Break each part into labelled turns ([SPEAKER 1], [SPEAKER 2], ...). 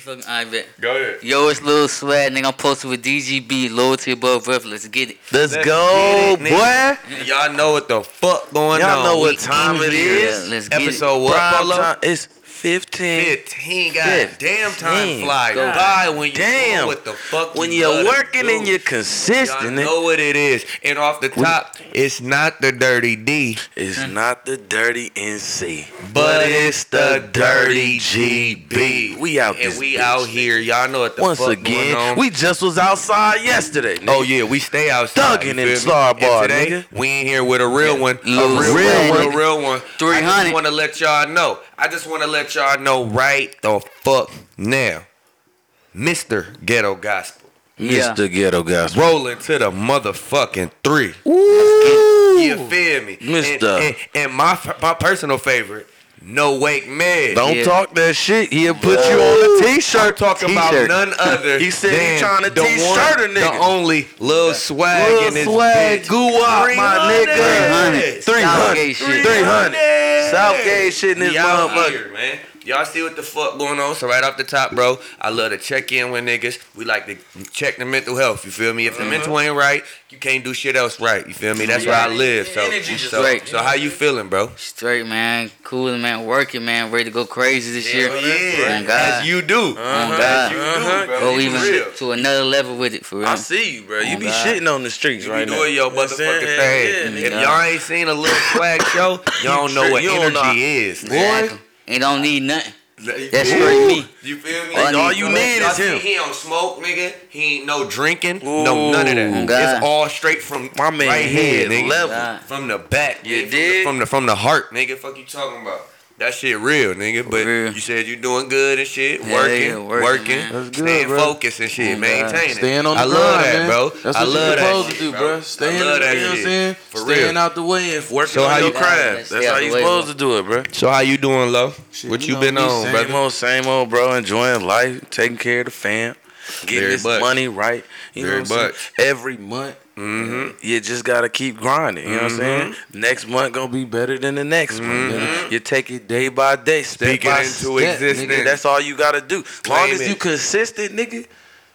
[SPEAKER 1] Fucking I bet.
[SPEAKER 2] Go ahead.
[SPEAKER 1] Yo, it's Lil Swag, nigga. I'm posted with DGB, loyalty above worthless. Get it.
[SPEAKER 3] Let's,
[SPEAKER 2] Let's
[SPEAKER 3] go,
[SPEAKER 2] get it, nigga.
[SPEAKER 3] boy.
[SPEAKER 2] Y'all know what the fuck going on.
[SPEAKER 3] Y'all know what
[SPEAKER 1] we
[SPEAKER 3] time
[SPEAKER 1] in
[SPEAKER 3] it
[SPEAKER 1] here.
[SPEAKER 3] is.
[SPEAKER 1] Let's get it.
[SPEAKER 2] Episode what?
[SPEAKER 3] Prime
[SPEAKER 2] Pablo?
[SPEAKER 3] time. It's 15.
[SPEAKER 2] 15. God damn time
[SPEAKER 3] 15.
[SPEAKER 2] fly
[SPEAKER 1] Go.
[SPEAKER 2] by when you
[SPEAKER 3] Damn.
[SPEAKER 2] know what the fuck
[SPEAKER 3] When
[SPEAKER 2] you
[SPEAKER 3] you're
[SPEAKER 2] gotta
[SPEAKER 3] working
[SPEAKER 2] do.
[SPEAKER 3] and you're
[SPEAKER 2] Y'all
[SPEAKER 3] consistent, it-
[SPEAKER 2] know what it is. And off the top, it's not the dirty D,
[SPEAKER 3] it's not the dirty NC,
[SPEAKER 2] but it's the dirty GB.
[SPEAKER 3] We out
[SPEAKER 2] And
[SPEAKER 3] this
[SPEAKER 2] we
[SPEAKER 3] bitch.
[SPEAKER 2] out here. Y'all know what the
[SPEAKER 3] Once
[SPEAKER 2] fuck going
[SPEAKER 3] again,
[SPEAKER 2] on.
[SPEAKER 3] we just was outside yesterday. Nigga.
[SPEAKER 2] Oh yeah, we stay outside.
[SPEAKER 3] Thuggin'
[SPEAKER 2] you
[SPEAKER 3] in
[SPEAKER 2] feel me?
[SPEAKER 3] Star Bar,
[SPEAKER 2] And today,
[SPEAKER 3] nigga.
[SPEAKER 2] we in here with a real one, a
[SPEAKER 1] Lil
[SPEAKER 2] real,
[SPEAKER 1] Real
[SPEAKER 2] one,
[SPEAKER 1] one.
[SPEAKER 2] a real one. I
[SPEAKER 1] 300.
[SPEAKER 2] just want to let y'all know. I just want to let y'all know right the fuck now, Mister Ghetto Gospel,
[SPEAKER 1] Yeah.
[SPEAKER 3] Mr. Ghetto Gospel.
[SPEAKER 2] rolling to the motherfucking three. You feel me,
[SPEAKER 3] Mr..
[SPEAKER 2] And, and, and my my personal favorite, No Wake Man.
[SPEAKER 3] Don't
[SPEAKER 1] Yeah.
[SPEAKER 3] talk that shit. He'll put you on a
[SPEAKER 2] I'm
[SPEAKER 3] t-shirt.
[SPEAKER 2] talking
[SPEAKER 3] T-shirt.
[SPEAKER 2] about none other.
[SPEAKER 3] He said he
[SPEAKER 2] than
[SPEAKER 3] tryna
[SPEAKER 2] the
[SPEAKER 3] t-shirt a
[SPEAKER 2] one,
[SPEAKER 3] nigga.
[SPEAKER 2] The only Lil Swag
[SPEAKER 3] Lil
[SPEAKER 2] in this
[SPEAKER 3] Swag,
[SPEAKER 2] bitch.
[SPEAKER 3] Guwap, my
[SPEAKER 2] 300.
[SPEAKER 1] 300.
[SPEAKER 3] nigga. 300.
[SPEAKER 1] Southgate shit.
[SPEAKER 3] 300. Southgate shit in this
[SPEAKER 2] Y'all
[SPEAKER 3] motherfucker.
[SPEAKER 2] here, man. Y'all see what the fuck going on? So right off the top, bro, I love to check in with niggas. We like to check the mental health. You feel me? If the mental ain't right, you can't do shit else right. You feel me? That's where I live. So,
[SPEAKER 3] Energy just
[SPEAKER 2] so,
[SPEAKER 1] right.
[SPEAKER 2] so how you feeling, bro?
[SPEAKER 1] Straight, man. Cool, man. Working, man. Ready to go crazy this year. Thank God.
[SPEAKER 2] Oh, As you do.
[SPEAKER 1] Thank
[SPEAKER 2] As
[SPEAKER 1] God.
[SPEAKER 2] you
[SPEAKER 3] Uh-huh.
[SPEAKER 2] do, bro.
[SPEAKER 1] Go
[SPEAKER 2] For
[SPEAKER 1] even
[SPEAKER 2] real.
[SPEAKER 1] to another level with it, for real.
[SPEAKER 3] I see you, bro. You
[SPEAKER 1] Oh,
[SPEAKER 3] be
[SPEAKER 1] God.
[SPEAKER 3] shitting on the streets
[SPEAKER 2] You
[SPEAKER 3] right
[SPEAKER 2] be
[SPEAKER 3] now.
[SPEAKER 2] doing your
[SPEAKER 3] You know what I'm
[SPEAKER 2] motherfucking
[SPEAKER 3] saying?
[SPEAKER 2] thing.
[SPEAKER 3] Yeah,
[SPEAKER 2] if
[SPEAKER 3] nigga.
[SPEAKER 2] y'all ain't seen a little swag show, y'all don't know
[SPEAKER 3] tri-
[SPEAKER 2] what
[SPEAKER 3] you don't
[SPEAKER 2] energy
[SPEAKER 3] know-
[SPEAKER 2] is.
[SPEAKER 1] Exactly. It don't need nothing.
[SPEAKER 2] Boy,
[SPEAKER 1] That's straight me.
[SPEAKER 2] You feel me?
[SPEAKER 1] All I
[SPEAKER 3] all
[SPEAKER 1] need
[SPEAKER 3] you
[SPEAKER 1] is
[SPEAKER 3] need
[SPEAKER 2] Y'all
[SPEAKER 3] is
[SPEAKER 2] see,
[SPEAKER 3] him.
[SPEAKER 2] He don't smoke, nigga. He ain't no drinking, no none of
[SPEAKER 3] Ooh,
[SPEAKER 2] that.
[SPEAKER 1] God.
[SPEAKER 2] It's all straight from
[SPEAKER 3] My man
[SPEAKER 2] right here,
[SPEAKER 3] head
[SPEAKER 2] nigga.
[SPEAKER 3] level.
[SPEAKER 1] God.
[SPEAKER 2] From the back,
[SPEAKER 3] You
[SPEAKER 2] nigga. From the-
[SPEAKER 3] dig?
[SPEAKER 2] From the from the heart, nigga. Fuck you talking about? That shit real, nigga. But
[SPEAKER 1] real.
[SPEAKER 2] you said you doing good and shit,
[SPEAKER 1] Yeah,
[SPEAKER 2] working,
[SPEAKER 1] yeah, working,
[SPEAKER 2] working,
[SPEAKER 1] man.
[SPEAKER 4] That's good,
[SPEAKER 2] staying
[SPEAKER 4] bro.
[SPEAKER 2] focused and shit,
[SPEAKER 1] Oh, God.
[SPEAKER 2] maintaining.
[SPEAKER 4] Staying on the
[SPEAKER 2] I love
[SPEAKER 4] grind,
[SPEAKER 2] that,
[SPEAKER 4] man.
[SPEAKER 2] bro.
[SPEAKER 4] That's what
[SPEAKER 2] I
[SPEAKER 4] you
[SPEAKER 2] love that
[SPEAKER 4] supposed
[SPEAKER 2] shit,
[SPEAKER 4] to do,
[SPEAKER 2] bro.
[SPEAKER 4] bro. Staying,
[SPEAKER 2] I love that
[SPEAKER 4] you know what I'm
[SPEAKER 2] shit.
[SPEAKER 4] saying?
[SPEAKER 2] For
[SPEAKER 4] Staying
[SPEAKER 2] real.
[SPEAKER 4] out the way and working
[SPEAKER 2] So
[SPEAKER 4] on
[SPEAKER 2] how
[SPEAKER 4] your
[SPEAKER 2] you-
[SPEAKER 4] craft.
[SPEAKER 1] That's
[SPEAKER 4] That's,
[SPEAKER 1] the
[SPEAKER 4] how
[SPEAKER 1] other
[SPEAKER 4] you
[SPEAKER 1] way,
[SPEAKER 4] supposed
[SPEAKER 1] bro.
[SPEAKER 4] to do it, bro.
[SPEAKER 2] So how you doing, low?
[SPEAKER 4] Shit,
[SPEAKER 2] what
[SPEAKER 4] you
[SPEAKER 2] you,
[SPEAKER 4] know
[SPEAKER 2] been
[SPEAKER 4] me,
[SPEAKER 2] on,
[SPEAKER 4] same
[SPEAKER 2] brother?
[SPEAKER 3] Same old, same old, bro. Enjoying life, taking care of the fam, getting
[SPEAKER 2] Very
[SPEAKER 3] this
[SPEAKER 2] much.
[SPEAKER 3] money right. You
[SPEAKER 2] Very
[SPEAKER 3] know what I'm saying?
[SPEAKER 2] much.
[SPEAKER 3] Every month,
[SPEAKER 2] Mm-hmm.
[SPEAKER 3] you just gotta keep grinding. You know what I'm saying? Next month gonna be better than the next month. nigga. You take it day by day, step
[SPEAKER 2] Mm-hmm. Speak it
[SPEAKER 3] by
[SPEAKER 2] into
[SPEAKER 3] step, nigga.
[SPEAKER 2] existence.
[SPEAKER 3] That's all you gotta do. long
[SPEAKER 2] Claim
[SPEAKER 3] as
[SPEAKER 2] it.
[SPEAKER 3] you consistent, nigga.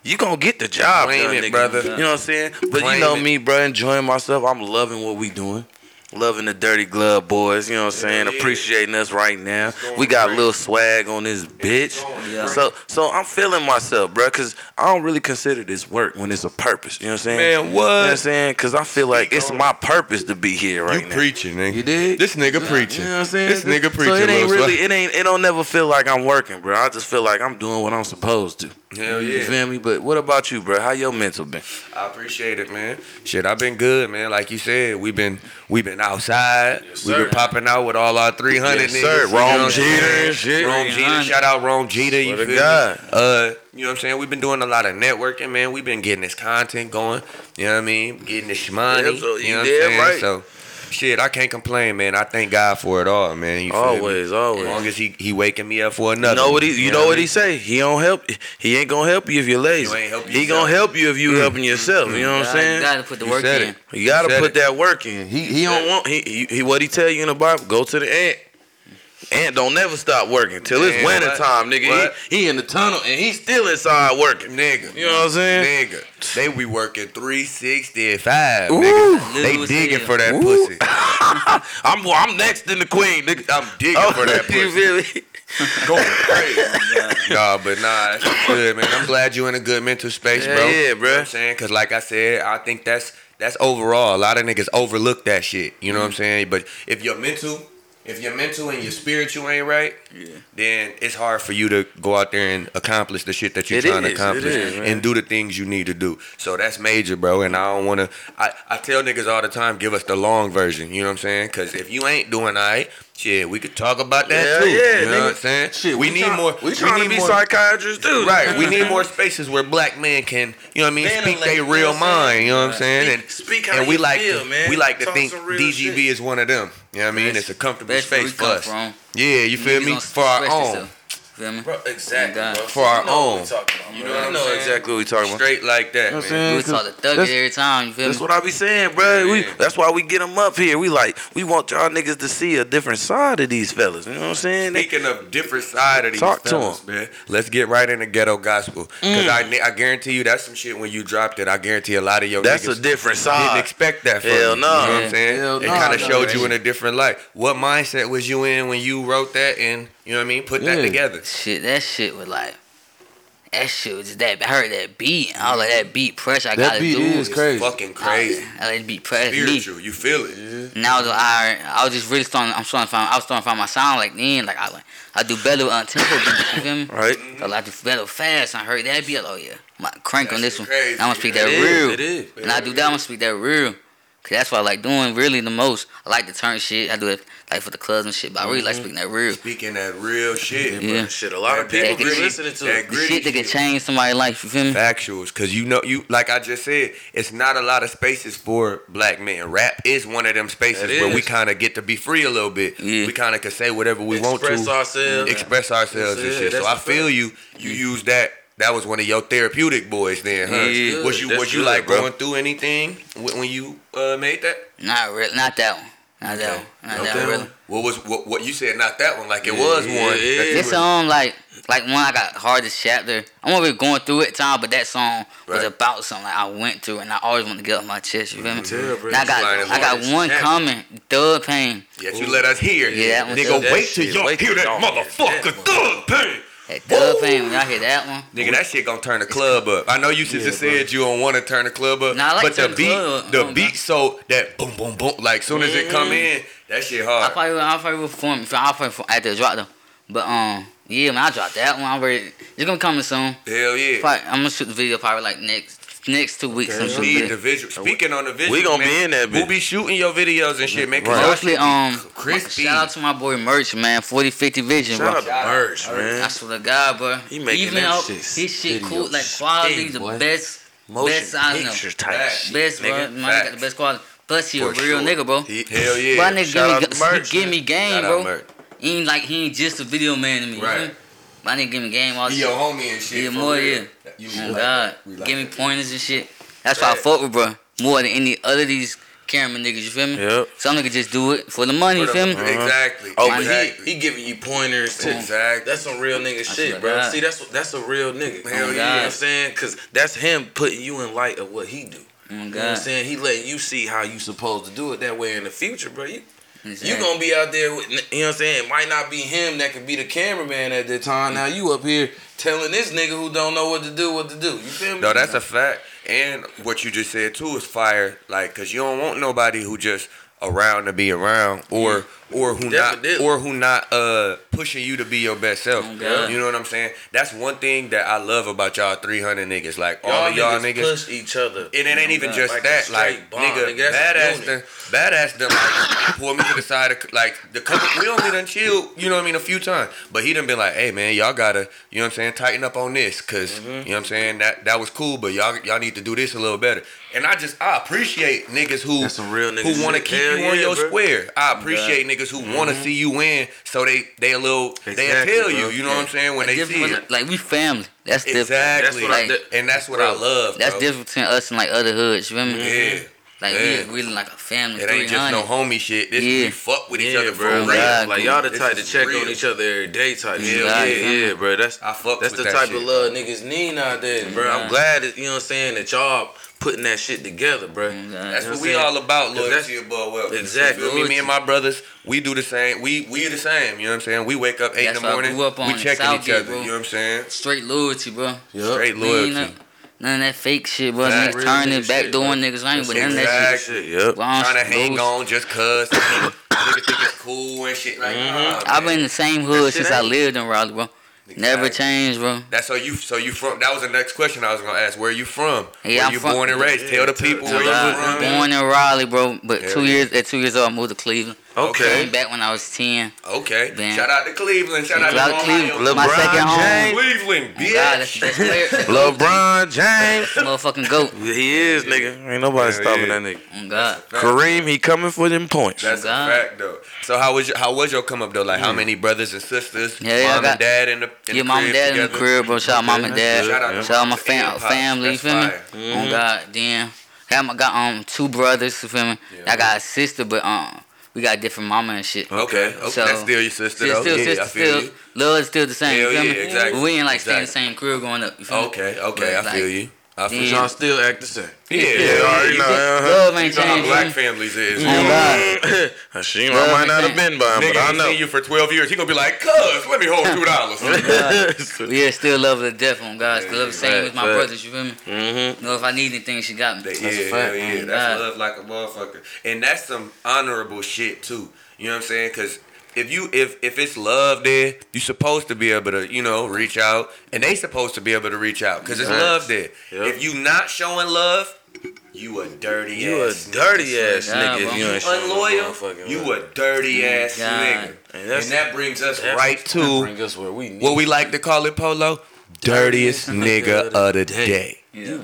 [SPEAKER 3] You gonna get the job
[SPEAKER 2] Claim
[SPEAKER 3] done,
[SPEAKER 2] it,
[SPEAKER 3] nigga.
[SPEAKER 2] brother.
[SPEAKER 3] You know what I'm saying? But
[SPEAKER 2] Claim
[SPEAKER 3] you know
[SPEAKER 2] it.
[SPEAKER 3] me, bro, enjoying myself. I'm loving what we doing. Loving the Dirty Glove boys, you know what I'm saying?
[SPEAKER 2] Hell yeah.
[SPEAKER 3] Appreciating us right now.
[SPEAKER 2] going
[SPEAKER 3] We got a
[SPEAKER 2] great.
[SPEAKER 3] little swag on this bitch.
[SPEAKER 2] going
[SPEAKER 1] Yeah. great.
[SPEAKER 3] So so I'm feeling myself, bro, cause I don't really consider this work when it's a purpose. You know what I'm saying?
[SPEAKER 2] Man,
[SPEAKER 3] You know what I'm
[SPEAKER 2] what?
[SPEAKER 3] saying? Because I feel like it's my purpose to be here right
[SPEAKER 2] you
[SPEAKER 3] now.
[SPEAKER 2] preaching, nigga.
[SPEAKER 3] You dig?
[SPEAKER 2] This nigga preaching.
[SPEAKER 3] You know what I'm saying?
[SPEAKER 2] This nigga preaching.
[SPEAKER 3] So it ain't
[SPEAKER 2] Lil Swag.
[SPEAKER 3] really, it ain't, it don't never feel like I'm working, bro. I just feel like I'm doing what I'm supposed to.
[SPEAKER 2] Hell
[SPEAKER 3] You
[SPEAKER 2] yeah.
[SPEAKER 3] feel me? But what about you, bro? How your mental been?
[SPEAKER 2] I appreciate it, man. Shit, I've been good, man. Like you said, we've been we been outside. We've been popping out with all our 300
[SPEAKER 3] Yes,
[SPEAKER 2] niggas.
[SPEAKER 3] sir.
[SPEAKER 2] you know
[SPEAKER 3] Rome
[SPEAKER 2] what I'm
[SPEAKER 3] Jeter
[SPEAKER 2] saying?
[SPEAKER 3] and shit.
[SPEAKER 2] Rome Jeter.
[SPEAKER 1] 300.
[SPEAKER 2] Shout out Rome Jeter. You
[SPEAKER 3] Swear to
[SPEAKER 2] feel me?
[SPEAKER 3] God.
[SPEAKER 2] Uh, you know what I'm saying? We've been doing a lot of networking, man. We've been getting this content going. You know what I mean? Getting this money.
[SPEAKER 3] Yeah, so
[SPEAKER 2] you
[SPEAKER 3] you
[SPEAKER 2] know what I'm
[SPEAKER 3] dead
[SPEAKER 2] saying?
[SPEAKER 3] right.
[SPEAKER 2] So, shit, I can't complain, man. I thank God for it all, man. You feel me?
[SPEAKER 3] Always, always.
[SPEAKER 2] As long as he, he waking me up for
[SPEAKER 3] You
[SPEAKER 2] another.
[SPEAKER 3] know what
[SPEAKER 2] one,
[SPEAKER 3] he, you
[SPEAKER 2] know what
[SPEAKER 3] know
[SPEAKER 2] I
[SPEAKER 3] what he
[SPEAKER 2] mean?
[SPEAKER 3] say? He don't help. He ain't gonna help you if you're lazy.
[SPEAKER 2] ain't help
[SPEAKER 3] he
[SPEAKER 2] yourself. Mm.
[SPEAKER 3] gonna help you if you helping yourself. You know what I'm saying?
[SPEAKER 1] You gotta put the
[SPEAKER 2] You
[SPEAKER 1] work
[SPEAKER 2] said
[SPEAKER 1] in.
[SPEAKER 2] it.
[SPEAKER 3] You gotta
[SPEAKER 2] Said
[SPEAKER 3] put
[SPEAKER 2] it.
[SPEAKER 3] that work in. He he don't want he, he, he what he tell you in the Bible. Go to the ant. Ant don't never stop working till it's
[SPEAKER 2] Man,
[SPEAKER 3] winter
[SPEAKER 2] what?
[SPEAKER 3] time, nigga.
[SPEAKER 2] What?
[SPEAKER 3] He, he in the tunnel and he still inside working.
[SPEAKER 2] Nigga.
[SPEAKER 3] You know what I'm saying?
[SPEAKER 2] Nigga, they be working 365.
[SPEAKER 3] Ooh.
[SPEAKER 2] Nigga. They
[SPEAKER 1] Lose
[SPEAKER 2] digging
[SPEAKER 1] it.
[SPEAKER 2] for that
[SPEAKER 3] Ooh.
[SPEAKER 2] pussy.
[SPEAKER 3] I'm I'm next in the queen, nigga.
[SPEAKER 2] I'm digging for that
[SPEAKER 3] Oh, you
[SPEAKER 2] pussy.
[SPEAKER 3] feel me?
[SPEAKER 2] Going crazy. nah, but nah, it's good, man. I'm glad you in a good mental space,
[SPEAKER 3] Yeah,
[SPEAKER 2] bro.
[SPEAKER 3] yeah,
[SPEAKER 2] You know
[SPEAKER 3] bro.
[SPEAKER 2] what I'm saying? Because, like I said, I think that's that's overall. A lot of niggas overlook that shit. You know what I'm saying? But if your mental, if your mental and your spiritual ain't right, then it's hard for you to go out there and accomplish the shit that you're
[SPEAKER 3] It
[SPEAKER 2] trying to
[SPEAKER 3] is, it
[SPEAKER 2] accomplish
[SPEAKER 3] is, man.
[SPEAKER 2] and do the things you need to do. So that's major, bro. And I don't want to. I, I tell niggas all the time, give us the long version. You know what I'm saying? Because if you ain't doing all right, shit, we could talk about that
[SPEAKER 3] Yeah,
[SPEAKER 2] too.
[SPEAKER 3] yeah,
[SPEAKER 2] you know
[SPEAKER 3] nigga.
[SPEAKER 2] what I'm saying?
[SPEAKER 3] Shit,
[SPEAKER 2] we, need
[SPEAKER 3] try-
[SPEAKER 2] more.
[SPEAKER 3] We trying
[SPEAKER 2] need
[SPEAKER 3] to be
[SPEAKER 2] more-
[SPEAKER 3] psychiatrists too,
[SPEAKER 2] Right, we need more spaces where black men can, you know what I mean,
[SPEAKER 3] Ventilate,
[SPEAKER 2] speak their
[SPEAKER 3] you know
[SPEAKER 2] real
[SPEAKER 3] what I'm saying?
[SPEAKER 2] mind. You know what I'm saying?
[SPEAKER 3] Speak-
[SPEAKER 2] And
[SPEAKER 3] speak how
[SPEAKER 2] and we
[SPEAKER 3] you
[SPEAKER 2] like
[SPEAKER 3] feel,
[SPEAKER 2] to,
[SPEAKER 3] man.
[SPEAKER 2] we like to
[SPEAKER 3] Talk
[SPEAKER 2] think
[SPEAKER 3] some real
[SPEAKER 2] DGB
[SPEAKER 3] shit.
[SPEAKER 2] is one of them. You know what I mean? It's a comfortable
[SPEAKER 1] That's where we
[SPEAKER 2] space for
[SPEAKER 1] come
[SPEAKER 2] us.
[SPEAKER 1] from.
[SPEAKER 2] Yeah, you feel
[SPEAKER 1] Niggas
[SPEAKER 2] me?
[SPEAKER 1] gonna
[SPEAKER 2] For our
[SPEAKER 1] express
[SPEAKER 2] own.
[SPEAKER 1] themselves. Feel me?
[SPEAKER 3] Bro, exactly.
[SPEAKER 1] God.
[SPEAKER 3] Bro.
[SPEAKER 2] For our
[SPEAKER 3] you know what
[SPEAKER 2] own.
[SPEAKER 3] we talking about,
[SPEAKER 2] You
[SPEAKER 3] bro.
[SPEAKER 2] know what
[SPEAKER 3] I
[SPEAKER 2] I'm
[SPEAKER 3] know
[SPEAKER 2] saying?
[SPEAKER 3] exactly what we talking about.
[SPEAKER 2] Straight like that,
[SPEAKER 5] You know what I'm
[SPEAKER 2] man.
[SPEAKER 5] saying?
[SPEAKER 1] We talk to thug
[SPEAKER 5] That's-
[SPEAKER 1] every time. You feel
[SPEAKER 3] That's
[SPEAKER 1] me?
[SPEAKER 3] what I be saying, bro. We,
[SPEAKER 2] Yeah.
[SPEAKER 3] that's why we get them up here. We like we want y'all niggas to see a different side of these fellas. You know what I'm saying? They-
[SPEAKER 2] Speaking of different side of these
[SPEAKER 3] Talk to
[SPEAKER 2] fellas, man. Let's get right into ghetto gospel, cause
[SPEAKER 5] Mm.
[SPEAKER 2] I, I guarantee you that's some shit. When you dropped it, I guarantee a lot of your
[SPEAKER 3] that's a
[SPEAKER 2] niggas
[SPEAKER 3] different
[SPEAKER 2] didn't
[SPEAKER 3] side.
[SPEAKER 2] expect that. From
[SPEAKER 3] Hell
[SPEAKER 2] you, you
[SPEAKER 3] no.
[SPEAKER 2] know what
[SPEAKER 1] Yeah.
[SPEAKER 2] I'm saying.
[SPEAKER 5] Hell
[SPEAKER 2] it
[SPEAKER 5] no,
[SPEAKER 2] kind of
[SPEAKER 5] no,
[SPEAKER 2] showed
[SPEAKER 5] that
[SPEAKER 2] you in a different light. What mindset was you in when you wrote that, and you know what I mean? Put that
[SPEAKER 5] Yeah.
[SPEAKER 2] together.
[SPEAKER 1] Shit, that shit was like, that shit was just that. I heard that beat. and I was like, that beat pressure. I
[SPEAKER 5] That
[SPEAKER 1] gotta
[SPEAKER 5] beat
[SPEAKER 1] do
[SPEAKER 5] is
[SPEAKER 1] it.
[SPEAKER 5] crazy.
[SPEAKER 2] Fucking crazy,
[SPEAKER 1] I, I let it beat pressure me.
[SPEAKER 2] spiritual. You feel it?
[SPEAKER 1] And I was like, I, I was just really starting. I'm starting to find. I was starting to find my sound like then. Like I like I do better with uh, tempo beats. You feel me?
[SPEAKER 3] Right?
[SPEAKER 1] So like, I do better fast. And I heard that beat. I was Like, oh yeah, I'm like, crank
[SPEAKER 2] That
[SPEAKER 1] on this
[SPEAKER 2] shit
[SPEAKER 1] one.
[SPEAKER 2] crazy.
[SPEAKER 1] I'm gonna speak
[SPEAKER 2] It
[SPEAKER 1] that
[SPEAKER 2] is,
[SPEAKER 1] real.
[SPEAKER 3] It is.
[SPEAKER 1] And I do that one speak that real. Cause that's what I like doing really the most. I like to turn shit. I do it like for the clubs and shit, but I really
[SPEAKER 2] Mm-hmm.
[SPEAKER 1] like speaking that real.
[SPEAKER 2] Speaking that real shit.
[SPEAKER 1] Yeah.
[SPEAKER 3] Shit, a lot of
[SPEAKER 2] That
[SPEAKER 3] people be
[SPEAKER 1] gritty-
[SPEAKER 3] listening to
[SPEAKER 2] that
[SPEAKER 3] it.
[SPEAKER 1] The shit that can change somebody's life, you feel me?
[SPEAKER 2] factuals because you know you like i just said it's not a lot of spaces for black men rap is one of them spaces
[SPEAKER 3] That
[SPEAKER 2] where we
[SPEAKER 3] is.
[SPEAKER 2] kind of get to be free a little bit
[SPEAKER 1] Yeah.
[SPEAKER 2] we kind of can say whatever we want
[SPEAKER 3] Express
[SPEAKER 2] to
[SPEAKER 3] ourselves.
[SPEAKER 2] express ourselves and
[SPEAKER 3] That's it,
[SPEAKER 2] shit so
[SPEAKER 3] that's
[SPEAKER 2] i
[SPEAKER 3] the
[SPEAKER 2] feel
[SPEAKER 3] fact.
[SPEAKER 2] you you use that that was one of your therapeutic boys then huh
[SPEAKER 1] Yeah.
[SPEAKER 3] That's
[SPEAKER 2] was you
[SPEAKER 3] good.
[SPEAKER 2] was you
[SPEAKER 3] That's
[SPEAKER 2] like
[SPEAKER 3] good, bro.
[SPEAKER 2] going through anything wh- when you uh, made that
[SPEAKER 1] Not real, not that one. Not that one. Not that one. Really.
[SPEAKER 2] what was what, what you said not that one like it
[SPEAKER 3] Yeah,
[SPEAKER 2] was
[SPEAKER 3] yeah,
[SPEAKER 2] one that
[SPEAKER 3] yeah.
[SPEAKER 2] you
[SPEAKER 1] This
[SPEAKER 2] were-
[SPEAKER 1] song, like, like one I got hardest chapter. I'm over going through it time, but that song was
[SPEAKER 2] Right.
[SPEAKER 1] about something I went through, and I always want to get off my chest. You feel me?
[SPEAKER 3] tell, bro.
[SPEAKER 1] And I
[SPEAKER 2] lying
[SPEAKER 3] You
[SPEAKER 1] got,
[SPEAKER 2] as
[SPEAKER 1] I got
[SPEAKER 2] hardest
[SPEAKER 1] one
[SPEAKER 2] chapter.
[SPEAKER 1] comment. Thug pain.
[SPEAKER 2] Yet you let us hear.
[SPEAKER 1] Yeah, that one
[SPEAKER 2] nigga,
[SPEAKER 1] thug.
[SPEAKER 2] wait
[SPEAKER 3] That
[SPEAKER 2] till
[SPEAKER 3] shit,
[SPEAKER 2] y'all
[SPEAKER 3] wait
[SPEAKER 2] hear
[SPEAKER 3] till
[SPEAKER 2] that
[SPEAKER 3] y'all hear
[SPEAKER 2] motherfucker
[SPEAKER 3] that
[SPEAKER 2] thug pain.
[SPEAKER 1] That thug pain. When y'all hear that one,
[SPEAKER 2] Nigga, that shit gonna turn the club up. I know you just said you don't want to turn the club up,
[SPEAKER 1] Nah, I like
[SPEAKER 2] but
[SPEAKER 1] to
[SPEAKER 2] the
[SPEAKER 1] turn the
[SPEAKER 2] beat,
[SPEAKER 1] club up.
[SPEAKER 2] the
[SPEAKER 1] Oh,
[SPEAKER 2] beat,
[SPEAKER 1] God.
[SPEAKER 2] so that boom, boom, boom. Like soon as it come
[SPEAKER 1] Mm-hmm.
[SPEAKER 2] in, that shit
[SPEAKER 1] I
[SPEAKER 2] hard.
[SPEAKER 1] probably, will- I probably will perform. I will probably perform after I drop them. But um, yeah, man, I dropped that one. I'm ready. It's gonna come soon.
[SPEAKER 2] Hell yeah.
[SPEAKER 1] Probably, I'm gonna shoot the video probably like next, next two weeks. some shit like
[SPEAKER 2] Need
[SPEAKER 1] that.
[SPEAKER 2] the visual. Speaking on the visual,
[SPEAKER 3] We gonna be
[SPEAKER 2] man,
[SPEAKER 3] in that
[SPEAKER 2] Who
[SPEAKER 3] bitch.
[SPEAKER 2] be shooting your videos and shit, man? 'Cause
[SPEAKER 3] Right.
[SPEAKER 2] y'all
[SPEAKER 1] Mostly,
[SPEAKER 2] shit be
[SPEAKER 1] um,
[SPEAKER 2] crispy.
[SPEAKER 1] shout out to my boy Merch, man. 4050 Vision, bro.
[SPEAKER 3] Shout out to Merch,
[SPEAKER 1] I
[SPEAKER 3] man.
[SPEAKER 1] swear to God, bro.
[SPEAKER 3] He making
[SPEAKER 1] Even
[SPEAKER 3] that
[SPEAKER 1] though
[SPEAKER 3] shit
[SPEAKER 1] His shit
[SPEAKER 5] video
[SPEAKER 1] cool, like quality,
[SPEAKER 5] sting,
[SPEAKER 1] the
[SPEAKER 5] boy.
[SPEAKER 1] best, best
[SPEAKER 3] Motion
[SPEAKER 1] I know.
[SPEAKER 3] picture type
[SPEAKER 2] Back.
[SPEAKER 3] shit.
[SPEAKER 1] Best, bro.
[SPEAKER 2] nigga.
[SPEAKER 1] My nigga got the
[SPEAKER 2] Facts.
[SPEAKER 1] best quality. Plus, he a
[SPEAKER 2] For
[SPEAKER 1] real
[SPEAKER 2] sure.
[SPEAKER 1] nigga, bro.
[SPEAKER 3] He-
[SPEAKER 2] Hell yeah.
[SPEAKER 1] My nigga
[SPEAKER 3] Shout out
[SPEAKER 1] give
[SPEAKER 3] to
[SPEAKER 1] me,
[SPEAKER 3] Merch,
[SPEAKER 1] he give
[SPEAKER 3] man.
[SPEAKER 1] me game,
[SPEAKER 2] Shout out,
[SPEAKER 1] bro.
[SPEAKER 2] Merc.
[SPEAKER 1] He ain't like he ain't just a video man to me. you
[SPEAKER 2] Right.
[SPEAKER 1] know? My nigga give me game all
[SPEAKER 2] He
[SPEAKER 1] the
[SPEAKER 2] your
[SPEAKER 1] time.
[SPEAKER 2] homie and shit.
[SPEAKER 1] Yeah,
[SPEAKER 2] for
[SPEAKER 1] more,
[SPEAKER 2] real.
[SPEAKER 1] yeah.
[SPEAKER 2] You
[SPEAKER 1] Oh,
[SPEAKER 2] like
[SPEAKER 1] God.
[SPEAKER 2] that. We like
[SPEAKER 1] give me
[SPEAKER 2] that.
[SPEAKER 1] pointers and shit. That's why I
[SPEAKER 2] Right.
[SPEAKER 1] fuck with, bro. More than any other of these camera niggas, you feel me?
[SPEAKER 3] Yep.
[SPEAKER 1] Some nigga just do it for the money,
[SPEAKER 2] For
[SPEAKER 1] you feel
[SPEAKER 2] the-
[SPEAKER 1] me?
[SPEAKER 2] Exactly.
[SPEAKER 3] Oh, but
[SPEAKER 2] exactly.
[SPEAKER 3] he, he giving you pointers too.
[SPEAKER 2] Exactly.
[SPEAKER 3] That's some real nigga
[SPEAKER 1] swear
[SPEAKER 3] shit,
[SPEAKER 1] to
[SPEAKER 3] bro.
[SPEAKER 1] God.
[SPEAKER 3] See, that's that's a real nigga.
[SPEAKER 2] Hell
[SPEAKER 3] you know
[SPEAKER 1] yeah.
[SPEAKER 3] what I'm saying? Cause that's him putting you in light of what he do.
[SPEAKER 1] Oh, my
[SPEAKER 3] You know what I'm
[SPEAKER 1] God.
[SPEAKER 3] saying? He letting you see how you supposed to do it that way in the future, bro. You
[SPEAKER 1] Exactly.
[SPEAKER 3] you gonna be out there with you know what I'm saying? It might not be him that could be the cameraman at the time. Now you up here telling this nigga who don't know what to do what to do. You feel me?
[SPEAKER 2] No, that's a fact. And what you just said too is fire. Like, cause you don't want nobody who just around to be around, or or who not,
[SPEAKER 3] Definitely.
[SPEAKER 2] or who not uh pushing you to be your best self.
[SPEAKER 1] Oh, God.
[SPEAKER 2] You know what I'm saying? That's one thing that I love about y'all 300 niggas. Like all
[SPEAKER 3] y'all
[SPEAKER 2] of y'all
[SPEAKER 3] niggas,
[SPEAKER 2] niggas.
[SPEAKER 3] push each other.
[SPEAKER 2] and it ain't even
[SPEAKER 1] God.
[SPEAKER 2] just
[SPEAKER 3] Like a
[SPEAKER 2] that,
[SPEAKER 3] straight
[SPEAKER 2] like
[SPEAKER 3] bond,
[SPEAKER 2] nigga,
[SPEAKER 3] nigga, that's a
[SPEAKER 2] badass them,
[SPEAKER 3] unit.
[SPEAKER 2] badass them, like pull me to the side of like the couple. We only done chill, you know what I mean, a few times, but he done been like, hey man, y'all gotta, you know what I'm saying, tighten up on this, because
[SPEAKER 3] Mm-hmm.
[SPEAKER 2] you know what I'm saying that that was cool, but y'all y'all need to do this a little better. And I just I appreciate niggas who
[SPEAKER 3] That's some real nigga
[SPEAKER 2] who want to
[SPEAKER 3] shit.
[SPEAKER 2] keep
[SPEAKER 3] Hell
[SPEAKER 2] you on
[SPEAKER 3] yeah,
[SPEAKER 2] your
[SPEAKER 3] bro.
[SPEAKER 2] square. I appreciate niggas who want to see you win, so they they a little they
[SPEAKER 3] Mm-hmm. Exactly,
[SPEAKER 2] tell
[SPEAKER 3] bro.
[SPEAKER 2] you, you know what I'm saying, when they
[SPEAKER 1] Different
[SPEAKER 2] see
[SPEAKER 1] was-
[SPEAKER 2] it.
[SPEAKER 1] Like we family. That's different.
[SPEAKER 2] Exactly,
[SPEAKER 3] That's what I
[SPEAKER 1] did.
[SPEAKER 2] and that's what I
[SPEAKER 3] Bro,
[SPEAKER 2] love.
[SPEAKER 1] That's
[SPEAKER 2] bro.
[SPEAKER 1] different between us and like other hoods. You remember?
[SPEAKER 2] Yeah.
[SPEAKER 1] Like
[SPEAKER 2] yeah.
[SPEAKER 1] we really like a family.
[SPEAKER 2] It ain't just no
[SPEAKER 1] 300.
[SPEAKER 2] homie shit. This
[SPEAKER 1] Yeah.
[SPEAKER 2] we fuck with each
[SPEAKER 3] yeah,
[SPEAKER 2] other for
[SPEAKER 3] bro.
[SPEAKER 2] real.
[SPEAKER 3] Like,
[SPEAKER 1] Yeah,
[SPEAKER 3] like y'all the
[SPEAKER 2] This
[SPEAKER 3] type to
[SPEAKER 2] is
[SPEAKER 3] check
[SPEAKER 2] real.
[SPEAKER 3] on each other every day type shit.
[SPEAKER 2] Yeah,
[SPEAKER 3] Yeah,
[SPEAKER 1] yeah.
[SPEAKER 3] yeah, bro. That's
[SPEAKER 2] I fuck
[SPEAKER 3] that's
[SPEAKER 2] with
[SPEAKER 3] the
[SPEAKER 2] that
[SPEAKER 3] type
[SPEAKER 2] shit.
[SPEAKER 3] of love niggas need nowadays, bro.
[SPEAKER 1] Yeah.
[SPEAKER 3] I'm glad that you know what I'm saying that y'all putting that shit together, bro.
[SPEAKER 1] Yeah.
[SPEAKER 2] That's
[SPEAKER 3] You know
[SPEAKER 2] what we
[SPEAKER 3] I'm
[SPEAKER 2] all about,
[SPEAKER 3] Cause that's-
[SPEAKER 2] loyalty above wealth.
[SPEAKER 3] Exactly.
[SPEAKER 2] You feel me? Me and my brothers, we do the same. We we the same. You know what I'm saying? We wake up eight
[SPEAKER 1] That's
[SPEAKER 2] in the
[SPEAKER 1] what I
[SPEAKER 2] morning.
[SPEAKER 1] grew up on
[SPEAKER 2] we
[SPEAKER 1] in
[SPEAKER 2] checking each
[SPEAKER 1] Southgate,
[SPEAKER 2] other.
[SPEAKER 1] bro.
[SPEAKER 2] You know what I'm saying?
[SPEAKER 1] Straight loyalty, bro.
[SPEAKER 2] Straight
[SPEAKER 1] We ain't
[SPEAKER 2] loyalty.
[SPEAKER 1] no- None of that fake shit, bro.
[SPEAKER 2] That
[SPEAKER 1] niggas
[SPEAKER 3] real
[SPEAKER 1] turning,
[SPEAKER 3] nigga
[SPEAKER 1] back
[SPEAKER 3] shit,
[SPEAKER 1] doing niggas. I ain't with none of that
[SPEAKER 2] Exactly.
[SPEAKER 1] shit.
[SPEAKER 3] That shit, yep.
[SPEAKER 1] Long
[SPEAKER 2] Trying to hang
[SPEAKER 1] loose.
[SPEAKER 2] on just cuz. nigga think it's cool and shit. Like, nah,
[SPEAKER 1] I've
[SPEAKER 2] man.
[SPEAKER 1] been in the same hood
[SPEAKER 3] That shit
[SPEAKER 1] since I
[SPEAKER 3] ain't-
[SPEAKER 1] lived in Raleigh, bro. Never
[SPEAKER 2] Exactly.
[SPEAKER 1] changed, bro.
[SPEAKER 2] That's so you. So you from? That was the next question I was gonna ask. Where you from?
[SPEAKER 1] Yeah,
[SPEAKER 2] where
[SPEAKER 1] I'm
[SPEAKER 2] you
[SPEAKER 1] from-
[SPEAKER 2] born and raised?
[SPEAKER 3] Yeah,
[SPEAKER 2] Tell the
[SPEAKER 3] tell-
[SPEAKER 2] people
[SPEAKER 3] tell
[SPEAKER 2] where you
[SPEAKER 3] us.
[SPEAKER 2] from.
[SPEAKER 1] Born in Raleigh, bro. But
[SPEAKER 2] Hell
[SPEAKER 1] two
[SPEAKER 2] yeah.
[SPEAKER 1] years at two years old, I moved to Cleveland. Came
[SPEAKER 2] Okay.
[SPEAKER 1] back when I was ten.
[SPEAKER 2] Okay.
[SPEAKER 1] Then-
[SPEAKER 2] Shout out to Cleveland. Shout out
[SPEAKER 1] Shout out
[SPEAKER 2] to Ohio.
[SPEAKER 1] Cleveland. My
[SPEAKER 3] LeBron
[SPEAKER 1] second home.
[SPEAKER 3] James.
[SPEAKER 2] Cleveland,
[SPEAKER 1] Oh, God, that's the
[SPEAKER 2] bitch.
[SPEAKER 1] best player. That's the
[SPEAKER 3] LeBron James.
[SPEAKER 1] Motherfucking goat.
[SPEAKER 3] He is, nigga. Ain't nobody
[SPEAKER 2] Hell
[SPEAKER 3] stopping
[SPEAKER 2] yeah.
[SPEAKER 3] that nigga.
[SPEAKER 1] Oh, God.
[SPEAKER 3] Kareem, he coming for them points.
[SPEAKER 2] That's a
[SPEAKER 1] God.
[SPEAKER 2] fact though. So how was your how was your come up though? Like how many brothers and sisters,
[SPEAKER 1] Hmm. Yeah, yeah, I
[SPEAKER 2] mom
[SPEAKER 1] got-
[SPEAKER 2] and dad in the in
[SPEAKER 1] Yeah,
[SPEAKER 2] the
[SPEAKER 1] mom and
[SPEAKER 2] crib
[SPEAKER 1] dad in the
[SPEAKER 2] together?
[SPEAKER 1] crib, bro. Shout out mom and
[SPEAKER 3] Okay,
[SPEAKER 1] dad.
[SPEAKER 3] that's
[SPEAKER 1] Shout
[SPEAKER 2] good.
[SPEAKER 1] out,
[SPEAKER 2] Yeah.
[SPEAKER 1] my
[SPEAKER 2] Shout out
[SPEAKER 1] fam-
[SPEAKER 2] to Pops.
[SPEAKER 1] family, you
[SPEAKER 2] That's
[SPEAKER 1] feel me?
[SPEAKER 2] fire.
[SPEAKER 3] Mm-hmm.
[SPEAKER 1] Oh God, damn. Had my got um two brothers, you feel me?
[SPEAKER 2] Yeah.
[SPEAKER 1] I got a sister, but um we got different mama and shit.
[SPEAKER 2] Okay, okay.
[SPEAKER 1] So-
[SPEAKER 2] that's still your sister
[SPEAKER 1] Still,
[SPEAKER 2] though.
[SPEAKER 1] still,
[SPEAKER 2] yeah,
[SPEAKER 1] sister,
[SPEAKER 2] I feel
[SPEAKER 1] still,
[SPEAKER 2] you.
[SPEAKER 1] love is still the same.
[SPEAKER 2] Hell
[SPEAKER 1] you feel
[SPEAKER 2] yeah,
[SPEAKER 1] me?
[SPEAKER 2] exactly,
[SPEAKER 1] But we ain't like stay in the
[SPEAKER 2] exactly.
[SPEAKER 1] same crib growing up. You feel me?
[SPEAKER 2] Okay, okay,
[SPEAKER 1] But,
[SPEAKER 2] I
[SPEAKER 1] like,
[SPEAKER 2] feel you. I feel
[SPEAKER 1] then-
[SPEAKER 2] you.
[SPEAKER 6] Y'all still act the same.
[SPEAKER 2] Yeah,
[SPEAKER 3] Yeah, already know. uh-huh.
[SPEAKER 1] Love ain't
[SPEAKER 2] You know how
[SPEAKER 1] changed.
[SPEAKER 2] black
[SPEAKER 1] you feel me?
[SPEAKER 2] families is.
[SPEAKER 1] Oh, God.
[SPEAKER 3] she might not have been by him, but
[SPEAKER 2] Nigga,
[SPEAKER 3] I
[SPEAKER 2] he seen
[SPEAKER 3] know.
[SPEAKER 2] you for twelve years. He gonna be like, "Cuz, let me hold two dollars."
[SPEAKER 1] Yeah, still love her to death on God. Still love the same
[SPEAKER 3] Facts,
[SPEAKER 1] with my
[SPEAKER 3] facts.
[SPEAKER 1] brothers, you feel me?
[SPEAKER 3] mm-hmm.
[SPEAKER 1] You know, if I need anything, she got me.
[SPEAKER 2] That-
[SPEAKER 1] That's
[SPEAKER 2] yeah,
[SPEAKER 1] a
[SPEAKER 2] hell
[SPEAKER 1] fact.
[SPEAKER 2] yeah,
[SPEAKER 1] Oh, God.
[SPEAKER 2] that's love like a motherfucker, and that's some honorable shit too. You know what I'm saying? Because if you if if it's love there, you supposed to be able to you know reach out, and they supposed to be able to reach out because it's
[SPEAKER 3] Facts.
[SPEAKER 2] love there.
[SPEAKER 3] Yep.
[SPEAKER 2] If you not showing love, you a dirty
[SPEAKER 3] You a
[SPEAKER 2] ass. nigga.
[SPEAKER 3] dirty ass
[SPEAKER 1] Yeah,
[SPEAKER 3] nigga if
[SPEAKER 1] bro.
[SPEAKER 3] you ain't showing no
[SPEAKER 2] Unloyal,
[SPEAKER 3] motherfucking
[SPEAKER 2] you
[SPEAKER 3] love.
[SPEAKER 2] a dirty ass
[SPEAKER 1] God.
[SPEAKER 2] nigga,
[SPEAKER 3] And
[SPEAKER 2] and,
[SPEAKER 3] that's-
[SPEAKER 2] that brings us
[SPEAKER 3] that's-
[SPEAKER 2] right to
[SPEAKER 6] Bring us where we need.
[SPEAKER 2] what we like to call it, Polo, dirtiest nigga of the day.
[SPEAKER 1] Yeah.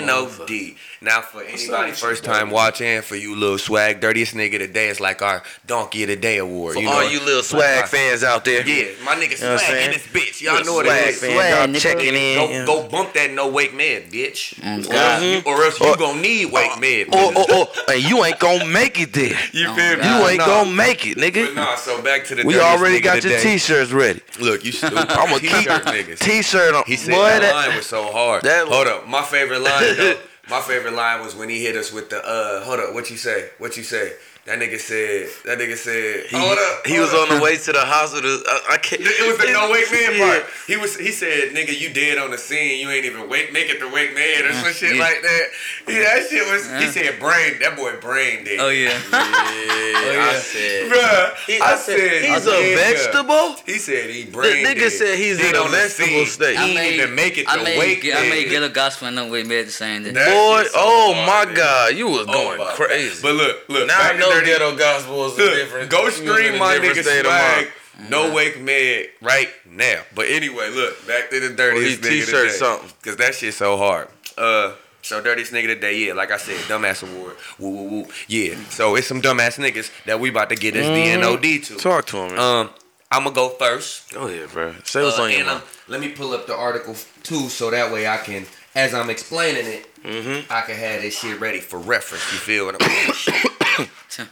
[SPEAKER 2] D-N-O-D. Now, for anybody
[SPEAKER 6] up,
[SPEAKER 2] first time watching, for you little swag, dirtiest nigga today is like our Donkey of the Day award.
[SPEAKER 3] For
[SPEAKER 2] you
[SPEAKER 3] all
[SPEAKER 2] know?
[SPEAKER 3] you little swag
[SPEAKER 2] Like,
[SPEAKER 3] fans out there,
[SPEAKER 2] Yeah, my nigga
[SPEAKER 3] know what I'm
[SPEAKER 2] swag
[SPEAKER 3] saying?
[SPEAKER 2] in this bitch. Y'all know what
[SPEAKER 3] swag
[SPEAKER 2] it is.
[SPEAKER 3] fans
[SPEAKER 1] Swag,
[SPEAKER 3] out
[SPEAKER 1] nigga.
[SPEAKER 3] checking in.
[SPEAKER 2] Go, go bump that no wake med, bitch.
[SPEAKER 1] Mm,
[SPEAKER 2] Or else, you, or else you
[SPEAKER 3] Or-
[SPEAKER 2] gonna need wake med.
[SPEAKER 3] Oh, oh, oh, and you ain't gonna make it there.
[SPEAKER 2] You
[SPEAKER 1] feel me?
[SPEAKER 3] You ain't
[SPEAKER 2] Nah.
[SPEAKER 3] gonna make it,
[SPEAKER 2] But
[SPEAKER 3] nigga.
[SPEAKER 2] nah, so back to the
[SPEAKER 3] We
[SPEAKER 2] dirtiest
[SPEAKER 3] already
[SPEAKER 2] nigga
[SPEAKER 3] got your
[SPEAKER 2] today.
[SPEAKER 3] t-shirts ready.
[SPEAKER 2] Look, you stupid.
[SPEAKER 3] I'm gonna keep
[SPEAKER 2] T-shirt niggas.
[SPEAKER 3] t-shirt on.
[SPEAKER 2] He said
[SPEAKER 3] Boy,
[SPEAKER 2] that,
[SPEAKER 3] that-
[SPEAKER 2] line was so hard.
[SPEAKER 3] that-
[SPEAKER 2] hold up, my favorite line though. My favorite line was when he hit us with the uh. Hold up, what you say? What you say? That nigga said. That nigga said.
[SPEAKER 3] he,
[SPEAKER 2] hold up.
[SPEAKER 3] he
[SPEAKER 2] hold
[SPEAKER 3] was
[SPEAKER 2] up."
[SPEAKER 3] on the way to the hospital. I, I can't.
[SPEAKER 2] It was the no wake man
[SPEAKER 3] Yeah.
[SPEAKER 2] part. He was. He said, "Nigga, you dead on the scene. You ain't even wake. Make it the wake man or some shit
[SPEAKER 1] Yeah.
[SPEAKER 2] like that." Yeah, that shit was. He said, "Brain." That boy, brain dead.
[SPEAKER 1] Oh, yeah.
[SPEAKER 3] Yeah,
[SPEAKER 1] yeah.
[SPEAKER 3] I said.
[SPEAKER 2] Bruh, Oh, I, said,
[SPEAKER 3] he's
[SPEAKER 2] "Nigga."
[SPEAKER 3] a vegetable.
[SPEAKER 2] He said he
[SPEAKER 3] The
[SPEAKER 2] brain
[SPEAKER 3] nigga
[SPEAKER 2] dead.
[SPEAKER 3] said he's
[SPEAKER 2] Dead
[SPEAKER 3] in a
[SPEAKER 2] on the
[SPEAKER 3] vegetable
[SPEAKER 2] scene.
[SPEAKER 3] state.
[SPEAKER 2] He didn't even make it
[SPEAKER 1] I
[SPEAKER 2] to
[SPEAKER 1] made,
[SPEAKER 2] wake
[SPEAKER 1] I made
[SPEAKER 2] man.
[SPEAKER 1] Yellow Gospel and No Way Mad the same day.
[SPEAKER 2] That
[SPEAKER 3] Boy,
[SPEAKER 2] shit's so
[SPEAKER 3] oh
[SPEAKER 2] hard,
[SPEAKER 3] my
[SPEAKER 2] nigga.
[SPEAKER 3] God, you was going
[SPEAKER 2] my God.
[SPEAKER 3] crazy.
[SPEAKER 2] But look, look.
[SPEAKER 3] Now I
[SPEAKER 2] back in
[SPEAKER 3] know
[SPEAKER 2] Dirty-
[SPEAKER 6] Ghetto gospel is
[SPEAKER 2] Look,
[SPEAKER 6] different.
[SPEAKER 2] Go
[SPEAKER 6] you was in
[SPEAKER 2] stream
[SPEAKER 6] a
[SPEAKER 2] my
[SPEAKER 3] different
[SPEAKER 2] nigga
[SPEAKER 3] state of
[SPEAKER 2] swag.
[SPEAKER 3] mind.
[SPEAKER 2] No wake med right now. But anyway, look back to the dirtiest
[SPEAKER 3] Or he
[SPEAKER 2] nigga
[SPEAKER 3] t-shirt
[SPEAKER 2] today.
[SPEAKER 3] something.
[SPEAKER 2] Cause that shit so hard. Uh. So dirtiest nigga today, yeah, like I said, dumbass award, woo woo woo, yeah. So it's some dumbass niggas that we about to get this DNOD to.
[SPEAKER 3] Mm. Talk to him. Man.
[SPEAKER 2] Um, I'ma go first.
[SPEAKER 3] go ahead, bro. Say what's
[SPEAKER 2] Uh,
[SPEAKER 3] on your
[SPEAKER 2] and
[SPEAKER 3] mind.
[SPEAKER 2] I'm- let me pull up the article f- too, so that way I can, as I'm explaining it,
[SPEAKER 3] Mm-hmm.
[SPEAKER 2] I can have this shit ready for reference. You feel what I'm saying?
[SPEAKER 3] Get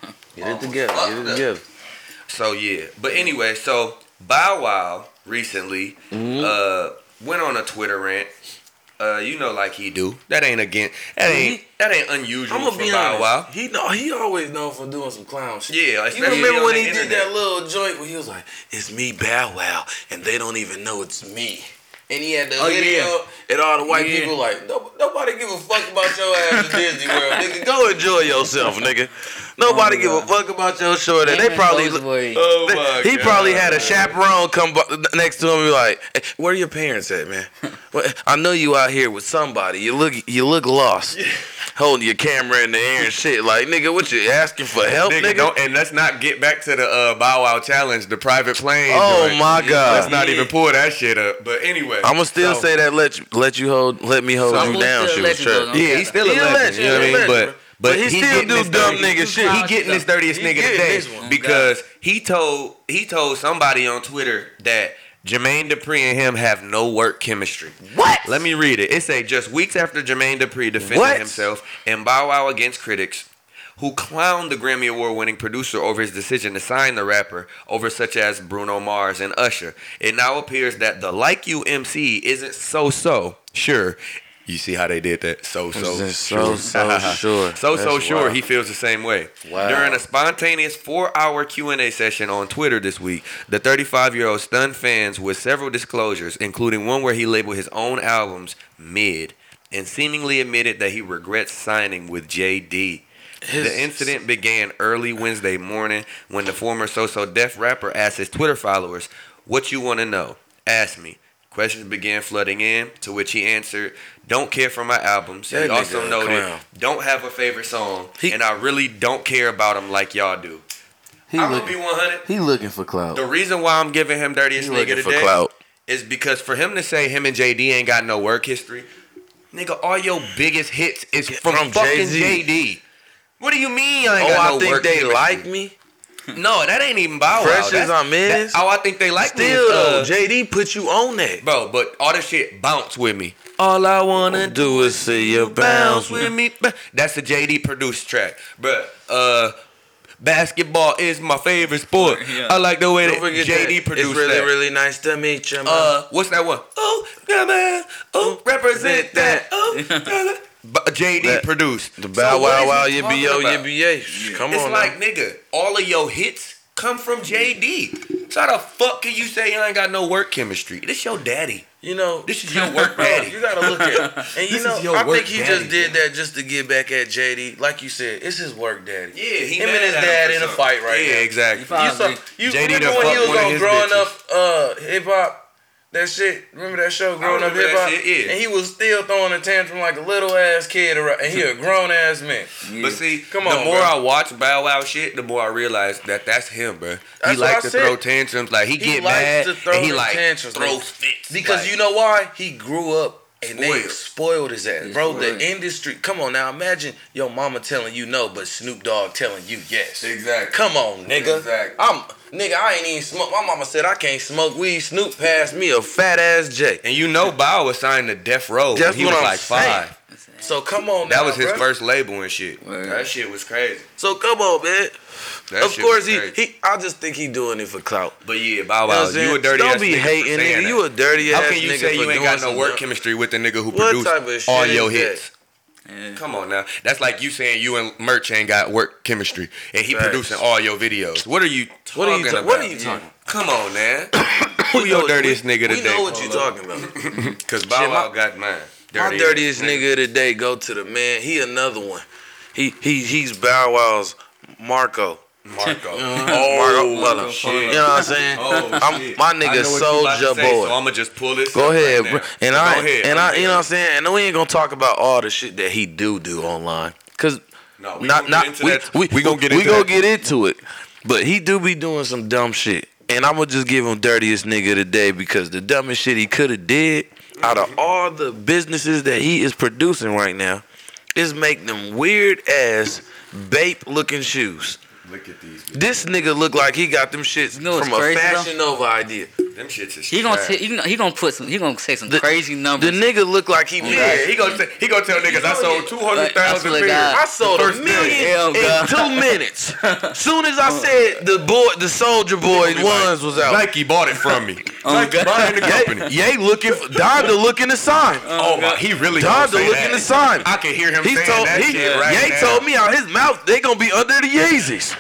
[SPEAKER 3] it together. Get it together.
[SPEAKER 2] so yeah, but anyway, so Bow Wow recently
[SPEAKER 3] Mm-hmm.
[SPEAKER 2] uh, went on a Twitter rant. Uh, you know, like he do. That ain't again. That ain't
[SPEAKER 3] Mm-hmm.
[SPEAKER 2] that ain't unusual
[SPEAKER 6] I'm gonna
[SPEAKER 2] for
[SPEAKER 6] be
[SPEAKER 2] Bow
[SPEAKER 6] honest.
[SPEAKER 2] Wow.
[SPEAKER 6] He know he always known for doing some clown shit.
[SPEAKER 2] Yeah,
[SPEAKER 6] You
[SPEAKER 2] especially
[SPEAKER 6] remember
[SPEAKER 2] on
[SPEAKER 6] when
[SPEAKER 2] the
[SPEAKER 6] he did
[SPEAKER 2] internet.
[SPEAKER 6] that little joint where he was like, "It's me, Bow Wow," and they don't even know it's me. And he had the
[SPEAKER 1] Oh,
[SPEAKER 6] video, and all the white
[SPEAKER 1] Yeah.
[SPEAKER 6] people like, "No- nobody give a fuck about your ass in Disney World, nigga. Go
[SPEAKER 3] Go enjoy yourself, nigga. Nobody
[SPEAKER 1] Oh,
[SPEAKER 3] give a
[SPEAKER 1] God.
[SPEAKER 3] fuck about your short. ass. They
[SPEAKER 1] Damon
[SPEAKER 3] probably
[SPEAKER 1] Boy.
[SPEAKER 2] Oh
[SPEAKER 3] Th-
[SPEAKER 2] my
[SPEAKER 3] he probably
[SPEAKER 2] God.
[SPEAKER 3] had a chaperone come bu- next to him and be like, "Hey, "Where are your parents at, man? Well, I know you out here with somebody. You look, you look lost, holding your camera in the air and shit. Like, nigga, what you asking for help,
[SPEAKER 2] Nigga,
[SPEAKER 3] nigga?
[SPEAKER 2] Don't, and let's not get back to the uh, Bow Wow challenge, the private plane.
[SPEAKER 3] Oh
[SPEAKER 2] joint.
[SPEAKER 3] my
[SPEAKER 2] Let's
[SPEAKER 3] God!
[SPEAKER 2] not even pull that shit up. But anyway,
[SPEAKER 3] I'ma still
[SPEAKER 2] So-
[SPEAKER 3] say that let you, let you hold, let me hold
[SPEAKER 2] So-
[SPEAKER 3] you down.
[SPEAKER 1] Still
[SPEAKER 3] She was
[SPEAKER 1] let you go,
[SPEAKER 3] trash.
[SPEAKER 1] don't-
[SPEAKER 2] Yeah, he's still a
[SPEAKER 3] He a
[SPEAKER 2] legend, You
[SPEAKER 3] legend,
[SPEAKER 2] know
[SPEAKER 3] he a
[SPEAKER 2] what I mean?
[SPEAKER 3] legend,
[SPEAKER 2] But but,
[SPEAKER 3] But he still
[SPEAKER 2] getting
[SPEAKER 3] do
[SPEAKER 2] this
[SPEAKER 3] dumb
[SPEAKER 2] dirty-
[SPEAKER 3] nigga shit.
[SPEAKER 2] He getting this dirtiest
[SPEAKER 3] He
[SPEAKER 2] nigga
[SPEAKER 3] getting
[SPEAKER 2] today
[SPEAKER 3] this one.
[SPEAKER 2] because he told he told somebody on Twitter that Jermaine Dupri and him have no work chemistry.
[SPEAKER 3] What?
[SPEAKER 2] Let me read it. It say just weeks after Jermaine Dupri defended
[SPEAKER 3] What?
[SPEAKER 2] himself in Bow Wow against critics. Who clowned the Grammy Award winning producer over his decision to sign the rapper over such as Bruno Mars and Usher? It now appears that the Like You MC isn't so so sure. You see how they did that? So so
[SPEAKER 3] So so so
[SPEAKER 2] so
[SPEAKER 3] sure.
[SPEAKER 2] so
[SPEAKER 3] That's
[SPEAKER 2] sure
[SPEAKER 3] wild.
[SPEAKER 2] he feels the same way.
[SPEAKER 3] Wow.
[SPEAKER 2] During a spontaneous four-hour Q and A session on Twitter this week, the 35-year-old stunned fans with several disclosures, including one where he labeled his own albums mid, and seemingly admitted that he regrets signing with JD. The incident began early Wednesday morning when the former So So Def rapper asked his Twitter followers, What you want to know? Ask me. Questions began flooding in, to which he answered, Don't care for my albums.
[SPEAKER 3] That
[SPEAKER 2] he also
[SPEAKER 3] nigga a
[SPEAKER 2] noted,
[SPEAKER 3] clown.
[SPEAKER 2] Don't have a favorite song,
[SPEAKER 3] He-
[SPEAKER 2] and I really don't care about them like y'all do.
[SPEAKER 6] He
[SPEAKER 2] I'm gonna
[SPEAKER 6] looking-
[SPEAKER 2] be 100.
[SPEAKER 6] He looking for clout.
[SPEAKER 2] The reason why I'm giving him dirtiest
[SPEAKER 3] He
[SPEAKER 2] nigga
[SPEAKER 3] looking for
[SPEAKER 2] today
[SPEAKER 3] clout.
[SPEAKER 2] is because for him to say him and JD ain't got no work history, nigga, all your biggest hits is from,
[SPEAKER 3] From
[SPEAKER 2] fucking
[SPEAKER 3] Jay-Z.
[SPEAKER 2] JD. What do you mean? I ain't
[SPEAKER 3] Oh,
[SPEAKER 2] got
[SPEAKER 3] I
[SPEAKER 2] no
[SPEAKER 3] think
[SPEAKER 2] work
[SPEAKER 3] they
[SPEAKER 2] history?
[SPEAKER 3] like me.
[SPEAKER 2] No, that ain't even Bow Wow.
[SPEAKER 3] Fresh
[SPEAKER 2] That's-
[SPEAKER 3] as I'm in.
[SPEAKER 2] that- Oh, I think they like me
[SPEAKER 3] Still
[SPEAKER 2] is,
[SPEAKER 3] though,
[SPEAKER 2] uh,
[SPEAKER 3] JD put you on that.
[SPEAKER 2] bro. But all this shit bounce with me. All I wanna do
[SPEAKER 3] Do is see your
[SPEAKER 2] bounce
[SPEAKER 3] bounce.
[SPEAKER 2] with me. ba- That's the JD produced track, bro. Uh, basketball is my favorite sport.
[SPEAKER 1] Yeah.
[SPEAKER 2] I like the way that
[SPEAKER 3] Don't forget
[SPEAKER 2] JD
[SPEAKER 3] that.
[SPEAKER 2] produced
[SPEAKER 3] It's really,
[SPEAKER 2] that.
[SPEAKER 3] really nice to meet you, man.
[SPEAKER 2] Uh, what's that one? Oh, yeah, man. Oh, represent that. Oh, yeah, man. B- JD
[SPEAKER 3] Mm. That-
[SPEAKER 2] uh, produced.
[SPEAKER 3] the
[SPEAKER 2] So
[SPEAKER 3] bow
[SPEAKER 2] what
[SPEAKER 3] wow
[SPEAKER 2] is
[SPEAKER 3] wow
[SPEAKER 2] he
[SPEAKER 3] yibby yo
[SPEAKER 2] talking about?
[SPEAKER 3] yibby yay. Come
[SPEAKER 2] It's
[SPEAKER 3] on,
[SPEAKER 2] like
[SPEAKER 3] now.
[SPEAKER 2] nigga, all of your hits come from JD. So how the fuck can you say you ain't got no work chemistry? This your daddy.
[SPEAKER 3] you know.
[SPEAKER 2] This is your work daddy.
[SPEAKER 3] You gotta look at, and you
[SPEAKER 2] This is
[SPEAKER 3] know,
[SPEAKER 2] your
[SPEAKER 3] I
[SPEAKER 2] work
[SPEAKER 3] think he
[SPEAKER 2] daddy,
[SPEAKER 3] just did that just to get back at JD. Like you said, it's his work daddy.
[SPEAKER 2] Yeah, he
[SPEAKER 3] him
[SPEAKER 2] mad
[SPEAKER 3] and his
[SPEAKER 2] at him for
[SPEAKER 3] dad in a
[SPEAKER 2] something.
[SPEAKER 3] fight right
[SPEAKER 2] yeah,
[SPEAKER 3] now.
[SPEAKER 2] exactly.
[SPEAKER 1] He I
[SPEAKER 3] You saw,
[SPEAKER 1] agree.
[SPEAKER 3] you
[SPEAKER 2] JD done
[SPEAKER 3] remember when he
[SPEAKER 2] fucked
[SPEAKER 3] was
[SPEAKER 2] one of
[SPEAKER 3] on
[SPEAKER 2] his
[SPEAKER 3] growing
[SPEAKER 2] bitches.
[SPEAKER 3] up uh, hip hop? That shit. Remember that show, growing up
[SPEAKER 2] remember
[SPEAKER 3] hip
[SPEAKER 2] that
[SPEAKER 3] hop?
[SPEAKER 2] shit, yeah.
[SPEAKER 3] And he was still throwing a tantrum like a little ass kid, around, and he a grown ass man.
[SPEAKER 2] But see,
[SPEAKER 3] Come
[SPEAKER 2] the
[SPEAKER 3] on,
[SPEAKER 2] more
[SPEAKER 3] bro.
[SPEAKER 2] I watch Bow Wow shit, the more I realize that that's him, bro. he
[SPEAKER 3] That's what
[SPEAKER 2] like
[SPEAKER 3] I
[SPEAKER 2] to
[SPEAKER 3] said.
[SPEAKER 2] throw tantrums. Like he,
[SPEAKER 3] He
[SPEAKER 2] get
[SPEAKER 3] likes
[SPEAKER 2] mad
[SPEAKER 3] to throw
[SPEAKER 2] and he
[SPEAKER 3] them
[SPEAKER 2] like
[SPEAKER 3] tantrums,
[SPEAKER 2] throws
[SPEAKER 3] nigga.
[SPEAKER 2] fits
[SPEAKER 3] Because
[SPEAKER 2] like-
[SPEAKER 3] you know why? He grew up and they
[SPEAKER 2] Spoiled.
[SPEAKER 3] spoiled his ass. Bro,
[SPEAKER 1] spoiled.
[SPEAKER 3] the industry. Come on now, imagine your mama telling you no, but Snoop Dogg telling you yes.
[SPEAKER 2] Exactly.
[SPEAKER 3] Come on, nigga.
[SPEAKER 2] Exactly.
[SPEAKER 3] I'm nigga, I ain't even smoke. My mama said I can't smoke weed. Snoop passed me a fat ass J.
[SPEAKER 2] And you know Bow was signed to Death Row when
[SPEAKER 3] That's
[SPEAKER 2] he
[SPEAKER 3] what
[SPEAKER 2] was
[SPEAKER 3] I'm
[SPEAKER 2] like
[SPEAKER 3] saying.
[SPEAKER 2] five.
[SPEAKER 3] So come on
[SPEAKER 2] That
[SPEAKER 3] now,
[SPEAKER 2] was his
[SPEAKER 3] bruh.
[SPEAKER 2] first label and shit.
[SPEAKER 1] Word.
[SPEAKER 2] That shit was crazy.
[SPEAKER 3] So come on, man.
[SPEAKER 2] That
[SPEAKER 3] of
[SPEAKER 2] shit
[SPEAKER 3] course
[SPEAKER 2] was
[SPEAKER 3] he,
[SPEAKER 2] crazy.
[SPEAKER 3] he I just think he doing it for clout.
[SPEAKER 2] But yeah, Bow Wow,
[SPEAKER 3] You know what I'm saying?
[SPEAKER 2] you a dirty
[SPEAKER 3] Don't
[SPEAKER 2] ass
[SPEAKER 3] be
[SPEAKER 2] nigga for
[SPEAKER 3] hating
[SPEAKER 2] saying
[SPEAKER 3] nigga.
[SPEAKER 2] that.
[SPEAKER 3] You a dirty
[SPEAKER 2] How
[SPEAKER 3] ass
[SPEAKER 2] can you say
[SPEAKER 3] nigga for
[SPEAKER 2] you ain't
[SPEAKER 3] doing
[SPEAKER 2] got no
[SPEAKER 3] some
[SPEAKER 2] work
[SPEAKER 3] dumb-
[SPEAKER 2] chemistry with the nigga who
[SPEAKER 3] What
[SPEAKER 2] produced
[SPEAKER 3] type of
[SPEAKER 2] all
[SPEAKER 3] shit
[SPEAKER 2] your
[SPEAKER 3] is that?
[SPEAKER 2] hits? Come on now, that's like you saying you and Merch ain't got work chemistry, and he
[SPEAKER 3] Facts.
[SPEAKER 2] producing all your videos. What are you? Talking
[SPEAKER 3] What are you ta-
[SPEAKER 2] about?
[SPEAKER 3] what are you talking
[SPEAKER 2] Come on, man. Who
[SPEAKER 3] We
[SPEAKER 2] your
[SPEAKER 3] know-
[SPEAKER 2] dirtiest nigga
[SPEAKER 3] We know
[SPEAKER 2] today?
[SPEAKER 3] what you talking about.
[SPEAKER 2] Cause Bow
[SPEAKER 3] Shit, my-
[SPEAKER 2] Wow got mine.
[SPEAKER 3] My dirtiest nigga of the day go to the man. He another one. He he he's Bow Wow's Marco.
[SPEAKER 2] Marco. Oh,
[SPEAKER 3] Marco Mother. You
[SPEAKER 2] shit.
[SPEAKER 3] know what I'm saying?
[SPEAKER 2] Oh,
[SPEAKER 3] I'm- my nigga Soldier Boy.
[SPEAKER 2] I'ma just pull this.
[SPEAKER 3] Go
[SPEAKER 2] up
[SPEAKER 3] ahead,
[SPEAKER 2] right
[SPEAKER 3] bro.
[SPEAKER 2] now.
[SPEAKER 3] and
[SPEAKER 2] Go
[SPEAKER 3] I
[SPEAKER 2] ahead.
[SPEAKER 3] and I you know what I'm saying. And we ain't gonna talk about all the shit that he do do online, cause
[SPEAKER 2] No, we
[SPEAKER 3] not
[SPEAKER 2] gonna
[SPEAKER 3] not
[SPEAKER 2] get into
[SPEAKER 3] we,
[SPEAKER 2] that.
[SPEAKER 3] we
[SPEAKER 2] We gonna get
[SPEAKER 3] we
[SPEAKER 2] into
[SPEAKER 3] gonna
[SPEAKER 2] that.
[SPEAKER 3] get into it. But he do be doing some dumb shit, and I'm gonna just give him dirtiest nigga today because the dumbest shit he could have did out of all the businesses that he is producing right now is make them weird ass bape looking shoes.
[SPEAKER 2] Look at these.
[SPEAKER 3] This nigga look like he got them shits
[SPEAKER 1] You know what's
[SPEAKER 3] from a
[SPEAKER 1] crazy, though?
[SPEAKER 3] Fashion Nova idea.
[SPEAKER 2] Them shits is
[SPEAKER 1] He gonna
[SPEAKER 2] trash.
[SPEAKER 1] t- he gonna he gonna put some he gonna say some
[SPEAKER 3] The-
[SPEAKER 1] crazy
[SPEAKER 3] The
[SPEAKER 1] numbers.
[SPEAKER 3] nigga look like he
[SPEAKER 2] Yeah, he gonna t- he gonna tell niggas I sold two hundred thousand
[SPEAKER 1] Like, I swear to
[SPEAKER 2] pairs.
[SPEAKER 1] God.
[SPEAKER 3] I sold a
[SPEAKER 2] First
[SPEAKER 3] million
[SPEAKER 1] million. Hell,
[SPEAKER 3] in two minutes. Soon as I said the boy, the Soldier Boy ones was out.
[SPEAKER 2] Nike bought it from me. Nike
[SPEAKER 1] God.
[SPEAKER 2] bought it in the
[SPEAKER 3] Yay,
[SPEAKER 2] company.
[SPEAKER 3] yay looking for Donda looking to sign.
[SPEAKER 2] Oh my, he really gonna
[SPEAKER 3] Donda
[SPEAKER 2] say
[SPEAKER 3] looking to
[SPEAKER 2] that.
[SPEAKER 3] sign.
[SPEAKER 2] I can hear him
[SPEAKER 3] He
[SPEAKER 2] saying
[SPEAKER 3] told
[SPEAKER 2] that
[SPEAKER 3] he,
[SPEAKER 2] shit right
[SPEAKER 3] Ye
[SPEAKER 2] now.
[SPEAKER 3] told me out his mouth they gonna be under the Yeezys.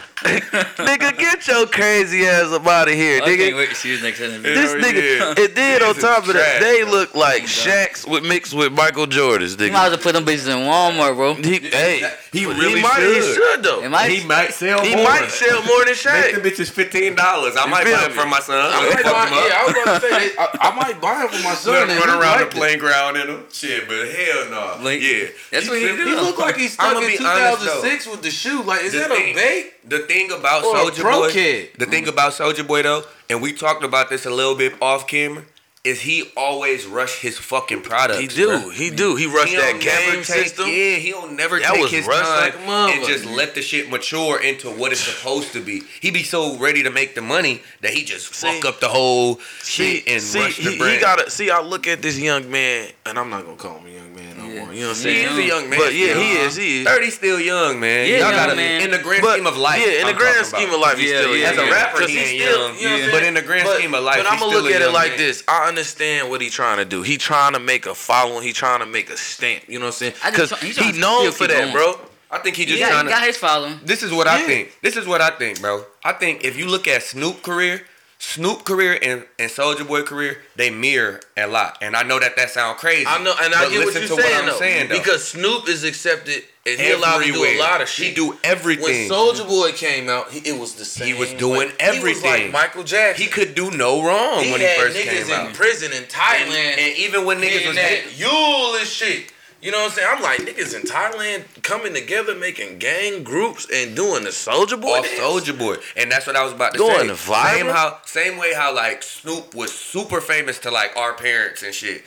[SPEAKER 3] nigga, get your crazy ass up out of here,
[SPEAKER 1] I can't
[SPEAKER 3] nigga.
[SPEAKER 1] wait to see his next interview.
[SPEAKER 3] This
[SPEAKER 2] Yeah,
[SPEAKER 3] nigga,
[SPEAKER 2] yeah.
[SPEAKER 3] it did on
[SPEAKER 2] Yeezys
[SPEAKER 3] top of
[SPEAKER 2] trash,
[SPEAKER 3] that, they look like Shaq's with mixed with Michael Jordan's,
[SPEAKER 1] You might
[SPEAKER 3] nigga.
[SPEAKER 1] as well put them bitches in Walmart, bro.
[SPEAKER 3] He, hey,
[SPEAKER 2] He really
[SPEAKER 3] might, He
[SPEAKER 2] should.
[SPEAKER 3] should though.
[SPEAKER 1] Am I?
[SPEAKER 2] He might sell
[SPEAKER 3] He
[SPEAKER 2] more.
[SPEAKER 3] might sell more than Shaq.
[SPEAKER 2] Make the bitches fifteen dollars. I might
[SPEAKER 3] feel
[SPEAKER 2] buy it
[SPEAKER 3] me?
[SPEAKER 2] from my son.
[SPEAKER 6] I
[SPEAKER 2] I
[SPEAKER 6] might
[SPEAKER 2] might fuck him
[SPEAKER 6] buy,
[SPEAKER 2] up.
[SPEAKER 6] yeah, I was about to say, I, I might buy him for my son.
[SPEAKER 2] Let him
[SPEAKER 6] and
[SPEAKER 2] run
[SPEAKER 6] he
[SPEAKER 2] around
[SPEAKER 6] like
[SPEAKER 2] the
[SPEAKER 6] it.
[SPEAKER 2] playground in him. Shit, but hell no.
[SPEAKER 1] Like,
[SPEAKER 2] yeah,
[SPEAKER 1] that's what he
[SPEAKER 2] said-
[SPEAKER 1] do.
[SPEAKER 6] He look like he's stuck
[SPEAKER 2] I'ma
[SPEAKER 6] in
[SPEAKER 2] be honest,
[SPEAKER 6] 2006 with the shoe. Like, is
[SPEAKER 2] The
[SPEAKER 6] that a
[SPEAKER 2] thing-
[SPEAKER 6] bait?
[SPEAKER 2] The thing about
[SPEAKER 6] Or a
[SPEAKER 2] Soldier
[SPEAKER 6] broke
[SPEAKER 2] Boy,
[SPEAKER 6] kid.
[SPEAKER 2] the thing about Soldier Boy though, and we talked about this a little bit off camera, is he always rush his fucking product.
[SPEAKER 3] He do. He do. He rushed that game system.
[SPEAKER 2] Yeah, he'll never
[SPEAKER 3] That
[SPEAKER 2] take
[SPEAKER 3] was
[SPEAKER 2] his
[SPEAKER 3] rushed
[SPEAKER 2] time
[SPEAKER 3] like a mother.
[SPEAKER 2] and just let the shit mature into what it's supposed to be. He be so ready to make the money that he just fuck
[SPEAKER 3] See-
[SPEAKER 2] up the whole
[SPEAKER 3] See,
[SPEAKER 2] shit and
[SPEAKER 3] see,
[SPEAKER 2] rush
[SPEAKER 3] he,
[SPEAKER 2] the
[SPEAKER 3] he
[SPEAKER 2] brand.
[SPEAKER 3] gotta see. I look at this young man, and I'm not gonna call him.
[SPEAKER 6] I'm a young man no
[SPEAKER 1] Yeah.
[SPEAKER 6] more. You know what I'm
[SPEAKER 2] he
[SPEAKER 6] saying?
[SPEAKER 2] is a young man.
[SPEAKER 3] but yeah,
[SPEAKER 2] still. Uh-huh.
[SPEAKER 3] he is. He is.
[SPEAKER 2] Thirty still young, man.
[SPEAKER 1] Yeah,
[SPEAKER 2] Y'all
[SPEAKER 1] young
[SPEAKER 2] gotta
[SPEAKER 1] man.
[SPEAKER 2] in the grand
[SPEAKER 3] But-
[SPEAKER 2] scheme of life.
[SPEAKER 3] Yeah,
[SPEAKER 2] I'm
[SPEAKER 3] in the grand
[SPEAKER 2] talking
[SPEAKER 3] scheme
[SPEAKER 2] about.
[SPEAKER 3] of life, he's
[SPEAKER 1] Yeah,
[SPEAKER 3] still
[SPEAKER 1] yeah,
[SPEAKER 3] young.
[SPEAKER 1] yeah. As a
[SPEAKER 2] rapper,
[SPEAKER 3] 'Cause
[SPEAKER 2] he
[SPEAKER 3] he's
[SPEAKER 2] ain't young.
[SPEAKER 3] still- you know what I'm
[SPEAKER 1] Yeah.
[SPEAKER 3] saying?
[SPEAKER 2] But in the grand scheme of life,
[SPEAKER 3] but
[SPEAKER 2] he's
[SPEAKER 3] I'm gonna
[SPEAKER 2] still
[SPEAKER 3] look
[SPEAKER 2] a
[SPEAKER 3] at it
[SPEAKER 2] young
[SPEAKER 3] like
[SPEAKER 2] man.
[SPEAKER 3] this. I understand what he trying to do. He trying to make a following. He trying to make a stamp. You know what I'm saying?
[SPEAKER 1] I just
[SPEAKER 3] Because
[SPEAKER 1] try- he
[SPEAKER 3] he
[SPEAKER 1] trying to
[SPEAKER 3] known
[SPEAKER 1] still
[SPEAKER 3] for
[SPEAKER 1] keep
[SPEAKER 3] that,
[SPEAKER 1] going.
[SPEAKER 3] bro.
[SPEAKER 2] I think he
[SPEAKER 1] He
[SPEAKER 2] just
[SPEAKER 1] got,
[SPEAKER 2] trying
[SPEAKER 1] he
[SPEAKER 2] to.
[SPEAKER 1] got his following.
[SPEAKER 2] This is what I
[SPEAKER 3] Yeah.
[SPEAKER 2] think. This is what I think, bro. I think if you look at Snoop career, Snoop career and, and Soldier Boy career, they mirror a lot. And I know that that sound crazy.
[SPEAKER 3] I know, and I
[SPEAKER 2] but
[SPEAKER 3] get what
[SPEAKER 2] listen
[SPEAKER 3] you're
[SPEAKER 2] to
[SPEAKER 3] saying,
[SPEAKER 2] I'm
[SPEAKER 3] though,
[SPEAKER 2] saying, though.
[SPEAKER 3] because Snoop is accepted and he allowed to do a
[SPEAKER 2] Everywhere.
[SPEAKER 3] lot of shit.
[SPEAKER 2] He do
[SPEAKER 6] When
[SPEAKER 2] everything.
[SPEAKER 6] Soldier Boy came out, he, it was the same.
[SPEAKER 2] was
[SPEAKER 6] way.
[SPEAKER 2] doing
[SPEAKER 3] He was
[SPEAKER 2] everything.
[SPEAKER 3] like Michael Jackson.
[SPEAKER 2] he could do no wrong
[SPEAKER 3] he
[SPEAKER 2] when he
[SPEAKER 3] had
[SPEAKER 2] first
[SPEAKER 3] niggas
[SPEAKER 2] came
[SPEAKER 3] in
[SPEAKER 2] out.
[SPEAKER 3] prison in Thailand.
[SPEAKER 2] And even when niggas
[SPEAKER 3] Niggas
[SPEAKER 2] was
[SPEAKER 3] that Yule and shit. You know what I'm saying? I'm like niggas in Thailand coming together, making gang groups and doing the Soldier Boy.
[SPEAKER 2] off
[SPEAKER 3] dance?
[SPEAKER 2] Soldier Boy, and that's what I was about to
[SPEAKER 3] Going
[SPEAKER 2] say.
[SPEAKER 3] viral?
[SPEAKER 2] Same how, same way how like Snoop was super famous to like our parents and shit.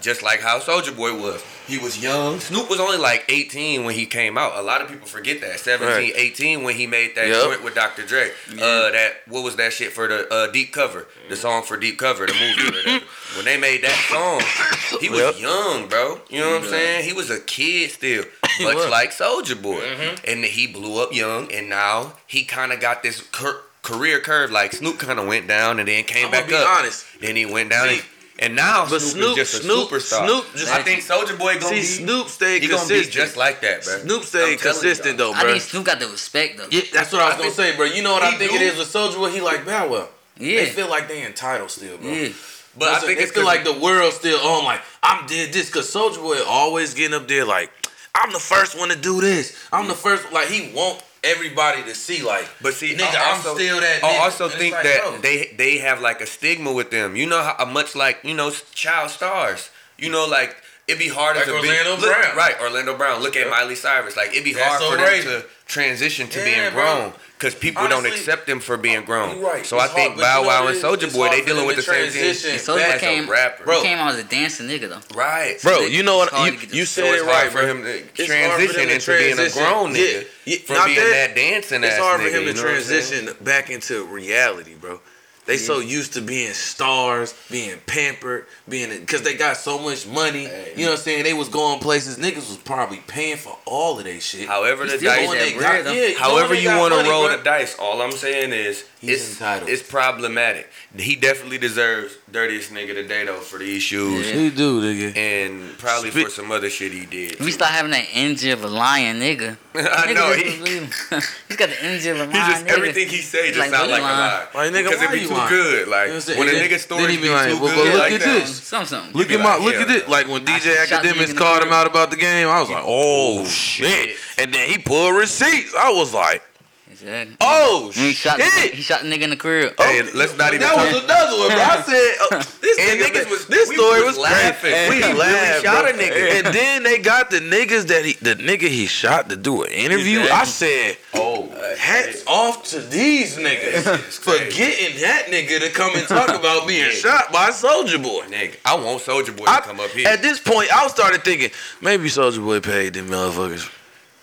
[SPEAKER 2] Just like how Soldier Boy was, he was young. Snoop was only like 18 when he came out. A lot of people forget that 17,
[SPEAKER 3] Right.
[SPEAKER 2] 18 when he made that
[SPEAKER 3] Yep.
[SPEAKER 2] joint with Dr. Dre. Uh, that what was that shit for the uh, Deep Cover, the song for Deep Cover, the movie. or whatever. When they made that song, he was
[SPEAKER 3] Yep.
[SPEAKER 2] young, bro. You know what I'm saying? He was a kid still, much
[SPEAKER 3] was.
[SPEAKER 2] like Soldier Boy,
[SPEAKER 3] Mm-hmm.
[SPEAKER 2] and he blew up young, and now he kind of got this cur- career curve. Like Snoop kind of went down and then came
[SPEAKER 3] I'ma
[SPEAKER 2] back
[SPEAKER 3] be
[SPEAKER 2] up.
[SPEAKER 3] honest.
[SPEAKER 2] Then he went down,
[SPEAKER 3] See,
[SPEAKER 2] and, and now
[SPEAKER 3] but
[SPEAKER 2] Snoop,
[SPEAKER 3] Snoop-
[SPEAKER 2] is just a
[SPEAKER 3] Snoop-
[SPEAKER 2] superstar.
[SPEAKER 3] Snoop just-
[SPEAKER 2] I think Soldier Boy gonna
[SPEAKER 3] See,
[SPEAKER 2] be
[SPEAKER 3] Snoop stayed
[SPEAKER 2] He gonna be
[SPEAKER 3] consistent.
[SPEAKER 2] just like that, bro.
[SPEAKER 3] Snoop
[SPEAKER 2] I'm
[SPEAKER 3] stayed
[SPEAKER 2] telling
[SPEAKER 3] consistent
[SPEAKER 2] y'all.
[SPEAKER 3] though,
[SPEAKER 1] I
[SPEAKER 3] bro.
[SPEAKER 1] think Snoop got the respect though.
[SPEAKER 6] Yeah, that's what I was gonna say, bro. You know what I
[SPEAKER 2] He
[SPEAKER 6] think
[SPEAKER 2] do.
[SPEAKER 6] it is with Soldier Boy? He like Bow Wow. They
[SPEAKER 1] Yeah,
[SPEAKER 6] feel like they entitled still, bro.
[SPEAKER 1] yeah.
[SPEAKER 2] But I think
[SPEAKER 6] they
[SPEAKER 2] it's
[SPEAKER 6] feel
[SPEAKER 2] 'cause-
[SPEAKER 6] like the world still on. Like I'm did this because Soldier Boy always getting up there. Like I'm the first one to do this. I'm the first. Like he want everybody to see. Like
[SPEAKER 2] But see,
[SPEAKER 6] nigga,
[SPEAKER 2] I
[SPEAKER 6] I'm
[SPEAKER 2] also,
[SPEAKER 6] still that.
[SPEAKER 2] I
[SPEAKER 6] nigga.
[SPEAKER 2] also
[SPEAKER 6] And it's
[SPEAKER 2] think
[SPEAKER 6] like,
[SPEAKER 2] that
[SPEAKER 6] bro,
[SPEAKER 2] they they have like a stigma with them. You know how much like you know child stars. You know like it'd be harder
[SPEAKER 6] Like
[SPEAKER 2] to
[SPEAKER 6] Orlando
[SPEAKER 2] be look-
[SPEAKER 6] Brown.
[SPEAKER 2] right Orlando Brown. Look at Miley Cyrus. Like it'd be
[SPEAKER 6] That's
[SPEAKER 2] hard
[SPEAKER 6] so
[SPEAKER 2] for
[SPEAKER 6] great.
[SPEAKER 2] them to transition to
[SPEAKER 6] Yeah,
[SPEAKER 2] being
[SPEAKER 6] bro.
[SPEAKER 2] grown because people don't
[SPEAKER 6] Honestly,
[SPEAKER 2] accept them for being grown.
[SPEAKER 6] you right.
[SPEAKER 2] So
[SPEAKER 6] It's
[SPEAKER 2] I think
[SPEAKER 6] hard, but you
[SPEAKER 2] Bow
[SPEAKER 6] know
[SPEAKER 2] Wow
[SPEAKER 6] what
[SPEAKER 2] and
[SPEAKER 6] it is?
[SPEAKER 2] Soldier
[SPEAKER 6] It's
[SPEAKER 2] Boy
[SPEAKER 6] hard
[SPEAKER 2] they
[SPEAKER 6] for
[SPEAKER 2] dealing
[SPEAKER 6] them
[SPEAKER 2] with the
[SPEAKER 6] to
[SPEAKER 2] same thing.
[SPEAKER 6] transition.
[SPEAKER 1] And Soldier Boy
[SPEAKER 2] That's a
[SPEAKER 1] came,
[SPEAKER 2] rapper.
[SPEAKER 1] he came out as a dancing nigga though.
[SPEAKER 2] Right.
[SPEAKER 3] Bro,
[SPEAKER 1] It's
[SPEAKER 3] you know what?
[SPEAKER 1] hard
[SPEAKER 3] You,
[SPEAKER 1] to get the-
[SPEAKER 3] you
[SPEAKER 1] So
[SPEAKER 2] So
[SPEAKER 3] said
[SPEAKER 2] it's
[SPEAKER 3] it right,
[SPEAKER 2] hard
[SPEAKER 3] bro.
[SPEAKER 2] for him to
[SPEAKER 6] for
[SPEAKER 2] transition
[SPEAKER 6] them to
[SPEAKER 2] into being a
[SPEAKER 6] transition.
[SPEAKER 2] grown
[SPEAKER 6] Yeah.
[SPEAKER 2] nigga.
[SPEAKER 3] Yeah,
[SPEAKER 2] From
[SPEAKER 3] not
[SPEAKER 2] being
[SPEAKER 3] that.
[SPEAKER 2] that dancing ass
[SPEAKER 3] It's hard
[SPEAKER 2] nigga,
[SPEAKER 3] for him
[SPEAKER 2] you
[SPEAKER 3] to
[SPEAKER 2] know what I'm saying?
[SPEAKER 3] transition back into reality, bro.
[SPEAKER 6] They so used to being stars, being pampered, being because they got so much money. You know what I'm saying? They was going places. Niggas was probably paying for all of that shit.
[SPEAKER 2] However,
[SPEAKER 1] He
[SPEAKER 2] the
[SPEAKER 1] still
[SPEAKER 2] dice
[SPEAKER 1] want
[SPEAKER 6] Going
[SPEAKER 1] that
[SPEAKER 6] they got-
[SPEAKER 1] bread, though.
[SPEAKER 6] yeah, going
[SPEAKER 2] However
[SPEAKER 6] they
[SPEAKER 2] you
[SPEAKER 6] got
[SPEAKER 2] want
[SPEAKER 6] money,
[SPEAKER 2] to roll
[SPEAKER 6] bro.
[SPEAKER 2] the dice, all I'm saying is
[SPEAKER 6] He's
[SPEAKER 2] it's
[SPEAKER 6] entitled.
[SPEAKER 2] it's problematic. He definitely deserves dirtiest nigga today though for these shoes
[SPEAKER 1] Yeah.
[SPEAKER 6] He do, nigga.
[SPEAKER 2] and probably
[SPEAKER 3] Spit-
[SPEAKER 2] for some other shit he did.
[SPEAKER 1] We start having that energy of a lion nigga.
[SPEAKER 2] I
[SPEAKER 1] Niggas
[SPEAKER 2] know
[SPEAKER 1] just
[SPEAKER 2] he,
[SPEAKER 1] believe him. He's got the energy of a lion
[SPEAKER 2] he just
[SPEAKER 1] nigga.
[SPEAKER 2] everything he say just
[SPEAKER 1] Like,
[SPEAKER 2] sound
[SPEAKER 1] what
[SPEAKER 2] like
[SPEAKER 1] you
[SPEAKER 2] a
[SPEAKER 1] lying?
[SPEAKER 2] lie.
[SPEAKER 6] Like, nigga,
[SPEAKER 2] because it
[SPEAKER 6] why
[SPEAKER 2] be
[SPEAKER 6] you
[SPEAKER 2] too
[SPEAKER 6] lying?
[SPEAKER 2] good. Like
[SPEAKER 6] You know what I'm saying?
[SPEAKER 2] when a
[SPEAKER 6] And
[SPEAKER 2] nigga
[SPEAKER 6] then-
[SPEAKER 2] story
[SPEAKER 6] then he
[SPEAKER 2] be
[SPEAKER 6] be like,
[SPEAKER 2] too
[SPEAKER 6] well,
[SPEAKER 2] good
[SPEAKER 6] but look
[SPEAKER 2] like
[SPEAKER 6] at
[SPEAKER 2] that.
[SPEAKER 6] this.
[SPEAKER 1] Something, something.
[SPEAKER 6] Look
[SPEAKER 2] be
[SPEAKER 6] at my
[SPEAKER 2] like,
[SPEAKER 6] look
[SPEAKER 2] yeah.
[SPEAKER 6] at this. Like when DJ
[SPEAKER 1] shot the nigga
[SPEAKER 3] Academics
[SPEAKER 1] in
[SPEAKER 3] Academics
[SPEAKER 1] the
[SPEAKER 3] called
[SPEAKER 1] crib.
[SPEAKER 3] him out about the game. I was like, oh shit. And then he pulled receipts. I was like,
[SPEAKER 1] Exactly.
[SPEAKER 3] oh
[SPEAKER 1] And he shot,
[SPEAKER 3] shit. Oh.
[SPEAKER 1] he shot the nigga in the crib.
[SPEAKER 2] Hey, let's not even.
[SPEAKER 3] That
[SPEAKER 2] talk-
[SPEAKER 3] was another one, bro. I said, oh, this
[SPEAKER 2] And
[SPEAKER 3] nigga,
[SPEAKER 2] niggas was-
[SPEAKER 3] this
[SPEAKER 2] we
[SPEAKER 3] story
[SPEAKER 2] was
[SPEAKER 3] was
[SPEAKER 2] laughing.
[SPEAKER 3] crazy.
[SPEAKER 2] We really shot
[SPEAKER 3] bro.
[SPEAKER 2] a nigga.
[SPEAKER 3] And then they got the niggas that he, the nigga he shot to do an interview.
[SPEAKER 2] Exactly.
[SPEAKER 3] I said,
[SPEAKER 2] Oh,
[SPEAKER 6] Hats off to these niggas for
[SPEAKER 2] crazy.
[SPEAKER 6] getting that nigga to come and talk about being
[SPEAKER 2] Yeah.
[SPEAKER 6] shot by Soldier Boy.
[SPEAKER 2] nigga, I want Soldier Boy
[SPEAKER 3] I-
[SPEAKER 2] to come up here.
[SPEAKER 3] At this point, I started thinking maybe Soldier Boy paid them motherfuckers.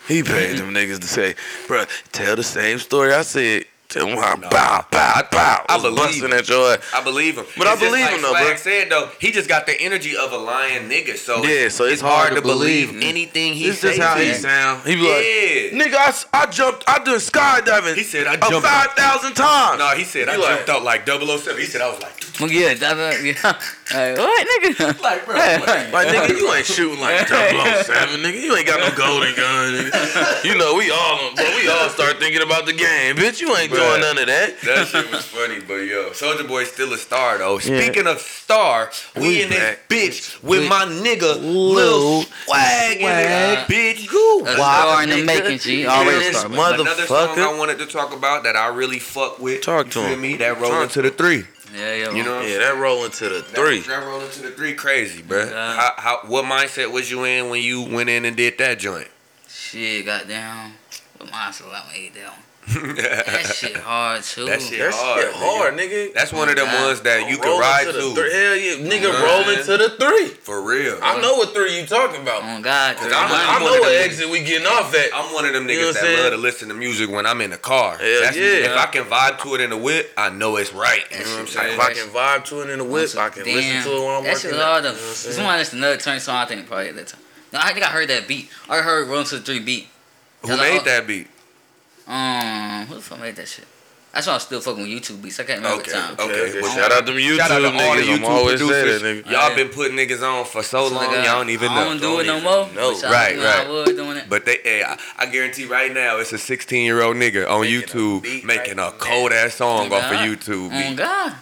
[SPEAKER 3] He paid them niggas to say, bruh, tell the same story I said. Tell them how bow, bow, bow.
[SPEAKER 2] I
[SPEAKER 3] I was
[SPEAKER 2] believe
[SPEAKER 3] busting
[SPEAKER 2] it.
[SPEAKER 3] at your ass.
[SPEAKER 2] I believe him.
[SPEAKER 3] But I
[SPEAKER 2] just
[SPEAKER 3] believe
[SPEAKER 2] like
[SPEAKER 3] him, though,
[SPEAKER 2] Swag
[SPEAKER 3] bro.
[SPEAKER 2] said though, he just got the energy of a lion nigga. So
[SPEAKER 3] Yeah, so it's hard to believe.
[SPEAKER 1] Mm-hmm.
[SPEAKER 2] anything he
[SPEAKER 3] This
[SPEAKER 2] says.
[SPEAKER 3] is how he
[SPEAKER 2] to you.
[SPEAKER 3] sound. He be like,
[SPEAKER 2] Yeah.
[SPEAKER 3] nigga, I, s- I jumped, I done skydiving.
[SPEAKER 2] He said, "I
[SPEAKER 3] a
[SPEAKER 2] jumped."
[SPEAKER 3] 5,000 times.
[SPEAKER 2] No, he said I
[SPEAKER 3] like-
[SPEAKER 2] jumped out like 007. He said I was like,
[SPEAKER 1] Well, yeah, that, uh, yeah. Like, what, nigga?
[SPEAKER 2] like bro,
[SPEAKER 1] Hey,
[SPEAKER 2] like,
[SPEAKER 3] Like, nigga, you
[SPEAKER 6] You ain't shooting like 007, nigga. You ain't got no golden gun, nigga.
[SPEAKER 3] You know, we all, but we all start thinking about the game. Bitch, you ain't
[SPEAKER 2] Bruh.
[SPEAKER 3] doing none of that.
[SPEAKER 2] that shit was funny. But yo, Soldier Boy's still a star though. Speaking of star, we,
[SPEAKER 3] We
[SPEAKER 2] in this
[SPEAKER 3] back.
[SPEAKER 2] bitch with my nigga
[SPEAKER 3] Lil
[SPEAKER 2] Lil Swag in this
[SPEAKER 1] Swag.
[SPEAKER 2] bitch. You
[SPEAKER 1] A star in the making, G. Already a
[SPEAKER 3] This
[SPEAKER 1] star. bro.
[SPEAKER 3] mother-
[SPEAKER 2] Another song
[SPEAKER 3] Motherfucker.
[SPEAKER 2] I wanted to talk about that I really fuck with.
[SPEAKER 3] Talk
[SPEAKER 2] you
[SPEAKER 3] to
[SPEAKER 2] feel
[SPEAKER 3] him.
[SPEAKER 2] Me, that rolling
[SPEAKER 3] Talk
[SPEAKER 2] to the three.
[SPEAKER 1] Yeah, yeah.
[SPEAKER 2] You know what I'm
[SPEAKER 3] Yeah, that rolling to the three.
[SPEAKER 2] That rolling to the three, crazy, bro.
[SPEAKER 1] Yeah.
[SPEAKER 2] How, how, what mindset was you in when you went in and did that joint?
[SPEAKER 1] Shit, goddamn. But mine's a lot when I ate that one. That
[SPEAKER 2] that
[SPEAKER 1] shit hard, too.
[SPEAKER 2] That shit
[SPEAKER 3] That
[SPEAKER 2] hard,
[SPEAKER 3] shit hard, nigga.
[SPEAKER 2] That's one of them
[SPEAKER 1] Yeah.
[SPEAKER 2] ones that you can
[SPEAKER 3] Rolling
[SPEAKER 2] ride
[SPEAKER 3] to
[SPEAKER 2] to,
[SPEAKER 3] the three. Hell yeah, nigga,
[SPEAKER 2] Yeah.
[SPEAKER 3] rolling to the three.
[SPEAKER 2] for real.
[SPEAKER 6] I know what three you talking about.
[SPEAKER 1] Oh, God.
[SPEAKER 2] Cause
[SPEAKER 1] dude.
[SPEAKER 2] I'm-
[SPEAKER 6] I, I
[SPEAKER 2] one
[SPEAKER 6] know
[SPEAKER 2] of
[SPEAKER 6] what
[SPEAKER 2] them
[SPEAKER 6] exit we getting off at.
[SPEAKER 2] I'm one of them niggas
[SPEAKER 3] You know what
[SPEAKER 2] that
[SPEAKER 3] I'm saying?
[SPEAKER 2] love to listen to music when I'm in the car.
[SPEAKER 3] Hell yeah.
[SPEAKER 2] If I can vibe to it in the whip, I know it's right. You
[SPEAKER 1] That
[SPEAKER 2] know what I'm
[SPEAKER 1] shit
[SPEAKER 2] saying?
[SPEAKER 3] If I can vibe to it in the whip, I can listen to it while I'm
[SPEAKER 1] That
[SPEAKER 3] working.
[SPEAKER 1] shit hard,
[SPEAKER 3] out.
[SPEAKER 1] though.
[SPEAKER 3] You know what I'm saying?
[SPEAKER 1] Someone listened to another turn song, I think, probably at that time. No, I think I heard that beat. I heard Rolling to the Three beat.
[SPEAKER 2] Who made that beat?
[SPEAKER 1] Um, who the fuck made that shit? That's why I'm still fucking with YouTube beats. I can't remember
[SPEAKER 2] Okay,
[SPEAKER 1] the time.
[SPEAKER 2] okay.
[SPEAKER 3] Okay,
[SPEAKER 2] Well,
[SPEAKER 3] shout out them YouTube
[SPEAKER 2] shout out to all the
[SPEAKER 3] niggas. I'm
[SPEAKER 2] YouTube
[SPEAKER 3] always
[SPEAKER 2] producers.
[SPEAKER 3] say that, nigga.
[SPEAKER 2] Y'all
[SPEAKER 1] Yeah.
[SPEAKER 2] been putting niggas on for so
[SPEAKER 1] So,
[SPEAKER 2] long,
[SPEAKER 1] like,
[SPEAKER 2] y'all don't even
[SPEAKER 1] I
[SPEAKER 2] know.
[SPEAKER 1] don't do it no
[SPEAKER 2] even
[SPEAKER 1] more.
[SPEAKER 3] know.
[SPEAKER 1] But y'all
[SPEAKER 2] Right,
[SPEAKER 1] knew
[SPEAKER 2] right.
[SPEAKER 1] I was doing it.
[SPEAKER 2] But they, hey, I, I guarantee right now it's a 16 year old nigga on
[SPEAKER 3] Making a
[SPEAKER 2] YouTube
[SPEAKER 3] beat
[SPEAKER 2] making
[SPEAKER 3] right
[SPEAKER 2] a cold ass song
[SPEAKER 1] Oh,
[SPEAKER 2] off of
[SPEAKER 1] God.
[SPEAKER 2] YouTube
[SPEAKER 1] Oh,
[SPEAKER 3] Mm.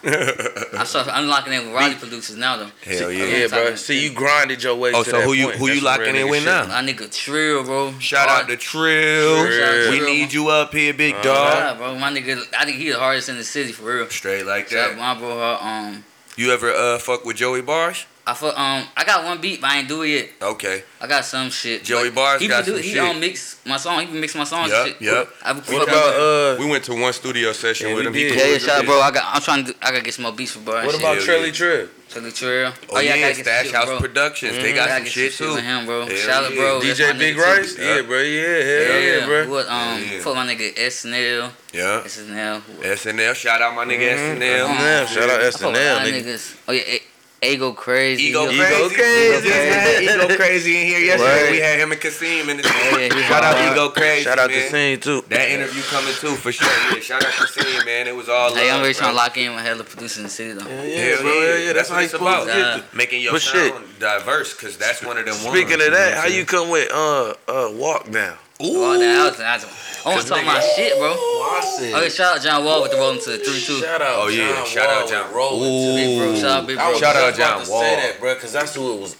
[SPEAKER 2] beat.
[SPEAKER 1] God. I start unlocking it with Roddy producers now, though.
[SPEAKER 2] Hell yeah.
[SPEAKER 3] Yeah, bro. See, you grinded your way.
[SPEAKER 2] Oh,
[SPEAKER 3] to
[SPEAKER 2] so
[SPEAKER 3] that
[SPEAKER 2] who you-
[SPEAKER 3] point.
[SPEAKER 2] who you
[SPEAKER 3] That's some
[SPEAKER 2] locking
[SPEAKER 3] real
[SPEAKER 2] in
[SPEAKER 3] nigga
[SPEAKER 2] with
[SPEAKER 3] shit.
[SPEAKER 2] now?
[SPEAKER 1] My nigga Trill, bro.
[SPEAKER 2] Shout out to Trill.
[SPEAKER 1] Trill.
[SPEAKER 2] We need you up here, big
[SPEAKER 3] Uh-huh.
[SPEAKER 2] dog.
[SPEAKER 1] Yeah, bro. My nigga, I think he the hardest in the city for real.
[SPEAKER 2] Straight like
[SPEAKER 1] Shout out
[SPEAKER 2] that.
[SPEAKER 1] my bro, her, um,
[SPEAKER 2] You ever uh fuck with Joey Bars?
[SPEAKER 1] I fuck, um I got one beat, but I ain't do it yet.
[SPEAKER 2] Okay.
[SPEAKER 1] I got some shit.
[SPEAKER 2] Joey
[SPEAKER 1] but
[SPEAKER 2] Barr's
[SPEAKER 1] he
[SPEAKER 2] got
[SPEAKER 1] be do,
[SPEAKER 2] some
[SPEAKER 1] he
[SPEAKER 2] shit.
[SPEAKER 1] don't mix my song. He be mix my songs.
[SPEAKER 2] Yup,
[SPEAKER 1] and shit.
[SPEAKER 2] yup.
[SPEAKER 1] I be
[SPEAKER 3] What about uh?
[SPEAKER 2] We went to one studio session
[SPEAKER 3] Yeah,
[SPEAKER 2] with
[SPEAKER 3] we
[SPEAKER 2] him. He
[SPEAKER 3] did.
[SPEAKER 2] cool
[SPEAKER 1] yeah, yeah,
[SPEAKER 2] as a
[SPEAKER 1] shout out,
[SPEAKER 2] bitch.
[SPEAKER 1] bro. I got. I'm trying to. Do, I gotta get some more beats for bro. and
[SPEAKER 3] What
[SPEAKER 1] shit.
[SPEAKER 3] about
[SPEAKER 2] Hell
[SPEAKER 3] Trelly
[SPEAKER 2] yeah.
[SPEAKER 3] Trip?
[SPEAKER 1] Trilly Trill?
[SPEAKER 2] Oh, yeah,
[SPEAKER 1] I gotta get some
[SPEAKER 2] Stash
[SPEAKER 1] shit,
[SPEAKER 2] House
[SPEAKER 1] bro.
[SPEAKER 2] Productions. They
[SPEAKER 1] I
[SPEAKER 2] got
[SPEAKER 3] Mhm.
[SPEAKER 2] some
[SPEAKER 1] gotta get
[SPEAKER 2] shit
[SPEAKER 1] some shit
[SPEAKER 2] too.
[SPEAKER 1] with him, bro.
[SPEAKER 2] Hell
[SPEAKER 1] Shout out,
[SPEAKER 2] yeah.
[SPEAKER 1] bro. that's my
[SPEAKER 3] DJ
[SPEAKER 1] nigga,
[SPEAKER 3] Big
[SPEAKER 1] too.
[SPEAKER 3] Rice?
[SPEAKER 2] Yeah.
[SPEAKER 3] Yeah, bro. Yeah, hell yeah,
[SPEAKER 1] yeah,
[SPEAKER 3] bro.
[SPEAKER 1] Who, was, um,
[SPEAKER 2] Yeah.
[SPEAKER 1] fuck my nigga SNL.
[SPEAKER 2] Yeah.
[SPEAKER 1] SNL. Who- um,
[SPEAKER 2] SNL. Shout out my nigga
[SPEAKER 3] Mhm.
[SPEAKER 2] SNL.
[SPEAKER 3] SNL.
[SPEAKER 1] I fuck
[SPEAKER 3] Shout out
[SPEAKER 1] with a
[SPEAKER 3] SNL,
[SPEAKER 1] lot of
[SPEAKER 3] nigga.
[SPEAKER 1] niggas. Oh yeah, A- Ego crazy.
[SPEAKER 2] Ego
[SPEAKER 1] Yo,
[SPEAKER 2] crazy.
[SPEAKER 3] Ego crazy.
[SPEAKER 2] Yeah, Ego crazy in here yesterday.
[SPEAKER 3] Word.
[SPEAKER 2] We had him and Kasim in the
[SPEAKER 1] Yeah, he
[SPEAKER 2] Shout
[SPEAKER 1] hard.
[SPEAKER 2] out Ego Crazy.
[SPEAKER 3] Shout out
[SPEAKER 2] man.
[SPEAKER 3] to Sing too.
[SPEAKER 2] That interview coming too for sure. Yeah, shout out Kasim, man. It was all
[SPEAKER 1] Hey, I'm
[SPEAKER 2] love,
[SPEAKER 1] really
[SPEAKER 2] bro.
[SPEAKER 1] trying to lock in with hella producers in the city though.
[SPEAKER 3] Yeah,
[SPEAKER 2] Hell
[SPEAKER 3] yeah, bro. Yeah, yeah. That's, how
[SPEAKER 2] what
[SPEAKER 3] you
[SPEAKER 2] it's
[SPEAKER 3] supposed
[SPEAKER 2] about.
[SPEAKER 3] to get
[SPEAKER 1] Yeah.
[SPEAKER 3] to.
[SPEAKER 2] Making your
[SPEAKER 3] But shit.
[SPEAKER 2] sound diverse, cause that's one of them.
[SPEAKER 3] Speaking
[SPEAKER 2] ones,
[SPEAKER 3] of that,
[SPEAKER 2] know
[SPEAKER 3] how
[SPEAKER 2] what I'm
[SPEAKER 3] you come with uh uh walk down?
[SPEAKER 1] Wall down, I, was, I, was, I want to talk my shit, bro.
[SPEAKER 3] Oh,
[SPEAKER 1] Okay, shout out John Wall with the rolling to the three two.
[SPEAKER 6] Shout out,
[SPEAKER 2] Oh, yeah.
[SPEAKER 6] John
[SPEAKER 2] Shout out
[SPEAKER 6] Wall
[SPEAKER 2] John.
[SPEAKER 6] and Rolling to the-
[SPEAKER 1] Big bro, shout out Big
[SPEAKER 6] I
[SPEAKER 1] bro.
[SPEAKER 6] was
[SPEAKER 2] Shout out
[SPEAKER 6] just about
[SPEAKER 2] John
[SPEAKER 6] to
[SPEAKER 2] Wall.
[SPEAKER 6] Say that, bro, because that's who it was.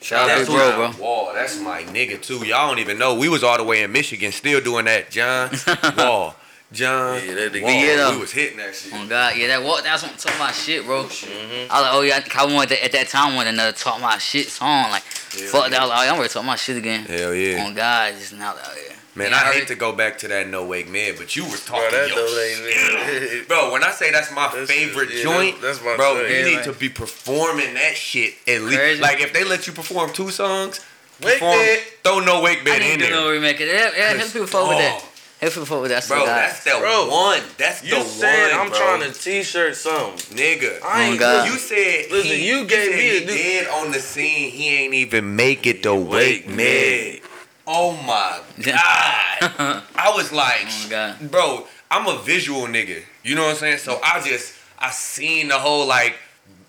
[SPEAKER 2] Shout out
[SPEAKER 1] That's
[SPEAKER 2] to
[SPEAKER 1] bro,
[SPEAKER 2] John
[SPEAKER 1] bro.
[SPEAKER 2] Wall. That's my nigga too. Y'all don't even know. We was all the way in Michigan, still doing that. John Wall. John
[SPEAKER 3] Yeah, that nigga-
[SPEAKER 2] Wall.
[SPEAKER 1] Yeah, though.
[SPEAKER 2] we was hitting that shit.
[SPEAKER 1] Oh God, yeah, that walk down song talk my shit, bro.
[SPEAKER 2] Mm-hmm.
[SPEAKER 1] I was like, oh yeah, I wanted to, at that time I wanted another talk my shit song. Like, fuck that, I was like, oh, I'm ready to talk my shit again.
[SPEAKER 2] Hell yeah.
[SPEAKER 1] Oh God, it's not out here.
[SPEAKER 2] Man, I hate to go back to that no wake man, but you was talking.
[SPEAKER 3] Bro, that
[SPEAKER 2] your
[SPEAKER 3] don't even-
[SPEAKER 2] shit. Bro, when I say that's my
[SPEAKER 3] That's-
[SPEAKER 2] favorite
[SPEAKER 3] yeah, that's-
[SPEAKER 2] joint,
[SPEAKER 3] that's my
[SPEAKER 2] bro,
[SPEAKER 3] shit.
[SPEAKER 2] you
[SPEAKER 1] Yeah,
[SPEAKER 2] need
[SPEAKER 1] like-
[SPEAKER 2] to be performing that shit at least.
[SPEAKER 1] Crazy.
[SPEAKER 2] Like if they let you perform two songs,
[SPEAKER 3] Wake
[SPEAKER 2] perform,
[SPEAKER 3] Man.
[SPEAKER 2] throw no wake
[SPEAKER 1] I
[SPEAKER 2] man in
[SPEAKER 1] didn't do no
[SPEAKER 2] there,
[SPEAKER 1] remake. Yeah, yeah, hell
[SPEAKER 2] Cause-
[SPEAKER 1] people fuck with that.
[SPEAKER 2] oh.
[SPEAKER 1] Hell people fuck with that. I swear
[SPEAKER 2] bro.
[SPEAKER 1] to God.
[SPEAKER 2] That's the
[SPEAKER 3] Bro,
[SPEAKER 2] one. That's
[SPEAKER 3] You
[SPEAKER 2] the
[SPEAKER 3] said
[SPEAKER 2] one.
[SPEAKER 3] I'm
[SPEAKER 2] bro.
[SPEAKER 3] trying to t-shirt something.
[SPEAKER 2] nigga.
[SPEAKER 3] I
[SPEAKER 1] Oh,
[SPEAKER 3] ain't
[SPEAKER 1] God.
[SPEAKER 2] You said
[SPEAKER 3] Listen,
[SPEAKER 2] he,
[SPEAKER 3] you gave
[SPEAKER 2] said
[SPEAKER 3] me
[SPEAKER 2] he
[SPEAKER 3] a new-
[SPEAKER 2] dead on the scene. He ain't even make it to wake
[SPEAKER 3] Wake
[SPEAKER 2] me. Oh my god! I was like,
[SPEAKER 1] Oh, God.
[SPEAKER 2] bro, I'm a visual nigga. You know what I'm saying? So I just I seen the whole like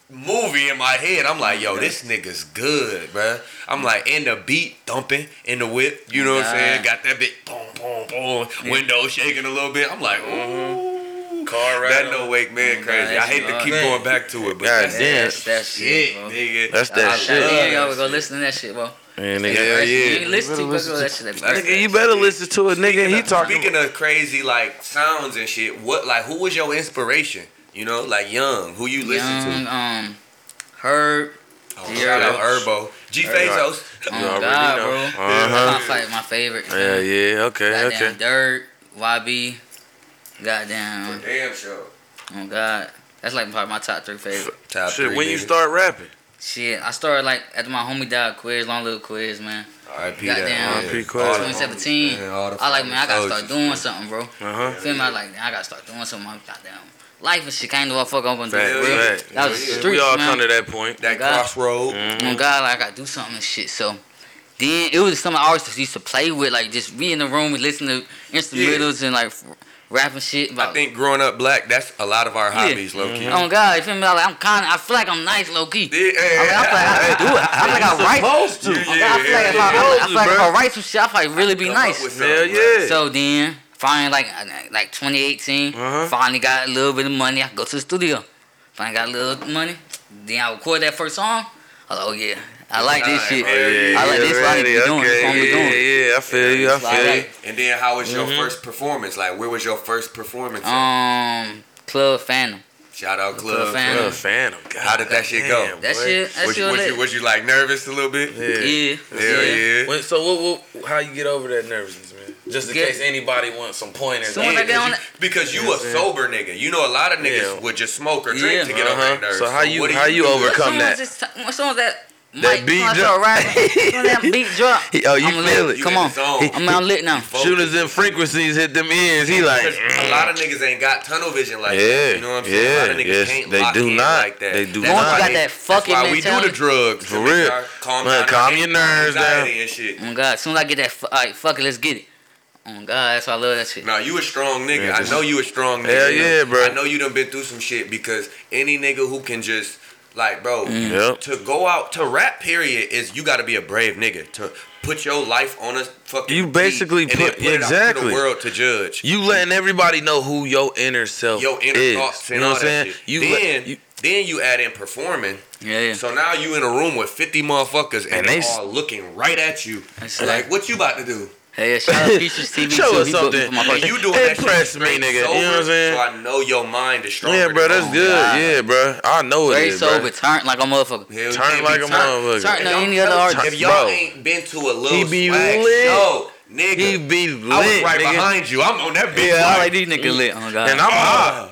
[SPEAKER 2] movie in my head. I'm like, yo, this nigga's good, bruh. I'm like, in the beat thumping in the whip.
[SPEAKER 3] Oh
[SPEAKER 2] You know what I'm saying?
[SPEAKER 1] God.
[SPEAKER 2] Got that bit boom boom boom. Window shaking a little bit. I'm like,
[SPEAKER 3] Mm-hmm.
[SPEAKER 2] ooh.
[SPEAKER 3] Car right
[SPEAKER 2] That
[SPEAKER 3] on.
[SPEAKER 2] no wake man
[SPEAKER 1] God,
[SPEAKER 2] crazy. I
[SPEAKER 1] that's
[SPEAKER 2] hate to
[SPEAKER 1] hard.
[SPEAKER 2] keep going back to it, but
[SPEAKER 3] God
[SPEAKER 2] that's
[SPEAKER 3] damn.
[SPEAKER 1] that's that shit,
[SPEAKER 2] shit,
[SPEAKER 1] bro.
[SPEAKER 2] nigga.
[SPEAKER 3] That's that
[SPEAKER 2] I
[SPEAKER 3] shit.
[SPEAKER 2] love
[SPEAKER 1] Yeah,
[SPEAKER 2] that
[SPEAKER 1] y'all would go
[SPEAKER 2] shit.
[SPEAKER 1] listen to that shit, bro.
[SPEAKER 3] Man,
[SPEAKER 1] That's
[SPEAKER 3] nigga,
[SPEAKER 1] that
[SPEAKER 3] hell
[SPEAKER 1] shit. You
[SPEAKER 3] yeah.
[SPEAKER 1] ain't listen to, it, but that shit. That's crazy.
[SPEAKER 3] Nigga, you better listen to it, nigga. He talking.
[SPEAKER 2] Speaking of crazy like sounds and shit, what like who was your inspiration? You know, like young, who you listen
[SPEAKER 1] Young,
[SPEAKER 2] to?
[SPEAKER 1] um, Herb.
[SPEAKER 2] Oh, shout out Herbo, G Bezos.
[SPEAKER 1] Oh,
[SPEAKER 3] You already
[SPEAKER 1] God,
[SPEAKER 3] know.
[SPEAKER 1] bro.
[SPEAKER 3] Uh-huh.
[SPEAKER 1] My, fa- my favorite.
[SPEAKER 3] Yeah, yeah. Okay,
[SPEAKER 1] Goddamn
[SPEAKER 3] okay.
[SPEAKER 1] Dirt, YB, goddamn.
[SPEAKER 2] Damn show.
[SPEAKER 1] Oh God, that's like probably my top three favorite.
[SPEAKER 2] Top
[SPEAKER 3] Shit,
[SPEAKER 2] three,
[SPEAKER 3] when you
[SPEAKER 2] nigga.
[SPEAKER 3] start rapping,
[SPEAKER 1] Shit, I started like after my homie died, Quiz, long little Quiz, man.
[SPEAKER 2] R.I.P.
[SPEAKER 1] Goddamn.
[SPEAKER 2] that,
[SPEAKER 3] R.I.P.
[SPEAKER 2] yeah.
[SPEAKER 3] Quest.
[SPEAKER 2] All the homies,
[SPEAKER 1] 2017.
[SPEAKER 2] man, all the
[SPEAKER 1] I like man, I gotta
[SPEAKER 2] soldiers.
[SPEAKER 1] start doing something, bro.
[SPEAKER 3] uh huh.
[SPEAKER 1] Feel me? I like man, I gotta start doing something. I'm goddamn life and shit. I ain't know what the fuck I'm gonna do.
[SPEAKER 3] Fact,
[SPEAKER 1] for real.
[SPEAKER 3] fact.
[SPEAKER 1] That was the
[SPEAKER 3] We
[SPEAKER 1] streets,
[SPEAKER 3] all
[SPEAKER 1] man.
[SPEAKER 3] come to that point. Mm-hmm.
[SPEAKER 2] that
[SPEAKER 1] God.
[SPEAKER 2] crossroad.
[SPEAKER 1] on Oh God, like, I gotta do something and shit. So then it was something I always used to play with, like just be in the room and listen to instrumentals and like f- rap and shit. About,
[SPEAKER 2] I think growing up black, that's a lot of our
[SPEAKER 1] Yeah.
[SPEAKER 2] hobbies, low key.
[SPEAKER 1] Oh God, you feel me? Like, I'm kind of, I feel like I'm nice, low key.
[SPEAKER 2] Yeah,
[SPEAKER 1] I mean, I feel like I can do it. I feel like I write.
[SPEAKER 3] Supposed to.
[SPEAKER 1] Oh, God, I feel like if I, I, feel like- I feel like if I write some shit, I probably really be
[SPEAKER 2] Come up with
[SPEAKER 1] nice.
[SPEAKER 2] something,
[SPEAKER 3] Hell
[SPEAKER 2] bruh.
[SPEAKER 3] yeah.
[SPEAKER 1] So then, finally, like I- like 2018,
[SPEAKER 3] Uh-huh.
[SPEAKER 1] finally got a little bit of money. I could go to the studio. Finally got a little money. Then I record that first song. I was like, oh yeah, I like this shit.
[SPEAKER 2] Hell yeah,
[SPEAKER 1] I like this. What I need to be doing. This what I'm
[SPEAKER 3] Okay,
[SPEAKER 1] doing.
[SPEAKER 3] yeah, yeah, I feel you. I
[SPEAKER 1] Like,
[SPEAKER 3] feel you.
[SPEAKER 1] like,
[SPEAKER 2] And then, how was your
[SPEAKER 1] Mm-hmm.
[SPEAKER 2] first performance? Like, where was your first performance? at?
[SPEAKER 1] Um, Club Phantom.
[SPEAKER 2] Shout out club.
[SPEAKER 1] Fan.
[SPEAKER 2] Club.
[SPEAKER 3] Lil' Phantom. God
[SPEAKER 2] How did that shit
[SPEAKER 3] damn,
[SPEAKER 2] go?
[SPEAKER 1] That
[SPEAKER 3] boy.
[SPEAKER 1] shit, that
[SPEAKER 2] Was
[SPEAKER 1] shit
[SPEAKER 2] you,
[SPEAKER 1] was
[SPEAKER 2] was,
[SPEAKER 1] lit.
[SPEAKER 2] you, was you like nervous a little bit?
[SPEAKER 3] Yeah.
[SPEAKER 1] yeah,
[SPEAKER 2] Hell yeah.
[SPEAKER 3] Wait, so what, what? How you get over that nervousness, man? Just in
[SPEAKER 1] Get-
[SPEAKER 3] case anybody wants some pointers.
[SPEAKER 1] Someone like
[SPEAKER 2] Yeah,
[SPEAKER 1] that on
[SPEAKER 2] because you- because you a sober nigga. You know a lot of niggas
[SPEAKER 3] Yeah.
[SPEAKER 2] would just smoke or drink
[SPEAKER 1] Yeah.
[SPEAKER 2] to get on
[SPEAKER 3] Uh-huh.
[SPEAKER 2] their nerves.
[SPEAKER 3] So how you-
[SPEAKER 2] what do
[SPEAKER 3] how you
[SPEAKER 2] do?
[SPEAKER 3] overcome-
[SPEAKER 1] Someone
[SPEAKER 3] that.
[SPEAKER 1] Just, t- someone that. mic-
[SPEAKER 3] beat
[SPEAKER 1] someone
[SPEAKER 3] drop.
[SPEAKER 1] Right, someone that beat drop.
[SPEAKER 3] He- oh, you
[SPEAKER 1] I'm
[SPEAKER 3] feel
[SPEAKER 1] lit.
[SPEAKER 3] it.
[SPEAKER 1] Come
[SPEAKER 2] You in
[SPEAKER 1] on,
[SPEAKER 2] the zone.
[SPEAKER 1] I'm, I'm lit now.
[SPEAKER 2] Focus.
[SPEAKER 3] Soon as them frequencies hit them ends, he like. "Mm."
[SPEAKER 2] Because a lot of niggas ain't got tunnel vision like
[SPEAKER 3] Yeah,
[SPEAKER 2] that. You know what I'm saying? A lot of
[SPEAKER 3] yeah,
[SPEAKER 2] niggas
[SPEAKER 3] yes,
[SPEAKER 2] can't
[SPEAKER 3] they
[SPEAKER 2] lock
[SPEAKER 3] do
[SPEAKER 2] in
[SPEAKER 3] not.
[SPEAKER 2] like that.
[SPEAKER 3] They do
[SPEAKER 2] That's
[SPEAKER 3] not.
[SPEAKER 2] why
[SPEAKER 3] Once you
[SPEAKER 1] got that fucking
[SPEAKER 2] That's why we do
[SPEAKER 1] mentality-
[SPEAKER 2] the drugs.
[SPEAKER 3] For
[SPEAKER 2] to make
[SPEAKER 3] real.
[SPEAKER 2] our- Calm,
[SPEAKER 3] Man,
[SPEAKER 2] down our
[SPEAKER 3] calm your nerves down.
[SPEAKER 2] anxiety and shit.
[SPEAKER 1] Oh God, as soon as I get that, fu- all right, fuck it, let's get it. Oh God, that's why I love that shit.
[SPEAKER 2] Now you a strong nigga.
[SPEAKER 3] Yeah, just-
[SPEAKER 2] I know you a strong nigga.
[SPEAKER 3] Hell yeah, bro.
[SPEAKER 2] I know you done been through some shit because any nigga who can just like, bro,
[SPEAKER 1] Mm.
[SPEAKER 3] Yep.
[SPEAKER 2] to go out to rap. Period is you got to be a brave nigga to put your life on a fucking.
[SPEAKER 3] You basically
[SPEAKER 2] beat and then
[SPEAKER 3] put-
[SPEAKER 2] it out to
[SPEAKER 3] exactly.
[SPEAKER 2] the world to judge.
[SPEAKER 3] You letting everybody know who your inner self
[SPEAKER 2] Your inner
[SPEAKER 3] is.
[SPEAKER 2] thoughts
[SPEAKER 3] you
[SPEAKER 2] and
[SPEAKER 3] know
[SPEAKER 2] all
[SPEAKER 3] what I'm
[SPEAKER 2] that
[SPEAKER 3] saying?
[SPEAKER 2] shit.
[SPEAKER 3] You let-
[SPEAKER 2] then,
[SPEAKER 3] you-
[SPEAKER 2] then you add in performing.
[SPEAKER 1] Yeah, yeah.
[SPEAKER 2] So now you in a room with fifty motherfuckers and,
[SPEAKER 3] And
[SPEAKER 2] they
[SPEAKER 3] they s-
[SPEAKER 2] all looking right at you.
[SPEAKER 1] That's
[SPEAKER 2] Like,
[SPEAKER 1] like-
[SPEAKER 2] what you about to do?
[SPEAKER 1] Hey, yeah, shout out Peaches TV.
[SPEAKER 3] Show
[SPEAKER 1] too.
[SPEAKER 3] us
[SPEAKER 1] He booked me
[SPEAKER 3] something.
[SPEAKER 1] for my birthday.
[SPEAKER 2] You doing that
[SPEAKER 3] Impress
[SPEAKER 2] shit
[SPEAKER 3] me,
[SPEAKER 2] straight
[SPEAKER 3] nigga. You know what I'm
[SPEAKER 2] sober,
[SPEAKER 3] saying?
[SPEAKER 2] So I know your mind is strong.
[SPEAKER 3] Yeah, bro, that's good. Yeah, bro. I know it
[SPEAKER 1] Very
[SPEAKER 3] is,
[SPEAKER 1] sober,
[SPEAKER 3] bro.
[SPEAKER 1] turn like a motherfucker.
[SPEAKER 2] Hell, you
[SPEAKER 3] Turn
[SPEAKER 2] can't be
[SPEAKER 3] like a motherfucker.
[SPEAKER 1] Turn
[SPEAKER 2] If
[SPEAKER 1] no
[SPEAKER 2] y'all-
[SPEAKER 1] any other artist.
[SPEAKER 2] If y'all
[SPEAKER 3] Bro.
[SPEAKER 2] ain't been to a
[SPEAKER 3] He
[SPEAKER 2] little
[SPEAKER 3] be
[SPEAKER 2] swag
[SPEAKER 3] lit.
[SPEAKER 2] show, nigga,
[SPEAKER 3] He be lit,
[SPEAKER 2] I was right
[SPEAKER 3] nigga.
[SPEAKER 2] behind you. I'm on that bitch.
[SPEAKER 1] Yeah, all
[SPEAKER 2] like,
[SPEAKER 1] right, these niggas lit. Oh god.
[SPEAKER 3] And I'm high.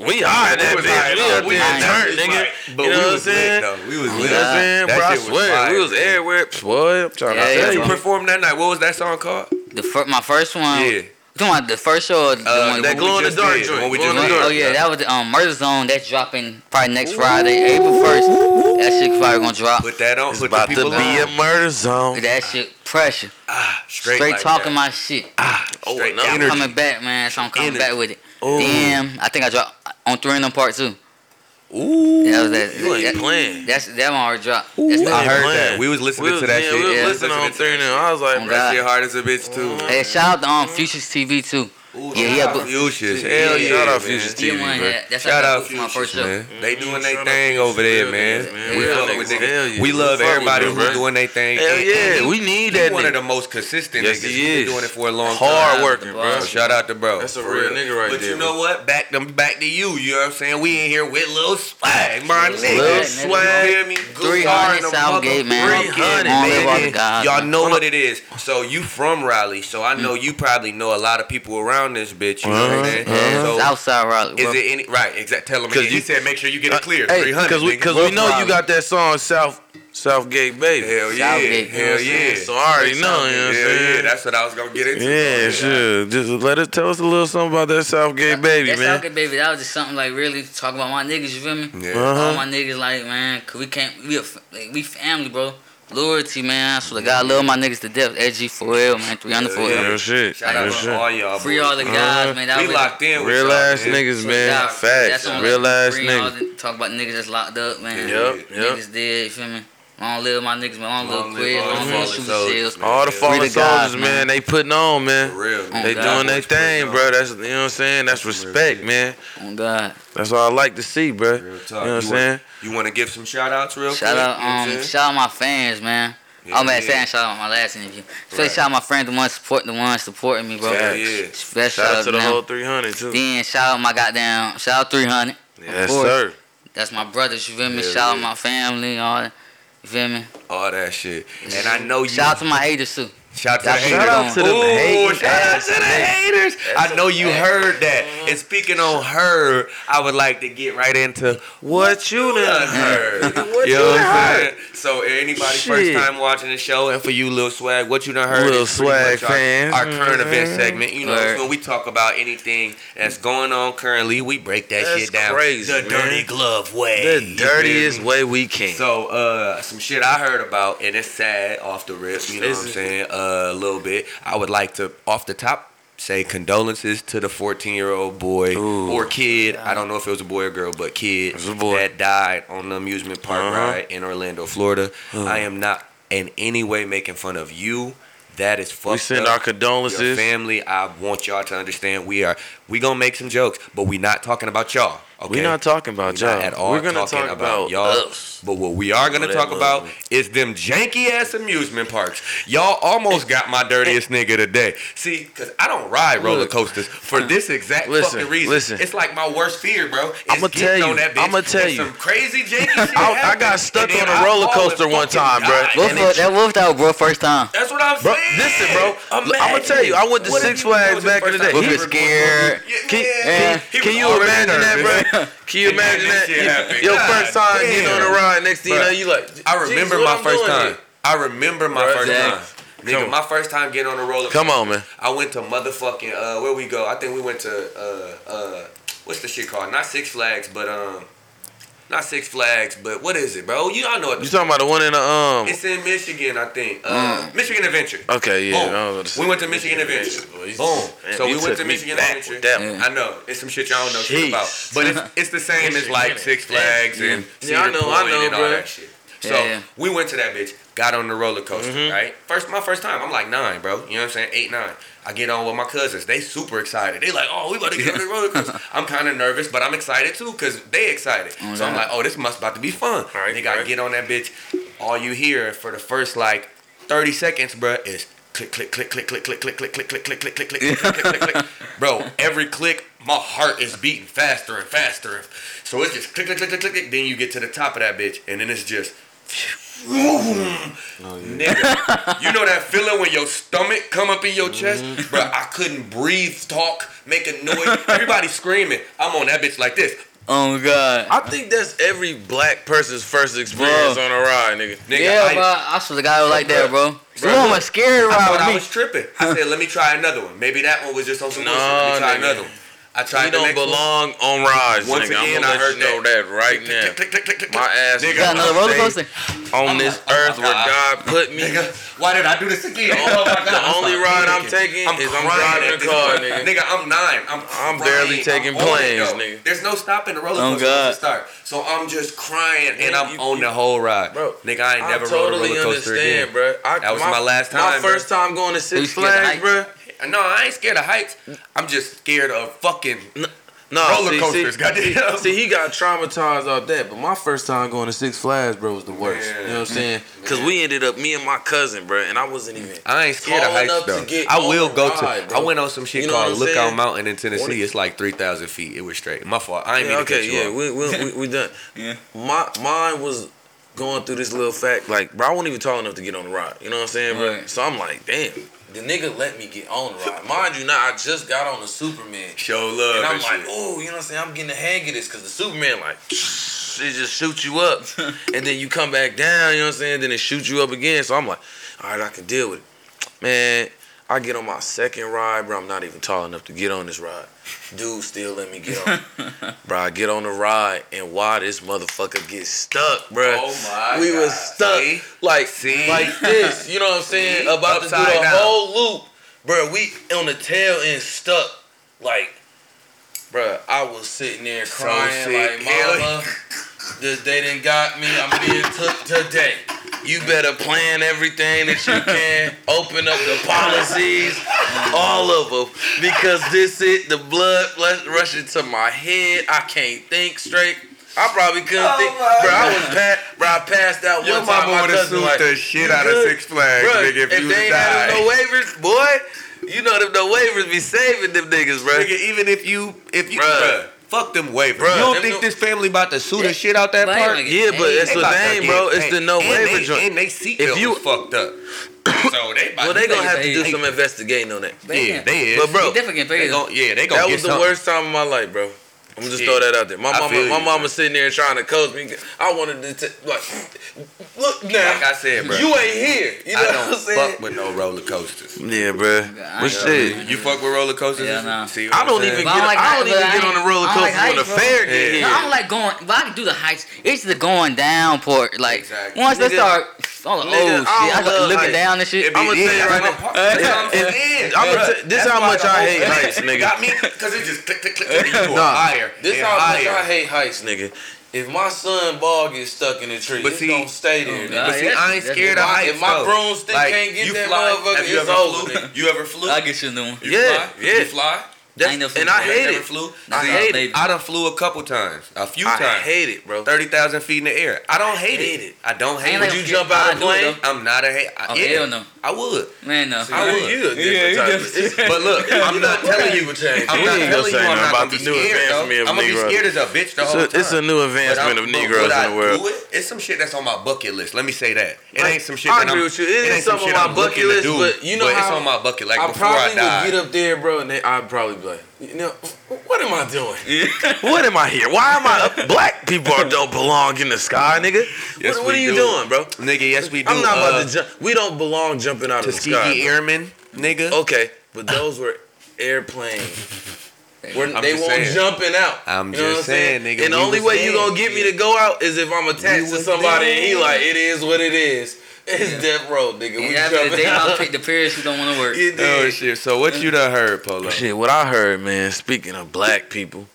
[SPEAKER 3] We high in that
[SPEAKER 2] We was high,
[SPEAKER 3] bitch.
[SPEAKER 2] though.
[SPEAKER 3] We
[SPEAKER 2] We
[SPEAKER 3] up
[SPEAKER 1] was
[SPEAKER 2] lit,
[SPEAKER 3] there turnt, nigga.
[SPEAKER 2] right. But
[SPEAKER 3] you
[SPEAKER 2] we
[SPEAKER 3] know what I'm
[SPEAKER 2] was lit,
[SPEAKER 3] saying?
[SPEAKER 2] though. We was
[SPEAKER 3] You
[SPEAKER 2] lit.
[SPEAKER 3] know what I'm saying?
[SPEAKER 2] That
[SPEAKER 3] Bro, I
[SPEAKER 2] shit was
[SPEAKER 3] swear.
[SPEAKER 2] fire,
[SPEAKER 3] we was
[SPEAKER 2] man.
[SPEAKER 3] everywhere. Psh, Boy, I'm trying
[SPEAKER 1] Yeah,
[SPEAKER 3] to
[SPEAKER 2] You
[SPEAKER 1] yeah.
[SPEAKER 3] tell you.
[SPEAKER 2] performed that night. What was that song called?
[SPEAKER 1] the fir- my first one.
[SPEAKER 2] Yeah.
[SPEAKER 1] You want the first show? Or the
[SPEAKER 2] Uh,
[SPEAKER 1] one
[SPEAKER 2] that
[SPEAKER 1] we
[SPEAKER 2] glow in the
[SPEAKER 1] just
[SPEAKER 2] dark
[SPEAKER 1] did?
[SPEAKER 2] joint.
[SPEAKER 3] What we
[SPEAKER 2] Glow
[SPEAKER 3] just
[SPEAKER 2] in the
[SPEAKER 3] did.
[SPEAKER 2] dark.
[SPEAKER 1] Oh yeah, that was the um, Murder Zone. That's dropping probably next Friday, April first. That shit probably gonna drop.
[SPEAKER 2] Put that on.
[SPEAKER 3] It's
[SPEAKER 2] Put the
[SPEAKER 3] about to
[SPEAKER 2] people
[SPEAKER 3] be a
[SPEAKER 2] on.
[SPEAKER 3] murder zone.
[SPEAKER 1] That shit pressure.
[SPEAKER 2] Ah, straight,
[SPEAKER 1] Straight
[SPEAKER 2] like
[SPEAKER 1] talking
[SPEAKER 2] that.
[SPEAKER 1] my shit.
[SPEAKER 3] Oh,
[SPEAKER 2] Straight
[SPEAKER 3] another
[SPEAKER 2] energy.
[SPEAKER 1] Coming back, man. So I'm coming
[SPEAKER 2] Energy.
[SPEAKER 1] back with it. Damn, I think I dropped on three and them part two.
[SPEAKER 2] Ooh,
[SPEAKER 1] That was that.
[SPEAKER 3] You ain't
[SPEAKER 1] that-
[SPEAKER 3] playing.
[SPEAKER 1] That's that one already dropped. That's
[SPEAKER 2] I
[SPEAKER 1] the,
[SPEAKER 2] heard
[SPEAKER 3] playing.
[SPEAKER 2] that. We was listening
[SPEAKER 3] We was-
[SPEAKER 2] to that
[SPEAKER 3] yeah,
[SPEAKER 2] shit.
[SPEAKER 3] We was
[SPEAKER 1] Yeah.
[SPEAKER 3] listening on
[SPEAKER 2] to
[SPEAKER 3] three
[SPEAKER 2] that
[SPEAKER 3] now. I was like,
[SPEAKER 1] On
[SPEAKER 3] bro.
[SPEAKER 1] God.
[SPEAKER 2] Rest your heart is a bitch too.
[SPEAKER 1] hey, shout out to um, Futures TV too. yeah, yeah, but
[SPEAKER 2] Fuchsias. Hell yeah,
[SPEAKER 3] Yeah, shout out
[SPEAKER 2] man.
[SPEAKER 3] Fuchsias
[SPEAKER 1] he the
[SPEAKER 3] TV,
[SPEAKER 1] one
[SPEAKER 3] bro.
[SPEAKER 1] that- that's
[SPEAKER 2] Shout
[SPEAKER 1] how I
[SPEAKER 2] out
[SPEAKER 1] booked my
[SPEAKER 2] Fuchsias,
[SPEAKER 1] first show.
[SPEAKER 2] man. They doing
[SPEAKER 6] Shout
[SPEAKER 2] their
[SPEAKER 6] out
[SPEAKER 2] thing over there, man.
[SPEAKER 3] man.
[SPEAKER 2] We
[SPEAKER 3] Yeah,
[SPEAKER 2] fuck
[SPEAKER 3] niggas.
[SPEAKER 2] with
[SPEAKER 3] Hell
[SPEAKER 2] niggas.
[SPEAKER 3] yeah.
[SPEAKER 2] We love
[SPEAKER 3] Fuck with
[SPEAKER 2] everybody
[SPEAKER 3] them,
[SPEAKER 2] who's
[SPEAKER 3] bro.
[SPEAKER 2] doing their thing.
[SPEAKER 3] Hell
[SPEAKER 2] And- and
[SPEAKER 3] yeah,
[SPEAKER 2] he-
[SPEAKER 3] we need
[SPEAKER 2] he
[SPEAKER 3] that
[SPEAKER 2] one of
[SPEAKER 3] nigga.
[SPEAKER 2] the most consistent
[SPEAKER 3] Yes,
[SPEAKER 2] niggas.
[SPEAKER 3] he
[SPEAKER 2] been
[SPEAKER 3] is.
[SPEAKER 2] doing it for a long time.
[SPEAKER 3] Hard
[SPEAKER 1] out
[SPEAKER 3] working,
[SPEAKER 1] the
[SPEAKER 3] bro.
[SPEAKER 1] boss.
[SPEAKER 2] Shout out to bro.
[SPEAKER 6] That's a
[SPEAKER 2] For
[SPEAKER 6] real nigga right
[SPEAKER 2] but
[SPEAKER 6] there,
[SPEAKER 2] you know what? Back them back to you. You know what I'm saying? We in here with Lil Swag, my
[SPEAKER 1] Lil Swag,
[SPEAKER 2] nigga. Swag. You hear me?
[SPEAKER 1] Three hundred Southgate, man.
[SPEAKER 3] 300,
[SPEAKER 1] Long live all the
[SPEAKER 2] Baby,
[SPEAKER 1] gods,
[SPEAKER 2] Y'all
[SPEAKER 1] man.
[SPEAKER 2] know what it is. So you from Raleigh, so I
[SPEAKER 3] Mm.
[SPEAKER 2] know you probably know a lot of people around this bitch. You know what I'm
[SPEAKER 3] Uh-huh,
[SPEAKER 2] saying?
[SPEAKER 1] Yeah,
[SPEAKER 2] So
[SPEAKER 1] Southside Raleigh.
[SPEAKER 2] is
[SPEAKER 1] bro.
[SPEAKER 2] it any right? Exact. Tell him.
[SPEAKER 3] 'Cause
[SPEAKER 2] Because
[SPEAKER 3] you-
[SPEAKER 2] you
[SPEAKER 3] Uh,
[SPEAKER 2] said make sure you get it clear.
[SPEAKER 3] Hey,
[SPEAKER 2] Three hundred.
[SPEAKER 3] Cause we, cause we know you got that song South Southgate Baby.
[SPEAKER 2] Hell yeah!
[SPEAKER 1] Southgate, you know
[SPEAKER 2] Hell
[SPEAKER 1] what I'm
[SPEAKER 2] yeah!
[SPEAKER 3] So I already know, you know what I'm
[SPEAKER 2] Hell yeah!
[SPEAKER 3] saying?
[SPEAKER 2] That's what I was gonna get into.
[SPEAKER 3] Yeah, sure. Just let us tell us a little something about that Southgate Baby,
[SPEAKER 1] That's
[SPEAKER 3] man.
[SPEAKER 1] Southgate, baby. That was just something like really talking about my niggas. You feel me?
[SPEAKER 2] Yeah.
[SPEAKER 3] Uh-huh.
[SPEAKER 1] All my niggas like man, cause we can't we a, f- like, we family, bro. Loyalty, man. I swear to God, I love my niggas to death. SG for real, man. 300 for
[SPEAKER 3] Real
[SPEAKER 1] real.
[SPEAKER 3] shit.
[SPEAKER 2] Shout
[SPEAKER 3] Real
[SPEAKER 2] out to all
[SPEAKER 3] shit.
[SPEAKER 2] y'all.
[SPEAKER 1] Free all the
[SPEAKER 3] Uh-huh.
[SPEAKER 2] boys.
[SPEAKER 1] guys, man. That
[SPEAKER 2] We
[SPEAKER 1] was-
[SPEAKER 2] locked in. With
[SPEAKER 3] Real
[SPEAKER 2] y'all,
[SPEAKER 3] ass
[SPEAKER 2] man.
[SPEAKER 3] niggas, man.
[SPEAKER 1] Yeah,
[SPEAKER 3] Facts.
[SPEAKER 1] That's on, like,
[SPEAKER 3] Real ass
[SPEAKER 1] free and all
[SPEAKER 3] niggas.
[SPEAKER 1] the- Talk about niggas that's locked up, man.
[SPEAKER 2] Yup,
[SPEAKER 3] Yep, yep.
[SPEAKER 1] Niggas dead. You feel me? Long live my niggas, man. Long
[SPEAKER 2] Long
[SPEAKER 1] live Quiz.
[SPEAKER 2] live all the
[SPEAKER 1] Long live
[SPEAKER 2] fallen
[SPEAKER 1] Shooter
[SPEAKER 2] soldiers,
[SPEAKER 1] Sales.
[SPEAKER 2] man.
[SPEAKER 3] All the
[SPEAKER 2] Yeah.
[SPEAKER 3] fallen
[SPEAKER 1] Free
[SPEAKER 3] soldiers,
[SPEAKER 1] the God,
[SPEAKER 3] man.
[SPEAKER 1] man.
[SPEAKER 3] they putting on, man.
[SPEAKER 2] For real. man.
[SPEAKER 3] They
[SPEAKER 1] God,
[SPEAKER 3] doing
[SPEAKER 2] boys,
[SPEAKER 3] their thing,
[SPEAKER 2] real
[SPEAKER 3] bro. That's you know what I'm saying. That's respect, man.
[SPEAKER 1] On Oh, God.
[SPEAKER 3] That's all I like to see, bro. You know
[SPEAKER 2] Real
[SPEAKER 3] what
[SPEAKER 2] talk.
[SPEAKER 3] I'm
[SPEAKER 2] You wanna-
[SPEAKER 3] saying?
[SPEAKER 2] You want to give some shout outs real
[SPEAKER 1] Shout
[SPEAKER 2] quick?
[SPEAKER 1] out,
[SPEAKER 2] You know what I'm
[SPEAKER 1] um,
[SPEAKER 2] saying?
[SPEAKER 1] shout out my fans, man. I'm
[SPEAKER 2] Yeah,
[SPEAKER 1] at
[SPEAKER 2] yeah.
[SPEAKER 1] saying shout out my last interview. Say
[SPEAKER 2] Right.
[SPEAKER 1] shout out my friends, the ones support, the ones supporting me, bro.
[SPEAKER 2] Yeah, yeah.
[SPEAKER 1] Special
[SPEAKER 3] Shout out to the
[SPEAKER 1] them.
[SPEAKER 3] whole 300 too.
[SPEAKER 1] Then shout out my goddamn shout out 300.
[SPEAKER 3] Yes,
[SPEAKER 1] course.
[SPEAKER 3] sir.
[SPEAKER 1] That's my brothers. You feel me?
[SPEAKER 2] Yeah,
[SPEAKER 1] shout out
[SPEAKER 2] yeah.
[SPEAKER 1] my family, and all that. You feel me?
[SPEAKER 2] all that shit. And I know you.
[SPEAKER 1] Shout out to my haters too.
[SPEAKER 2] Shout out to the
[SPEAKER 1] Shout
[SPEAKER 2] haters.
[SPEAKER 1] out to
[SPEAKER 3] them
[SPEAKER 2] Ooh,
[SPEAKER 3] hating
[SPEAKER 2] shout out to the haters. I know you heard that. And speaking on her, I would like to get right into what you done heard. you know what I'm saying? So anybody first
[SPEAKER 3] Shit.
[SPEAKER 2] time watching the show, and for you, Lil Swag, what you done heard?
[SPEAKER 3] Lil
[SPEAKER 2] is pretty much
[SPEAKER 3] Swag
[SPEAKER 2] our-
[SPEAKER 3] fans. Mm-hmm.
[SPEAKER 2] Our current event segment. You know, it's
[SPEAKER 1] Word.
[SPEAKER 2] when we talk about anything that's going on currently, we break that
[SPEAKER 3] That's
[SPEAKER 2] shit down.
[SPEAKER 3] crazy,
[SPEAKER 2] the
[SPEAKER 3] man.
[SPEAKER 2] dirty glove way. You
[SPEAKER 3] The
[SPEAKER 2] feel
[SPEAKER 3] dirtiest
[SPEAKER 2] me?
[SPEAKER 3] way we can.
[SPEAKER 2] So uh some shit I heard about and it's sad off the rip, you know what I'm saying? Uh, a little bit. I would like to off the top say condolences to the 14 year old boy
[SPEAKER 3] Ooh.
[SPEAKER 2] or kid. I don't know if it was a boy or girl, but kid
[SPEAKER 3] was a boy.
[SPEAKER 2] that died on the amusement park
[SPEAKER 3] Uh-huh.
[SPEAKER 2] ride in Orlando, Florida. I am not in any way making fun of you. That is fucked
[SPEAKER 3] we send
[SPEAKER 2] up.
[SPEAKER 3] our
[SPEAKER 2] Your
[SPEAKER 3] condolences.
[SPEAKER 2] family, I want y'all to understand we are we gonna make some jokes, but we not talking about y'all. Okay?
[SPEAKER 3] We're not talking about
[SPEAKER 2] We're
[SPEAKER 3] y'all.
[SPEAKER 2] not at all
[SPEAKER 3] We're gonna
[SPEAKER 2] talking
[SPEAKER 3] talk
[SPEAKER 2] about,
[SPEAKER 3] about
[SPEAKER 2] y'all.
[SPEAKER 3] us.
[SPEAKER 2] But what we are going
[SPEAKER 3] Oh,
[SPEAKER 2] to
[SPEAKER 3] that
[SPEAKER 2] talk about
[SPEAKER 3] motherfucker.
[SPEAKER 2] is them janky ass amusement parks. Y'all almost got my dirtiest nigga today. See, because I don't ride roller
[SPEAKER 3] Look.
[SPEAKER 2] coasters for this exact
[SPEAKER 3] Listen,
[SPEAKER 2] fucking reason.
[SPEAKER 3] listen.
[SPEAKER 2] It's like my worst fear, bro. Is
[SPEAKER 3] I'ma
[SPEAKER 2] getting
[SPEAKER 3] tell you,
[SPEAKER 2] On that bitch
[SPEAKER 3] I'ma tell
[SPEAKER 2] and
[SPEAKER 3] you.
[SPEAKER 2] Some crazy janky shit.
[SPEAKER 3] I- I got
[SPEAKER 2] happens,
[SPEAKER 3] stuck
[SPEAKER 2] and then
[SPEAKER 3] on a
[SPEAKER 2] I
[SPEAKER 3] roller
[SPEAKER 2] fall and
[SPEAKER 3] coaster one
[SPEAKER 2] fucking
[SPEAKER 3] time, bro.
[SPEAKER 2] died.
[SPEAKER 1] Wolf
[SPEAKER 3] And it-
[SPEAKER 1] that wolfed out, bro. First time.
[SPEAKER 2] That's what I'm
[SPEAKER 3] Bro,
[SPEAKER 2] saying.
[SPEAKER 3] listen, bro. I'm- I'ma tell you, I went to
[SPEAKER 2] What if
[SPEAKER 3] Six
[SPEAKER 2] you was
[SPEAKER 3] Flags back in the day.
[SPEAKER 2] first time?
[SPEAKER 1] Wolf is scared.
[SPEAKER 2] Yeah,
[SPEAKER 3] Can,
[SPEAKER 2] yeah.
[SPEAKER 3] can-
[SPEAKER 2] He was
[SPEAKER 3] can you
[SPEAKER 2] already
[SPEAKER 3] imagine
[SPEAKER 2] nervous.
[SPEAKER 3] that, bro? Can you
[SPEAKER 2] And then
[SPEAKER 3] imagine
[SPEAKER 2] this shit
[SPEAKER 3] that?
[SPEAKER 2] happened.
[SPEAKER 3] Your
[SPEAKER 2] God
[SPEAKER 3] first time getting on
[SPEAKER 2] damn.
[SPEAKER 3] the ride, next thing you
[SPEAKER 2] Bruh.
[SPEAKER 3] know, you like.
[SPEAKER 2] I remember
[SPEAKER 3] "Jesus,
[SPEAKER 2] my
[SPEAKER 3] what I'm
[SPEAKER 2] first
[SPEAKER 3] doing
[SPEAKER 2] time.
[SPEAKER 3] here?"
[SPEAKER 2] I remember my
[SPEAKER 3] Bruh,
[SPEAKER 2] first
[SPEAKER 3] Zach,
[SPEAKER 2] time.
[SPEAKER 3] come
[SPEAKER 2] Nigga,
[SPEAKER 3] on.
[SPEAKER 2] my first time getting on a roller.
[SPEAKER 3] Come on, man.
[SPEAKER 2] I went to motherfucking uh, where we go. I think we went to uh, uh, what's the shit called? Not Six Flags, but um, not Six Flags, but what is it, bro? You all know what
[SPEAKER 3] You
[SPEAKER 2] the
[SPEAKER 3] talking about the one in the um?
[SPEAKER 2] it's in Michigan, I think. Uh,
[SPEAKER 3] Mm.
[SPEAKER 2] Michigan Adventure.
[SPEAKER 3] Okay, yeah.
[SPEAKER 2] Boom.
[SPEAKER 3] I was about to say-
[SPEAKER 2] We went to Michigan Adventure.
[SPEAKER 3] Boy, you-
[SPEAKER 2] Boom.
[SPEAKER 3] Man,
[SPEAKER 2] So
[SPEAKER 3] you
[SPEAKER 2] we went
[SPEAKER 3] took
[SPEAKER 2] to
[SPEAKER 3] me
[SPEAKER 2] Michigan
[SPEAKER 3] back
[SPEAKER 2] Adventure.
[SPEAKER 3] with that one.
[SPEAKER 1] Yeah.
[SPEAKER 2] I know it's some shit y'all don't know
[SPEAKER 3] Jeez.
[SPEAKER 2] shit about, but it's, it's the same as like Six Flags and Cedar
[SPEAKER 3] Yeah, I know, I
[SPEAKER 2] Point
[SPEAKER 3] know,
[SPEAKER 2] and all
[SPEAKER 3] bruh.
[SPEAKER 2] that shit. So
[SPEAKER 1] Yeah, yeah.
[SPEAKER 2] we went to that bitch, got on the roller coaster,
[SPEAKER 3] Mm-hmm.
[SPEAKER 2] right? First, my first time, I'm like nine, bro. You know what I'm saying? Eight, nine. I get on with my cousins. They super excited. They like, oh, we about to get on the roller coaster. I'm kind of nervous, but I'm excited too, cause they excited.
[SPEAKER 1] Oh,
[SPEAKER 2] so I'm
[SPEAKER 1] yeah.
[SPEAKER 2] like, oh, this must about to be fun.
[SPEAKER 3] Right,
[SPEAKER 2] Nigga, I
[SPEAKER 3] right.
[SPEAKER 2] get on that bitch. All you hear for the first like 30 seconds, bruh, is click, click, click, click, click, click, click, click, click, click, click, click, click, click, click, click, click, click, click. Bro, every click, my heart is beating faster and faster. So it's just click, click, click, click, click, click. Then you get to the top of that bitch, and then it's just.
[SPEAKER 1] Oh,
[SPEAKER 2] Nigga, you know that feeling when your stomach come up in your chest,
[SPEAKER 1] Mm-hmm.
[SPEAKER 2] bro. I couldn't breathe, talk, make a noise. Everybody screaming. I'm on that bitch like this.
[SPEAKER 1] Oh my god.
[SPEAKER 3] I think that's every black person's first experience
[SPEAKER 1] Bruh.
[SPEAKER 3] on a ride, nigga.
[SPEAKER 2] Nigga,
[SPEAKER 1] yeah,
[SPEAKER 2] I,
[SPEAKER 1] bro. I swear to God, I was like that, bro. You on my scary
[SPEAKER 2] I thought
[SPEAKER 1] ride
[SPEAKER 2] I
[SPEAKER 1] with
[SPEAKER 2] was
[SPEAKER 1] me.
[SPEAKER 2] tripping. I said, let me try another one. Maybe that one was just on some bullshit. Let me
[SPEAKER 3] Nah,
[SPEAKER 2] try
[SPEAKER 3] nigga.
[SPEAKER 2] another one. I tried
[SPEAKER 3] You
[SPEAKER 2] the
[SPEAKER 3] don't
[SPEAKER 2] next one.
[SPEAKER 3] belong on rides,
[SPEAKER 2] Once
[SPEAKER 3] nigga.
[SPEAKER 2] again,
[SPEAKER 3] I'm gonna
[SPEAKER 2] I
[SPEAKER 3] let
[SPEAKER 2] heard
[SPEAKER 3] you know that, right
[SPEAKER 2] Click,
[SPEAKER 3] now.
[SPEAKER 2] click, click, click, click,
[SPEAKER 3] My
[SPEAKER 2] click.
[SPEAKER 3] ass
[SPEAKER 2] Nigga,
[SPEAKER 3] is
[SPEAKER 1] Got another
[SPEAKER 3] gonna
[SPEAKER 1] roller
[SPEAKER 3] stay
[SPEAKER 1] coaster.
[SPEAKER 3] on this
[SPEAKER 2] oh my
[SPEAKER 3] earth where
[SPEAKER 2] God.
[SPEAKER 3] God put me.
[SPEAKER 2] Nigga, why did I do this again? Oh my God.
[SPEAKER 3] The
[SPEAKER 2] I'm
[SPEAKER 3] only
[SPEAKER 2] like,
[SPEAKER 3] ride I'm
[SPEAKER 2] nigga,
[SPEAKER 3] taking is I'm
[SPEAKER 2] crying at
[SPEAKER 3] driving the
[SPEAKER 2] this
[SPEAKER 3] car,
[SPEAKER 2] point.
[SPEAKER 3] nigga.
[SPEAKER 2] Nigga, I'm nine. I'm,
[SPEAKER 3] I'm barely
[SPEAKER 2] crying.
[SPEAKER 3] taking
[SPEAKER 2] I'm on it,
[SPEAKER 3] planes,
[SPEAKER 2] yo.
[SPEAKER 3] nigga.
[SPEAKER 2] The's no stopping the roller
[SPEAKER 1] Oh,
[SPEAKER 2] coaster
[SPEAKER 1] God.
[SPEAKER 2] to start. So I'm just crying and
[SPEAKER 3] Man,
[SPEAKER 2] I'm
[SPEAKER 3] you-
[SPEAKER 2] on
[SPEAKER 3] you-
[SPEAKER 2] the whole ride.
[SPEAKER 3] Bro,
[SPEAKER 2] nigga, I ain't never rode a roller coaster again.
[SPEAKER 3] bro. I,
[SPEAKER 2] That was my last
[SPEAKER 3] My
[SPEAKER 2] time, bro.
[SPEAKER 3] first time going to
[SPEAKER 1] You
[SPEAKER 3] Six
[SPEAKER 1] scared of
[SPEAKER 3] Flags,
[SPEAKER 1] heights?
[SPEAKER 3] bro.
[SPEAKER 2] No, I ain't scared of heights. I'm just scared of fucking
[SPEAKER 3] No,
[SPEAKER 2] roller
[SPEAKER 3] see,
[SPEAKER 2] coasters.
[SPEAKER 3] See,
[SPEAKER 2] Goddamn.
[SPEAKER 3] see, he got traumatized off that, but my first time going to Six Flags, bro, was the worst.
[SPEAKER 2] Man.
[SPEAKER 3] You know what I'm saying? Because we ended up, me and my cousin, bro, and I wasn't even.
[SPEAKER 2] I ain't scared of
[SPEAKER 3] Tall
[SPEAKER 2] heights
[SPEAKER 3] enough to
[SPEAKER 2] though.
[SPEAKER 3] get
[SPEAKER 2] I
[SPEAKER 3] on
[SPEAKER 2] will
[SPEAKER 3] the
[SPEAKER 2] go
[SPEAKER 3] ride,
[SPEAKER 2] to.
[SPEAKER 3] bro.
[SPEAKER 2] I went on some shit
[SPEAKER 3] You know
[SPEAKER 2] called
[SPEAKER 3] what I'm
[SPEAKER 2] Lookout
[SPEAKER 3] saying?
[SPEAKER 2] Mountain in Tennessee.
[SPEAKER 3] Wanna-
[SPEAKER 2] It's like three thousand feet. It was straight. My fault. I ain't
[SPEAKER 3] Yeah,
[SPEAKER 2] mean to
[SPEAKER 3] okay,
[SPEAKER 2] cut you
[SPEAKER 3] yeah,
[SPEAKER 2] off.
[SPEAKER 3] we, we, we, we done. My Mine was going through this little fact, like, bro, I wasn't even tall enough to get on the ride. You know what I'm saying, bro?
[SPEAKER 1] Right.
[SPEAKER 3] So I'm like, damn, the nigga let me get on the ride. Mind you, now I just got on the Superman.
[SPEAKER 2] Show love
[SPEAKER 3] And
[SPEAKER 2] and,
[SPEAKER 3] I'm
[SPEAKER 2] shit.
[SPEAKER 3] like, oh, you know what I'm saying? I'm getting the hang of this because the Superman, like, it just shoots you up. and then you come back down, you know what I'm saying? Then it shoots you up again. So I'm like, all right, I can deal with it. Man, I get on my second ride, bro. I'm not even tall enough to get on this ride. Dude still let me get on. bro, I get on the ride, and why this motherfucker get stuck, bro?
[SPEAKER 2] Oh my
[SPEAKER 3] We
[SPEAKER 2] God.
[SPEAKER 3] was stuck
[SPEAKER 2] See?
[SPEAKER 3] like
[SPEAKER 2] See?
[SPEAKER 3] like this, you know what I'm saying?
[SPEAKER 2] See?
[SPEAKER 3] About to do
[SPEAKER 2] Upside
[SPEAKER 3] the
[SPEAKER 2] down.
[SPEAKER 3] whole loop, bro. We on the tail end stuck, like, bro. I was sitting there crying
[SPEAKER 2] sick.
[SPEAKER 3] like,
[SPEAKER 2] Hell
[SPEAKER 3] mama, this they didn't got me. I'm being took today. You better plan everything that you can. Open up the policies, all of them, because this it. The blood rush- rushing to my head. I can't think straight. I probably couldn't
[SPEAKER 2] Oh
[SPEAKER 3] think,
[SPEAKER 2] my
[SPEAKER 3] bro. I was pat, bro. I passed out
[SPEAKER 2] Your
[SPEAKER 3] one time.
[SPEAKER 2] mama
[SPEAKER 3] my
[SPEAKER 2] would have
[SPEAKER 3] cousin
[SPEAKER 2] sued
[SPEAKER 3] like,
[SPEAKER 2] the shit
[SPEAKER 3] "You
[SPEAKER 2] out of
[SPEAKER 3] good?"
[SPEAKER 2] Six Flags,
[SPEAKER 3] Bruh,
[SPEAKER 2] nigga. If, you
[SPEAKER 3] they ain't
[SPEAKER 2] died.
[SPEAKER 3] had no waivers, boy, you know them no waivers be saving them niggas, bro.
[SPEAKER 2] Nigga, even if you, if you,
[SPEAKER 3] Bruh.
[SPEAKER 2] bruh, fuck them waivers.
[SPEAKER 3] Bruh,
[SPEAKER 2] you don't
[SPEAKER 3] them
[SPEAKER 2] think
[SPEAKER 3] no-
[SPEAKER 2] this family about to sue the shit out that
[SPEAKER 1] Wait a
[SPEAKER 2] park?
[SPEAKER 1] minute.
[SPEAKER 3] Yeah, but it's
[SPEAKER 2] They
[SPEAKER 3] the
[SPEAKER 2] about to
[SPEAKER 3] thing,
[SPEAKER 2] get
[SPEAKER 3] bro. It's the
[SPEAKER 2] paid.
[SPEAKER 3] no
[SPEAKER 2] and
[SPEAKER 3] waiver
[SPEAKER 2] they,
[SPEAKER 3] joint.
[SPEAKER 2] And they
[SPEAKER 3] If
[SPEAKER 2] seatbelt
[SPEAKER 3] you-
[SPEAKER 2] was fucked up. So they about
[SPEAKER 3] Well, they
[SPEAKER 2] to
[SPEAKER 3] gonna have to
[SPEAKER 1] paid.
[SPEAKER 3] do some investigating on that.
[SPEAKER 2] Yeah, they is.
[SPEAKER 3] But bro,
[SPEAKER 1] You definitely get
[SPEAKER 2] they
[SPEAKER 1] paid.
[SPEAKER 2] gon' yeah, they gonna
[SPEAKER 3] that
[SPEAKER 2] get
[SPEAKER 3] was the
[SPEAKER 2] something.
[SPEAKER 3] worst time of my life, bro. I'm just
[SPEAKER 2] Yeah.
[SPEAKER 3] throw that out there. My
[SPEAKER 2] I
[SPEAKER 3] mama,
[SPEAKER 2] feel
[SPEAKER 3] my
[SPEAKER 2] you,
[SPEAKER 3] mama
[SPEAKER 2] bro.
[SPEAKER 3] sitting there trying to coach me. I wanted to t- like, look now,
[SPEAKER 2] Like I said, bro.
[SPEAKER 3] you ain't here. You know
[SPEAKER 2] I
[SPEAKER 3] what
[SPEAKER 2] don't
[SPEAKER 3] I'm saying?
[SPEAKER 2] fuck with no roller coasters.
[SPEAKER 3] Yeah, bro.
[SPEAKER 1] I
[SPEAKER 3] But
[SPEAKER 1] ain't
[SPEAKER 3] shit,
[SPEAKER 2] You fuck with roller coasters?
[SPEAKER 1] Yeah, nah.
[SPEAKER 2] See what
[SPEAKER 3] I
[SPEAKER 2] I'm
[SPEAKER 3] don't
[SPEAKER 2] saying?
[SPEAKER 3] even
[SPEAKER 1] But I
[SPEAKER 3] get.
[SPEAKER 1] don't like
[SPEAKER 3] I
[SPEAKER 1] heights,
[SPEAKER 3] don't even
[SPEAKER 1] but I
[SPEAKER 3] get on
[SPEAKER 1] ain't-
[SPEAKER 3] the roller
[SPEAKER 1] I don't like
[SPEAKER 3] coaster when the
[SPEAKER 1] heights, bro.
[SPEAKER 3] fair get
[SPEAKER 1] No, I don't
[SPEAKER 3] here.
[SPEAKER 1] like going. Well, I can do the heights. It's the going down part. Like
[SPEAKER 2] Exactly.
[SPEAKER 1] once they
[SPEAKER 3] Nigga,
[SPEAKER 1] start, I'm like, oh
[SPEAKER 3] nigga,
[SPEAKER 1] shit!
[SPEAKER 3] I
[SPEAKER 1] I
[SPEAKER 3] love
[SPEAKER 1] start looking
[SPEAKER 3] heights.
[SPEAKER 1] down and shit.
[SPEAKER 2] It be
[SPEAKER 3] I'ma
[SPEAKER 2] dead.
[SPEAKER 3] tell you right
[SPEAKER 2] I'm
[SPEAKER 3] now.
[SPEAKER 2] a- that's what I'm
[SPEAKER 3] Yeah.
[SPEAKER 2] saying.
[SPEAKER 3] I'ma
[SPEAKER 2] Bruh,
[SPEAKER 3] tell- this
[SPEAKER 2] that's
[SPEAKER 3] how
[SPEAKER 2] why
[SPEAKER 3] much
[SPEAKER 2] the
[SPEAKER 3] I
[SPEAKER 2] whole
[SPEAKER 3] hate
[SPEAKER 2] thing
[SPEAKER 3] heights, nigga.
[SPEAKER 2] Got me because it just click click click click. and You
[SPEAKER 3] Nah.
[SPEAKER 2] nah, higher
[SPEAKER 3] This
[SPEAKER 2] and
[SPEAKER 3] how much I
[SPEAKER 2] higher.
[SPEAKER 3] hate heights, nigga. If my son ball gets stuck in the tree,
[SPEAKER 2] But
[SPEAKER 3] it's
[SPEAKER 2] see-
[SPEAKER 3] gonna stay there.
[SPEAKER 1] Oh,
[SPEAKER 3] nigga.
[SPEAKER 1] God.
[SPEAKER 2] But see, I
[SPEAKER 1] That's-
[SPEAKER 2] ain't scared of
[SPEAKER 1] that's-
[SPEAKER 2] heights.
[SPEAKER 3] if my
[SPEAKER 2] though.
[SPEAKER 3] broomstick
[SPEAKER 2] Like,
[SPEAKER 3] can't get
[SPEAKER 2] you
[SPEAKER 3] that
[SPEAKER 2] fly-
[SPEAKER 3] motherfucker,
[SPEAKER 2] have you
[SPEAKER 3] it's
[SPEAKER 2] ever
[SPEAKER 3] over,
[SPEAKER 2] flew?
[SPEAKER 3] nigga.
[SPEAKER 2] You ever flew?
[SPEAKER 1] I get you a new one.
[SPEAKER 2] You
[SPEAKER 3] Yeah,
[SPEAKER 2] fly?
[SPEAKER 3] yeah.
[SPEAKER 2] You fly?
[SPEAKER 1] I ain't
[SPEAKER 3] That's,
[SPEAKER 1] never
[SPEAKER 3] and
[SPEAKER 1] flew
[SPEAKER 3] I
[SPEAKER 1] before.
[SPEAKER 3] hate
[SPEAKER 2] never
[SPEAKER 3] it.
[SPEAKER 2] flew.
[SPEAKER 3] I
[SPEAKER 2] See,
[SPEAKER 3] hate
[SPEAKER 1] baby.
[SPEAKER 3] it.
[SPEAKER 2] I done flew a couple times, a few
[SPEAKER 3] I
[SPEAKER 2] times,
[SPEAKER 3] hate it, bro.
[SPEAKER 2] thirty thousand feet in the air. I don't hate,
[SPEAKER 3] hate
[SPEAKER 2] it.
[SPEAKER 3] it.
[SPEAKER 2] I don't
[SPEAKER 1] I
[SPEAKER 2] hate
[SPEAKER 1] ain't
[SPEAKER 3] Would
[SPEAKER 1] like-
[SPEAKER 3] you
[SPEAKER 2] it.
[SPEAKER 3] jump out
[SPEAKER 1] I
[SPEAKER 3] of a
[SPEAKER 1] do it,
[SPEAKER 3] plane?
[SPEAKER 1] though.
[SPEAKER 2] I'm not a hate. I,
[SPEAKER 1] Oh,
[SPEAKER 2] yeah,
[SPEAKER 1] hell no.
[SPEAKER 2] I would.
[SPEAKER 1] Man, no.
[SPEAKER 3] I would. You a different type of-
[SPEAKER 2] But look, I'm not telling you. I'm
[SPEAKER 3] We
[SPEAKER 2] not
[SPEAKER 3] ain't gonna
[SPEAKER 2] telling you.
[SPEAKER 3] say
[SPEAKER 2] I'm
[SPEAKER 3] nothing
[SPEAKER 2] not
[SPEAKER 3] about
[SPEAKER 2] gonna be
[SPEAKER 3] the new
[SPEAKER 2] scared. Though. I'm
[SPEAKER 3] advancement of
[SPEAKER 2] gonna be
[SPEAKER 3] Negroes.
[SPEAKER 2] scared as a bitch the
[SPEAKER 3] It's
[SPEAKER 2] whole
[SPEAKER 3] a,
[SPEAKER 2] time.
[SPEAKER 3] it's a new
[SPEAKER 2] But I'm-
[SPEAKER 3] advancement of
[SPEAKER 2] but
[SPEAKER 3] Negroes
[SPEAKER 2] would I
[SPEAKER 3] in the world.
[SPEAKER 2] do it? It's some shit that's on my bucket list. Let me say that. It
[SPEAKER 3] Like,
[SPEAKER 2] ain't some shit.
[SPEAKER 3] I
[SPEAKER 2] that
[SPEAKER 3] agree
[SPEAKER 2] I'm,
[SPEAKER 3] with you. It is
[SPEAKER 2] ain't some
[SPEAKER 3] something
[SPEAKER 2] shit
[SPEAKER 3] on
[SPEAKER 2] I'm
[SPEAKER 3] my bucket
[SPEAKER 2] looking to
[SPEAKER 3] list,
[SPEAKER 2] do,
[SPEAKER 3] but you know
[SPEAKER 2] it's
[SPEAKER 3] how-
[SPEAKER 2] on my bucket. Like
[SPEAKER 3] I
[SPEAKER 2] before I
[SPEAKER 3] probably would
[SPEAKER 2] die,
[SPEAKER 3] get up there, bro, and they, I'd probably be like, you know, what am I doing? what am I here? Why am I up? Black people don't belong in the sky, nigga.
[SPEAKER 2] Yes,
[SPEAKER 3] what what are
[SPEAKER 2] we
[SPEAKER 3] you
[SPEAKER 2] do.
[SPEAKER 3] doing, bro?
[SPEAKER 2] nigga. Yes, we do.
[SPEAKER 3] I'm not
[SPEAKER 2] uh, Oh,
[SPEAKER 3] about to jump. We don't belong jumping out of the sky.
[SPEAKER 2] Tuskegee Airmen, nigga.
[SPEAKER 3] bro. Okay, but those were airplanes. We're,
[SPEAKER 2] I'm
[SPEAKER 3] they
[SPEAKER 2] just
[SPEAKER 3] weren't
[SPEAKER 2] saying.
[SPEAKER 3] jumping out.
[SPEAKER 2] I'm
[SPEAKER 3] You know
[SPEAKER 2] just
[SPEAKER 3] what
[SPEAKER 2] saying, nigga,
[SPEAKER 3] And the
[SPEAKER 2] we
[SPEAKER 3] only
[SPEAKER 2] was
[SPEAKER 3] way you
[SPEAKER 2] there.
[SPEAKER 3] gonna get me to go out is if I'm
[SPEAKER 2] We
[SPEAKER 3] attached to
[SPEAKER 2] was
[SPEAKER 3] somebody and he
[SPEAKER 2] there.
[SPEAKER 3] like, it is what it is. It's death row, nigga. We
[SPEAKER 1] Yeah, after the
[SPEAKER 3] jumping
[SPEAKER 1] day I
[SPEAKER 3] out.
[SPEAKER 1] picked the parents who don't want to work.
[SPEAKER 3] You
[SPEAKER 2] Oh
[SPEAKER 3] dig?
[SPEAKER 2] shit. So what you done heard, Polo?
[SPEAKER 3] Shit, what I heard, man, speaking of black people,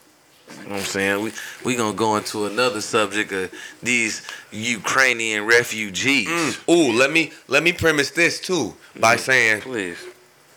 [SPEAKER 3] you know what I'm saying? We we gonna go into another subject of these Ukrainian refugees.
[SPEAKER 2] Mm. Ooh, let me let me premise this too by saying
[SPEAKER 3] Please.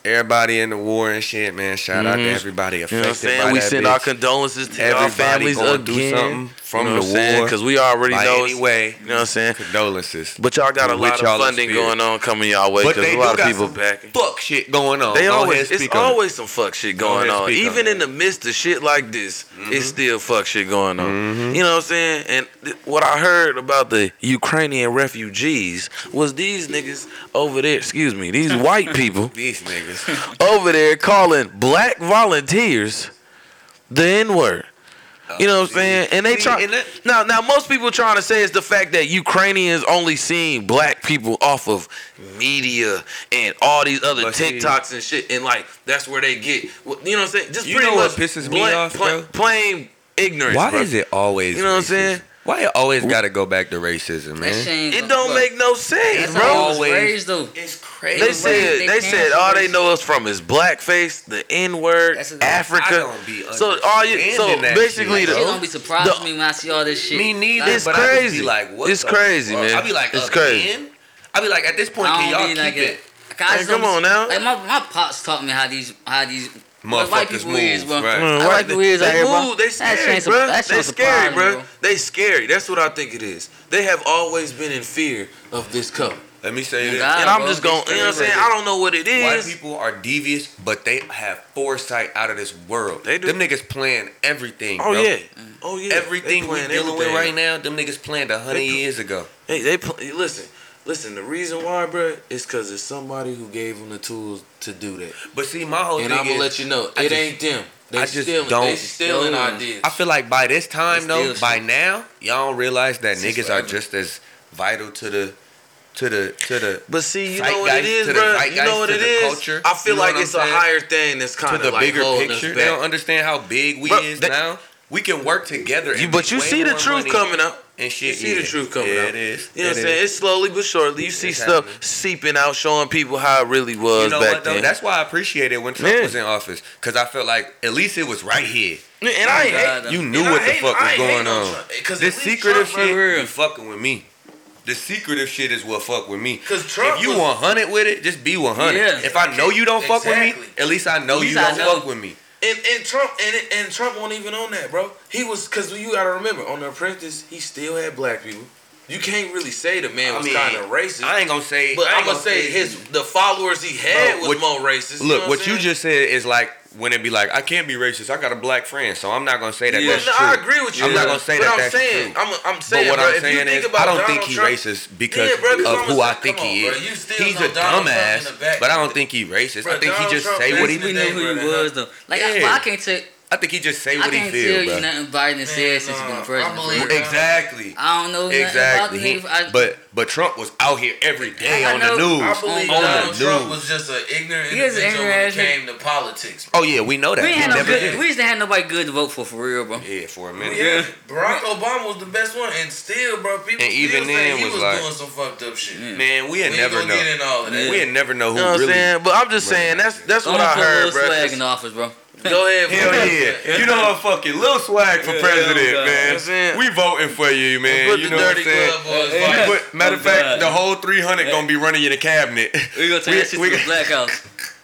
[SPEAKER 2] everybody in the war and shit, man. Shout out to everybody affected
[SPEAKER 3] You know what I'm
[SPEAKER 2] by
[SPEAKER 3] saying? We
[SPEAKER 2] that
[SPEAKER 3] send
[SPEAKER 2] bitch.
[SPEAKER 3] our condolences to
[SPEAKER 2] Everybody
[SPEAKER 3] our families
[SPEAKER 2] going through
[SPEAKER 3] again.
[SPEAKER 2] something from
[SPEAKER 3] you
[SPEAKER 2] the
[SPEAKER 3] know what I'm saying?
[SPEAKER 2] war
[SPEAKER 3] Cause we already
[SPEAKER 2] by
[SPEAKER 3] know.
[SPEAKER 2] any
[SPEAKER 3] it's-
[SPEAKER 2] way.
[SPEAKER 3] You know what I'm saying?
[SPEAKER 2] Condolences.
[SPEAKER 3] But y'all got a
[SPEAKER 2] With
[SPEAKER 3] lot of
[SPEAKER 2] y'all in
[SPEAKER 3] funding
[SPEAKER 2] spirit.
[SPEAKER 3] going on coming y'all way.
[SPEAKER 2] But
[SPEAKER 3] Cause
[SPEAKER 2] they
[SPEAKER 3] a
[SPEAKER 2] do
[SPEAKER 3] lot of
[SPEAKER 2] got
[SPEAKER 3] people
[SPEAKER 2] some
[SPEAKER 3] backing.
[SPEAKER 2] fuck shit going on.
[SPEAKER 3] They
[SPEAKER 2] Go ahead,
[SPEAKER 3] always
[SPEAKER 2] speak
[SPEAKER 3] it's
[SPEAKER 2] on it.
[SPEAKER 3] always some fuck shit
[SPEAKER 2] Go
[SPEAKER 3] going
[SPEAKER 2] ahead,
[SPEAKER 3] on.
[SPEAKER 2] speak on
[SPEAKER 3] Even
[SPEAKER 2] it. Mm-hmm.
[SPEAKER 3] in the midst of shit like this, it's still fuck shit going on. You know what I'm saying? And th- what I heard about the Ukrainian refugees was these niggas over there, excuse me, these white people
[SPEAKER 2] these niggas.
[SPEAKER 3] over there calling black volunteers the N word. You know what I'm saying? And they
[SPEAKER 2] See,
[SPEAKER 3] try
[SPEAKER 2] and that-
[SPEAKER 3] now. Now most people trying to say it's the fact that Ukrainians only seeing black people off of media and all these other
[SPEAKER 2] But see-
[SPEAKER 3] TikToks and shit, and like that's where they get. well, You know what I'm saying? Just
[SPEAKER 2] You
[SPEAKER 3] pretty
[SPEAKER 2] know what
[SPEAKER 3] much
[SPEAKER 2] pisses me
[SPEAKER 3] blunt-
[SPEAKER 2] off,
[SPEAKER 3] pla-
[SPEAKER 2] bro?
[SPEAKER 3] plain ignorance.
[SPEAKER 2] Why
[SPEAKER 3] bro.
[SPEAKER 2] is it always?
[SPEAKER 3] You know what I'm
[SPEAKER 2] racism?
[SPEAKER 3] saying?
[SPEAKER 2] Why it always got to go back to racism,
[SPEAKER 1] That
[SPEAKER 2] man?
[SPEAKER 1] shit ain't
[SPEAKER 3] It
[SPEAKER 1] gonna-
[SPEAKER 3] don't
[SPEAKER 1] look,
[SPEAKER 3] make no sense,
[SPEAKER 1] That's
[SPEAKER 3] bro.
[SPEAKER 1] how I was
[SPEAKER 2] Always.
[SPEAKER 1] raised though.
[SPEAKER 2] It's crazy.
[SPEAKER 3] They
[SPEAKER 1] They
[SPEAKER 3] said
[SPEAKER 1] raised-
[SPEAKER 3] they
[SPEAKER 1] they
[SPEAKER 3] said
[SPEAKER 1] canceled
[SPEAKER 3] all they
[SPEAKER 1] us.
[SPEAKER 3] know us from is blackface, the N word,
[SPEAKER 1] That's a-
[SPEAKER 2] I
[SPEAKER 3] Africa.
[SPEAKER 2] don't be
[SPEAKER 3] So all you so
[SPEAKER 2] understanding that
[SPEAKER 3] basically
[SPEAKER 2] shit,
[SPEAKER 1] She
[SPEAKER 2] bro.
[SPEAKER 3] the,
[SPEAKER 1] gonna be surprised
[SPEAKER 3] The-
[SPEAKER 1] me when I see all this shit.
[SPEAKER 2] Me neither.
[SPEAKER 3] It's
[SPEAKER 2] but I just
[SPEAKER 3] crazy.
[SPEAKER 2] be like, what
[SPEAKER 3] It's
[SPEAKER 2] the
[SPEAKER 3] crazy,
[SPEAKER 2] fuck?
[SPEAKER 3] man.
[SPEAKER 2] I be like,
[SPEAKER 3] It's
[SPEAKER 2] it's
[SPEAKER 3] crazy.
[SPEAKER 2] crazy. I be like, at this point,
[SPEAKER 1] I
[SPEAKER 2] can
[SPEAKER 1] don't
[SPEAKER 2] y'all
[SPEAKER 1] be
[SPEAKER 2] keep
[SPEAKER 1] like
[SPEAKER 2] it?
[SPEAKER 1] it. Like, I
[SPEAKER 3] Hey,
[SPEAKER 1] just
[SPEAKER 3] come
[SPEAKER 1] don't-
[SPEAKER 3] on now.
[SPEAKER 1] Like my, my pops taught me how these how these
[SPEAKER 2] Motherfuckers
[SPEAKER 1] white people
[SPEAKER 2] move,
[SPEAKER 1] is, bro.
[SPEAKER 2] right.
[SPEAKER 3] Mm,
[SPEAKER 1] I
[SPEAKER 3] right.
[SPEAKER 1] like people is
[SPEAKER 3] they
[SPEAKER 1] out here, bro.
[SPEAKER 3] move, They
[SPEAKER 1] That shit
[SPEAKER 3] scary,
[SPEAKER 1] ain't su-
[SPEAKER 3] bro.
[SPEAKER 1] that shit
[SPEAKER 3] They
[SPEAKER 1] don't surprise
[SPEAKER 3] scary,
[SPEAKER 1] me,
[SPEAKER 3] bro.
[SPEAKER 1] bro.
[SPEAKER 3] They scary. That's what I think it is. They have always been in fear of this color,
[SPEAKER 2] Let me say this.
[SPEAKER 1] God.
[SPEAKER 3] and
[SPEAKER 1] Yeah,
[SPEAKER 3] I'm
[SPEAKER 1] bro,
[SPEAKER 3] just
[SPEAKER 1] they
[SPEAKER 3] going. You know what I'm
[SPEAKER 1] scary,
[SPEAKER 3] saying?
[SPEAKER 1] bro.
[SPEAKER 3] I don't know what it
[SPEAKER 2] White
[SPEAKER 3] is.
[SPEAKER 2] people are devious, but they have foresight out of this world.
[SPEAKER 3] They do.
[SPEAKER 2] Them niggas plan everything.
[SPEAKER 3] Oh
[SPEAKER 2] bro. Mm.
[SPEAKER 3] yeah. Oh yeah.
[SPEAKER 2] Everything
[SPEAKER 3] They
[SPEAKER 2] we
[SPEAKER 3] playing
[SPEAKER 2] dealing with
[SPEAKER 3] everything.
[SPEAKER 2] right now, them niggas planned a hundred
[SPEAKER 3] They pl-
[SPEAKER 2] years ago.
[SPEAKER 3] Hey, they pl-
[SPEAKER 6] Listen, listen. The reason why, bro, is because it's somebody who gave them the tools to do that.
[SPEAKER 2] But see, my whole
[SPEAKER 6] And
[SPEAKER 2] thing
[SPEAKER 6] I'm gonna
[SPEAKER 2] is,
[SPEAKER 6] let you know,
[SPEAKER 2] I
[SPEAKER 6] it
[SPEAKER 2] just-
[SPEAKER 6] ain't them. They
[SPEAKER 2] I just
[SPEAKER 6] stealing.
[SPEAKER 2] don't-
[SPEAKER 6] They stealing
[SPEAKER 1] don't.
[SPEAKER 6] ideas.
[SPEAKER 2] I feel like by this time
[SPEAKER 1] It's
[SPEAKER 2] though,
[SPEAKER 1] still
[SPEAKER 2] by now, y'all don't realize that
[SPEAKER 1] It's
[SPEAKER 2] niggas
[SPEAKER 1] just
[SPEAKER 2] are
[SPEAKER 1] forever.
[SPEAKER 2] just as vital to the to the to the
[SPEAKER 3] but see,
[SPEAKER 2] you
[SPEAKER 3] you
[SPEAKER 2] know
[SPEAKER 3] know
[SPEAKER 2] Zeitgeist
[SPEAKER 3] what it is,
[SPEAKER 2] to the
[SPEAKER 3] bro.
[SPEAKER 2] zeitgeist
[SPEAKER 3] You know what
[SPEAKER 2] to
[SPEAKER 3] it
[SPEAKER 2] the
[SPEAKER 3] is.
[SPEAKER 2] culture.
[SPEAKER 3] I feel
[SPEAKER 2] You know
[SPEAKER 3] like
[SPEAKER 2] what
[SPEAKER 3] it's a
[SPEAKER 2] I'm saying?
[SPEAKER 3] higher thing that's
[SPEAKER 2] to
[SPEAKER 3] kind
[SPEAKER 2] the
[SPEAKER 3] of like
[SPEAKER 2] bigger
[SPEAKER 3] holding
[SPEAKER 2] picture.
[SPEAKER 3] us
[SPEAKER 2] They don't
[SPEAKER 3] back.
[SPEAKER 2] understand how big we
[SPEAKER 3] Bro,
[SPEAKER 2] is
[SPEAKER 3] that-
[SPEAKER 2] now. We can work together. And
[SPEAKER 3] You, but
[SPEAKER 2] make
[SPEAKER 3] you
[SPEAKER 2] way
[SPEAKER 3] see the
[SPEAKER 2] more
[SPEAKER 3] truth
[SPEAKER 2] money
[SPEAKER 3] coming up.
[SPEAKER 2] and
[SPEAKER 3] You
[SPEAKER 2] shit.
[SPEAKER 3] see the
[SPEAKER 2] yeah.
[SPEAKER 3] truth coming
[SPEAKER 2] yeah,
[SPEAKER 3] out.
[SPEAKER 2] It is.
[SPEAKER 3] You know what
[SPEAKER 2] It
[SPEAKER 3] I'm saying?
[SPEAKER 2] is.
[SPEAKER 3] It's slowly but surely. You see
[SPEAKER 2] It's
[SPEAKER 3] stuff
[SPEAKER 2] happening.
[SPEAKER 3] seeping out, showing people how it really was
[SPEAKER 2] You know
[SPEAKER 3] back
[SPEAKER 2] what though?
[SPEAKER 3] then.
[SPEAKER 2] That's why I appreciated when Trump
[SPEAKER 3] Yeah.
[SPEAKER 2] was in office because I felt like at least it was right here.
[SPEAKER 3] and I ain't
[SPEAKER 1] God, I
[SPEAKER 3] hate.
[SPEAKER 2] You
[SPEAKER 1] And
[SPEAKER 2] knew
[SPEAKER 3] I
[SPEAKER 2] what the
[SPEAKER 3] hate-
[SPEAKER 2] fuck
[SPEAKER 3] I
[SPEAKER 2] was
[SPEAKER 3] ain't hate
[SPEAKER 2] going
[SPEAKER 3] no
[SPEAKER 2] on.
[SPEAKER 3] Trump, 'cause
[SPEAKER 2] This
[SPEAKER 3] at least
[SPEAKER 2] secretive
[SPEAKER 3] Trump
[SPEAKER 2] shit
[SPEAKER 3] right here-
[SPEAKER 2] be fucking with me. The secretive shit is what fuck with me.
[SPEAKER 3] 'Cause Trump
[SPEAKER 2] if you
[SPEAKER 3] was-
[SPEAKER 2] 100 with it, just be 100.
[SPEAKER 1] Yeah.
[SPEAKER 2] If I know you don't fuck with
[SPEAKER 3] Exactly.
[SPEAKER 2] me, at least I know
[SPEAKER 1] At
[SPEAKER 2] you
[SPEAKER 1] least I
[SPEAKER 2] don't
[SPEAKER 1] know.
[SPEAKER 2] fuck with me.
[SPEAKER 6] And, and Trump and and Trump won't even on that, bro. He was because you gotta remember on The Apprentice, he still had black people. You can't really say the man
[SPEAKER 2] I
[SPEAKER 6] was
[SPEAKER 2] mean,
[SPEAKER 6] kind of racist,
[SPEAKER 2] I ain't gonna say.
[SPEAKER 6] but
[SPEAKER 2] I ain't
[SPEAKER 6] I'm gonna say his the followers he had
[SPEAKER 2] Bro,
[SPEAKER 6] was
[SPEAKER 2] what-
[SPEAKER 6] more racist.
[SPEAKER 2] Look,
[SPEAKER 6] know
[SPEAKER 2] what
[SPEAKER 6] I'm
[SPEAKER 2] you
[SPEAKER 6] saying?
[SPEAKER 2] just said is like when it be like, I can't be racist. I got a black friend, so I'm not gonna say that.
[SPEAKER 6] Yeah,
[SPEAKER 2] that's
[SPEAKER 6] no,
[SPEAKER 2] true.
[SPEAKER 6] I agree with you.
[SPEAKER 2] I'm not gonna say
[SPEAKER 6] but
[SPEAKER 2] that
[SPEAKER 6] I'm
[SPEAKER 2] that's
[SPEAKER 6] saying,
[SPEAKER 2] true.
[SPEAKER 6] I'm, I'm saying,
[SPEAKER 2] but what
[SPEAKER 6] bro,
[SPEAKER 2] I'm
[SPEAKER 6] if you
[SPEAKER 2] saying
[SPEAKER 6] think
[SPEAKER 2] is,
[SPEAKER 6] about
[SPEAKER 2] I don't
[SPEAKER 6] Donald
[SPEAKER 2] think he
[SPEAKER 6] Trump,
[SPEAKER 2] racist because
[SPEAKER 6] Yeah, bro, 'cause
[SPEAKER 2] of
[SPEAKER 6] I'm
[SPEAKER 2] who
[SPEAKER 6] gonna
[SPEAKER 2] I
[SPEAKER 6] say-
[SPEAKER 2] think
[SPEAKER 6] come
[SPEAKER 2] he
[SPEAKER 6] on,
[SPEAKER 2] is.
[SPEAKER 6] bro, you still
[SPEAKER 2] He's
[SPEAKER 6] know
[SPEAKER 2] a
[SPEAKER 6] Donald Trump in the
[SPEAKER 2] dumbass,
[SPEAKER 6] back.
[SPEAKER 2] but I don't think he racist. I
[SPEAKER 6] Bro,
[SPEAKER 2] think he
[SPEAKER 6] Donald
[SPEAKER 2] just
[SPEAKER 6] Trump
[SPEAKER 2] say what he.
[SPEAKER 6] racist.
[SPEAKER 1] We knew who
[SPEAKER 6] Yeah.
[SPEAKER 1] he was though. Like I, well, I can't tell
[SPEAKER 2] I think he just say
[SPEAKER 1] I
[SPEAKER 2] what he
[SPEAKER 1] can't tell
[SPEAKER 2] feel,
[SPEAKER 1] you
[SPEAKER 2] bro.
[SPEAKER 1] nothing Biden said since he
[SPEAKER 6] nah,
[SPEAKER 1] been
[SPEAKER 6] I
[SPEAKER 1] president.
[SPEAKER 6] believe
[SPEAKER 1] bro.
[SPEAKER 6] it.
[SPEAKER 2] Exactly.
[SPEAKER 1] I don't know
[SPEAKER 2] Exactly.
[SPEAKER 1] nothing
[SPEAKER 2] He-
[SPEAKER 1] about the nigga. I-
[SPEAKER 2] but but Trump was out here every day
[SPEAKER 1] I
[SPEAKER 2] on the
[SPEAKER 1] know-
[SPEAKER 6] I
[SPEAKER 2] news.
[SPEAKER 6] believe
[SPEAKER 1] on the
[SPEAKER 6] Donald Trump
[SPEAKER 2] news.
[SPEAKER 6] was just an ignorant
[SPEAKER 1] He is an
[SPEAKER 6] individual when it
[SPEAKER 1] ignorant
[SPEAKER 6] came to politics.
[SPEAKER 2] Oh yeah, we know that.
[SPEAKER 1] we
[SPEAKER 2] He
[SPEAKER 1] ain't had no
[SPEAKER 2] never
[SPEAKER 1] good.
[SPEAKER 2] did.
[SPEAKER 1] We just didn't have nobody good to vote for for real, bro.
[SPEAKER 2] Yeah, for a minute.
[SPEAKER 6] Yeah, Barack Obama was the best one, and still, bro, people
[SPEAKER 2] And
[SPEAKER 6] still
[SPEAKER 2] even
[SPEAKER 6] say
[SPEAKER 2] then
[SPEAKER 6] he
[SPEAKER 2] was
[SPEAKER 6] was,
[SPEAKER 2] like-
[SPEAKER 6] doing some fucked up shit.
[SPEAKER 2] Man, we had
[SPEAKER 6] We ain't
[SPEAKER 2] never
[SPEAKER 6] gonna get
[SPEAKER 2] know.
[SPEAKER 6] in all that.
[SPEAKER 2] We had never know who
[SPEAKER 3] You know what I'm
[SPEAKER 2] really.
[SPEAKER 3] saying? But I'm just
[SPEAKER 2] Right.
[SPEAKER 3] saying that's that's
[SPEAKER 1] I'm
[SPEAKER 3] what
[SPEAKER 1] gonna
[SPEAKER 3] I
[SPEAKER 1] put a
[SPEAKER 3] heard,
[SPEAKER 1] little swag in
[SPEAKER 3] bro.
[SPEAKER 1] the office, bro.
[SPEAKER 6] Go ahead,
[SPEAKER 2] Hell
[SPEAKER 6] bro.
[SPEAKER 2] yeah. You know I'm fucking Lil Swag for
[SPEAKER 1] Yeah,
[SPEAKER 2] president,
[SPEAKER 1] oh God.
[SPEAKER 3] I'm
[SPEAKER 2] man.
[SPEAKER 3] saying-
[SPEAKER 2] We voting for you, man.
[SPEAKER 3] put
[SPEAKER 2] you
[SPEAKER 3] the
[SPEAKER 2] know what I'm
[SPEAKER 3] dirty
[SPEAKER 2] saying?
[SPEAKER 3] glove
[SPEAKER 6] Boys,
[SPEAKER 2] We
[SPEAKER 1] Yeah.
[SPEAKER 6] like,
[SPEAKER 2] put- matter of
[SPEAKER 1] Oh
[SPEAKER 2] fact,
[SPEAKER 1] God.
[SPEAKER 2] the whole 300 gonna be running in the cabinet.
[SPEAKER 1] We gonna turn
[SPEAKER 2] We-
[SPEAKER 1] that shit
[SPEAKER 2] we-
[SPEAKER 1] to the black house.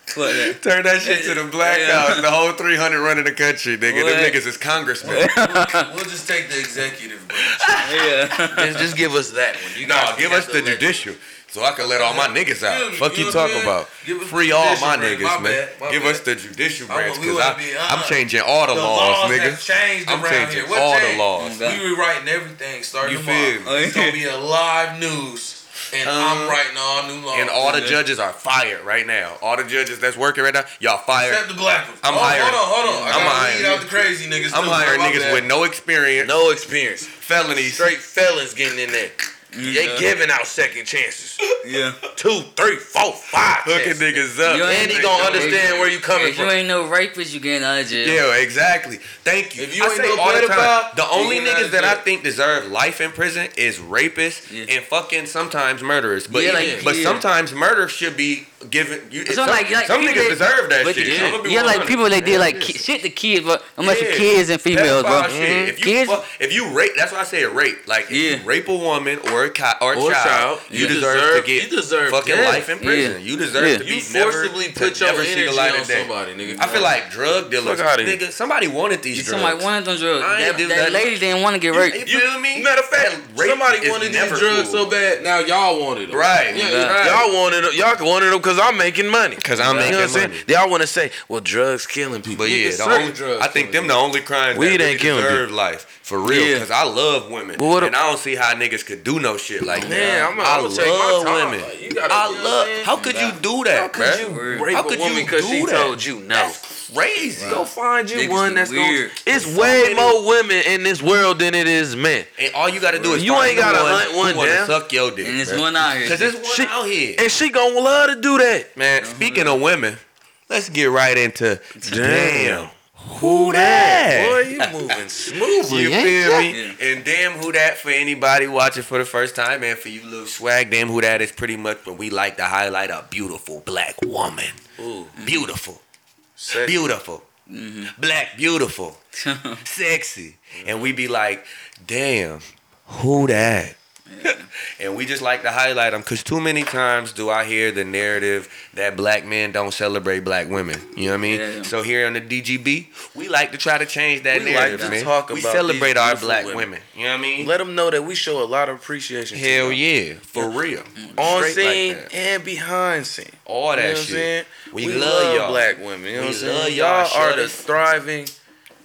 [SPEAKER 1] Fuck that.
[SPEAKER 2] Turn that shit to the black
[SPEAKER 1] Yeah.
[SPEAKER 2] house. The whole 300 running the country, nigga. Them
[SPEAKER 1] What?
[SPEAKER 2] niggas is congressmen.
[SPEAKER 6] We'll just take the executive branch.
[SPEAKER 1] Yeah.
[SPEAKER 3] Just, just give us that one. You
[SPEAKER 2] Nah,
[SPEAKER 3] guys
[SPEAKER 2] give
[SPEAKER 3] have
[SPEAKER 2] us
[SPEAKER 3] to
[SPEAKER 2] the
[SPEAKER 3] let-
[SPEAKER 2] judicial so I can let all my niggas
[SPEAKER 6] Feel
[SPEAKER 2] out.
[SPEAKER 6] me,
[SPEAKER 2] Fuck
[SPEAKER 6] you
[SPEAKER 2] you
[SPEAKER 6] know what I'm saying?
[SPEAKER 2] talking about?
[SPEAKER 6] Give us
[SPEAKER 2] Free
[SPEAKER 6] the
[SPEAKER 2] all
[SPEAKER 6] judicial
[SPEAKER 2] my
[SPEAKER 6] branch,
[SPEAKER 2] niggas,
[SPEAKER 6] my
[SPEAKER 2] man.
[SPEAKER 6] bad, my
[SPEAKER 2] Give
[SPEAKER 6] bad.
[SPEAKER 2] us the judicial
[SPEAKER 6] I want-
[SPEAKER 2] branch
[SPEAKER 6] we
[SPEAKER 2] because
[SPEAKER 6] wanna be, uh,
[SPEAKER 2] I'm changing all the,
[SPEAKER 6] The
[SPEAKER 2] laws,
[SPEAKER 6] laws have
[SPEAKER 2] nigga.
[SPEAKER 6] changed
[SPEAKER 2] I'm
[SPEAKER 6] around
[SPEAKER 2] changing
[SPEAKER 6] here. What
[SPEAKER 2] all the
[SPEAKER 6] changed?
[SPEAKER 2] laws.
[SPEAKER 1] God.
[SPEAKER 6] We rewriting everything, starting
[SPEAKER 2] You
[SPEAKER 6] tomorrow.
[SPEAKER 2] feel
[SPEAKER 1] me?
[SPEAKER 6] It's gonna be a live news, and
[SPEAKER 2] Um,
[SPEAKER 6] I'm writing all new laws.
[SPEAKER 2] And all the
[SPEAKER 1] Uh-huh. Yeah.
[SPEAKER 2] judges are fired right now. All the judges that's working right now, y'all fired.
[SPEAKER 6] Except the black ones.
[SPEAKER 2] I'm
[SPEAKER 6] oh,
[SPEAKER 2] hiring-
[SPEAKER 6] Hold on, hold on. I
[SPEAKER 2] I'm
[SPEAKER 6] gotta
[SPEAKER 2] hiring-
[SPEAKER 6] weed out the crazy niggas.
[SPEAKER 2] I'm
[SPEAKER 6] too.
[SPEAKER 2] hiring
[SPEAKER 6] My
[SPEAKER 2] niggas
[SPEAKER 6] bad.
[SPEAKER 2] with no experience,
[SPEAKER 3] No experience.
[SPEAKER 2] felonies.
[SPEAKER 3] Straight felons getting in there. They
[SPEAKER 1] Yeah.
[SPEAKER 3] giving out second chances.
[SPEAKER 1] Yeah.
[SPEAKER 3] Two, three, four, five.
[SPEAKER 2] Hooking
[SPEAKER 3] chances.
[SPEAKER 2] niggas up.
[SPEAKER 1] You
[SPEAKER 3] And he gonna understand where you coming
[SPEAKER 1] If you
[SPEAKER 3] from.
[SPEAKER 1] ain't no rapist, you getting out of jail.
[SPEAKER 2] Yeah, exactly. Thank you.
[SPEAKER 6] If you
[SPEAKER 2] I
[SPEAKER 6] ain't
[SPEAKER 2] say
[SPEAKER 6] no
[SPEAKER 2] all the time,
[SPEAKER 6] pedophile,
[SPEAKER 2] the
[SPEAKER 6] you
[SPEAKER 2] only
[SPEAKER 6] ain't out
[SPEAKER 2] niggas
[SPEAKER 6] of
[SPEAKER 2] that I
[SPEAKER 6] jail.
[SPEAKER 2] think deserve life in prison is rapists
[SPEAKER 1] Yeah.
[SPEAKER 2] and fucking sometimes murderers. But
[SPEAKER 1] Yeah,
[SPEAKER 2] even-
[SPEAKER 1] like,
[SPEAKER 2] but
[SPEAKER 1] yeah.
[SPEAKER 2] sometimes murder should be giving you.
[SPEAKER 1] So,
[SPEAKER 2] some
[SPEAKER 1] like- like,
[SPEAKER 2] some
[SPEAKER 1] people that-
[SPEAKER 2] niggas deserve that
[SPEAKER 1] but
[SPEAKER 2] shit.
[SPEAKER 1] yeah.
[SPEAKER 2] I'm gonna be
[SPEAKER 1] yeah, like
[SPEAKER 2] 100.
[SPEAKER 1] people that did like
[SPEAKER 2] Yeah.
[SPEAKER 1] ki- shit to kids, but unless
[SPEAKER 2] Yeah.
[SPEAKER 1] much kids and females, bro. Mm-hmm.
[SPEAKER 2] Pedophile shit. If you
[SPEAKER 1] Kids,
[SPEAKER 2] fuck- if you rape, that's why I say rape. Like if
[SPEAKER 1] Yeah.
[SPEAKER 2] you rape a woman or a, co- or a
[SPEAKER 6] Or a
[SPEAKER 2] child,
[SPEAKER 6] child,
[SPEAKER 2] you,
[SPEAKER 6] you
[SPEAKER 2] deserve,
[SPEAKER 6] deserve-
[SPEAKER 2] to get
[SPEAKER 6] you deserve
[SPEAKER 2] fucking
[SPEAKER 6] death.
[SPEAKER 2] life in prison.
[SPEAKER 1] Yeah.
[SPEAKER 2] You deserve
[SPEAKER 1] Yeah.
[SPEAKER 2] to be
[SPEAKER 6] You
[SPEAKER 2] never-
[SPEAKER 6] forcibly
[SPEAKER 2] to
[SPEAKER 6] put your
[SPEAKER 2] never see the
[SPEAKER 6] energy
[SPEAKER 2] light of
[SPEAKER 6] on
[SPEAKER 2] day.
[SPEAKER 6] somebody, nigga.
[SPEAKER 2] I feel like drug dealers.
[SPEAKER 3] Fuck outta here.
[SPEAKER 2] Nigga, somebody wanted these drugs.
[SPEAKER 1] somebody wanted them drugs.
[SPEAKER 2] I ain't
[SPEAKER 1] That,
[SPEAKER 2] do
[SPEAKER 1] that
[SPEAKER 2] that.
[SPEAKER 1] lady didn't want to get
[SPEAKER 2] you,
[SPEAKER 1] raped.
[SPEAKER 2] you feel me?
[SPEAKER 3] Matter of fact,
[SPEAKER 2] rape
[SPEAKER 6] Somebody
[SPEAKER 2] is
[SPEAKER 6] wanted these
[SPEAKER 2] never
[SPEAKER 6] drugs
[SPEAKER 2] cool.
[SPEAKER 6] so bad. Now y'all wanted them.
[SPEAKER 2] Right.
[SPEAKER 6] Yeah.
[SPEAKER 2] Right.
[SPEAKER 3] Y'all wanted them. Y'all wanted them because I'm making money.
[SPEAKER 2] 'Cause I'm
[SPEAKER 3] you know
[SPEAKER 2] making
[SPEAKER 3] what saying?
[SPEAKER 2] money.
[SPEAKER 3] Y'all want to say, well, drugs killing people.
[SPEAKER 2] But yeah,
[SPEAKER 6] Niggas
[SPEAKER 2] the
[SPEAKER 6] certain
[SPEAKER 2] only,
[SPEAKER 6] drugs
[SPEAKER 2] I think
[SPEAKER 6] killing
[SPEAKER 2] them the only crimes
[SPEAKER 3] Weed
[SPEAKER 2] that really
[SPEAKER 3] ain't killing
[SPEAKER 2] deserve life for real.
[SPEAKER 1] Yeah.
[SPEAKER 2] Because I love women,
[SPEAKER 3] Well, what a-
[SPEAKER 2] and I don't see how niggas could do no shit like
[SPEAKER 3] Man,
[SPEAKER 2] that.
[SPEAKER 3] I'm-
[SPEAKER 2] I
[SPEAKER 3] I'ma
[SPEAKER 2] love
[SPEAKER 3] take my time.
[SPEAKER 2] women.
[SPEAKER 6] Like, you gotta-
[SPEAKER 2] I
[SPEAKER 6] you know what
[SPEAKER 2] love.
[SPEAKER 6] I'm saying?
[SPEAKER 2] How could you do that,
[SPEAKER 3] How could
[SPEAKER 2] bruh?
[SPEAKER 3] you
[SPEAKER 1] Word.
[SPEAKER 3] rape
[SPEAKER 2] How
[SPEAKER 3] a
[SPEAKER 2] could
[SPEAKER 3] woman
[SPEAKER 2] you
[SPEAKER 3] because
[SPEAKER 2] do
[SPEAKER 3] she
[SPEAKER 2] that?
[SPEAKER 3] told you no?
[SPEAKER 2] That's crazy.
[SPEAKER 3] Go find you
[SPEAKER 1] Niggas
[SPEAKER 3] one
[SPEAKER 1] is
[SPEAKER 3] that's
[SPEAKER 1] weird.
[SPEAKER 3] going. It's way more women in this world than it is men.
[SPEAKER 2] And all you gotta do is
[SPEAKER 3] You
[SPEAKER 2] find
[SPEAKER 3] ain't gotta
[SPEAKER 2] the one
[SPEAKER 3] hunt one
[SPEAKER 2] who wanna
[SPEAKER 3] down.
[SPEAKER 2] Suck your dick.
[SPEAKER 1] And it's
[SPEAKER 2] bruh.
[SPEAKER 1] one out here.
[SPEAKER 2] Cause there's one
[SPEAKER 3] She-
[SPEAKER 2] out here.
[SPEAKER 3] And she gonna love to do that.
[SPEAKER 2] Man, speaking of women, let's get right into damn.
[SPEAKER 3] Damn.
[SPEAKER 2] Who that?
[SPEAKER 3] Boy, you moving smoothly.
[SPEAKER 2] You
[SPEAKER 3] ain't
[SPEAKER 2] feel
[SPEAKER 3] ya?
[SPEAKER 2] me? And damn who that for anybody watching for the first time and for you little swag, damn who that is pretty much when we like to highlight a beautiful black woman.
[SPEAKER 6] Ooh.
[SPEAKER 2] Beautiful.
[SPEAKER 6] Sexy.
[SPEAKER 2] Beautiful. Black beautiful. Sexy. And we be like, damn, who that? and we just like to highlight them because too many times do I hear the narrative that black men don't celebrate black women. You know what I mean?
[SPEAKER 1] Yeah.
[SPEAKER 2] So here on the DGB, we like to try to change that
[SPEAKER 3] We like
[SPEAKER 2] narrative,
[SPEAKER 3] to
[SPEAKER 2] man.
[SPEAKER 3] talk
[SPEAKER 2] we
[SPEAKER 3] about
[SPEAKER 2] celebrate
[SPEAKER 3] these
[SPEAKER 2] our
[SPEAKER 3] beautiful
[SPEAKER 2] black women.
[SPEAKER 3] women.
[SPEAKER 2] You know what I mean?
[SPEAKER 3] Let them know that we show a lot of appreciation. to
[SPEAKER 2] Hell
[SPEAKER 3] them.
[SPEAKER 2] yeah, for real.
[SPEAKER 3] On
[SPEAKER 2] Straight like
[SPEAKER 3] scene
[SPEAKER 2] that.
[SPEAKER 3] and behind scene.
[SPEAKER 2] all
[SPEAKER 3] You know
[SPEAKER 2] that
[SPEAKER 3] what I'm
[SPEAKER 2] shit.
[SPEAKER 3] saying?
[SPEAKER 2] We love y'all.
[SPEAKER 3] black women. You know
[SPEAKER 2] We
[SPEAKER 3] what I'm
[SPEAKER 2] love
[SPEAKER 3] saying?
[SPEAKER 2] y'all.
[SPEAKER 3] Y'all are the
[SPEAKER 2] Shoulders.
[SPEAKER 3] thriving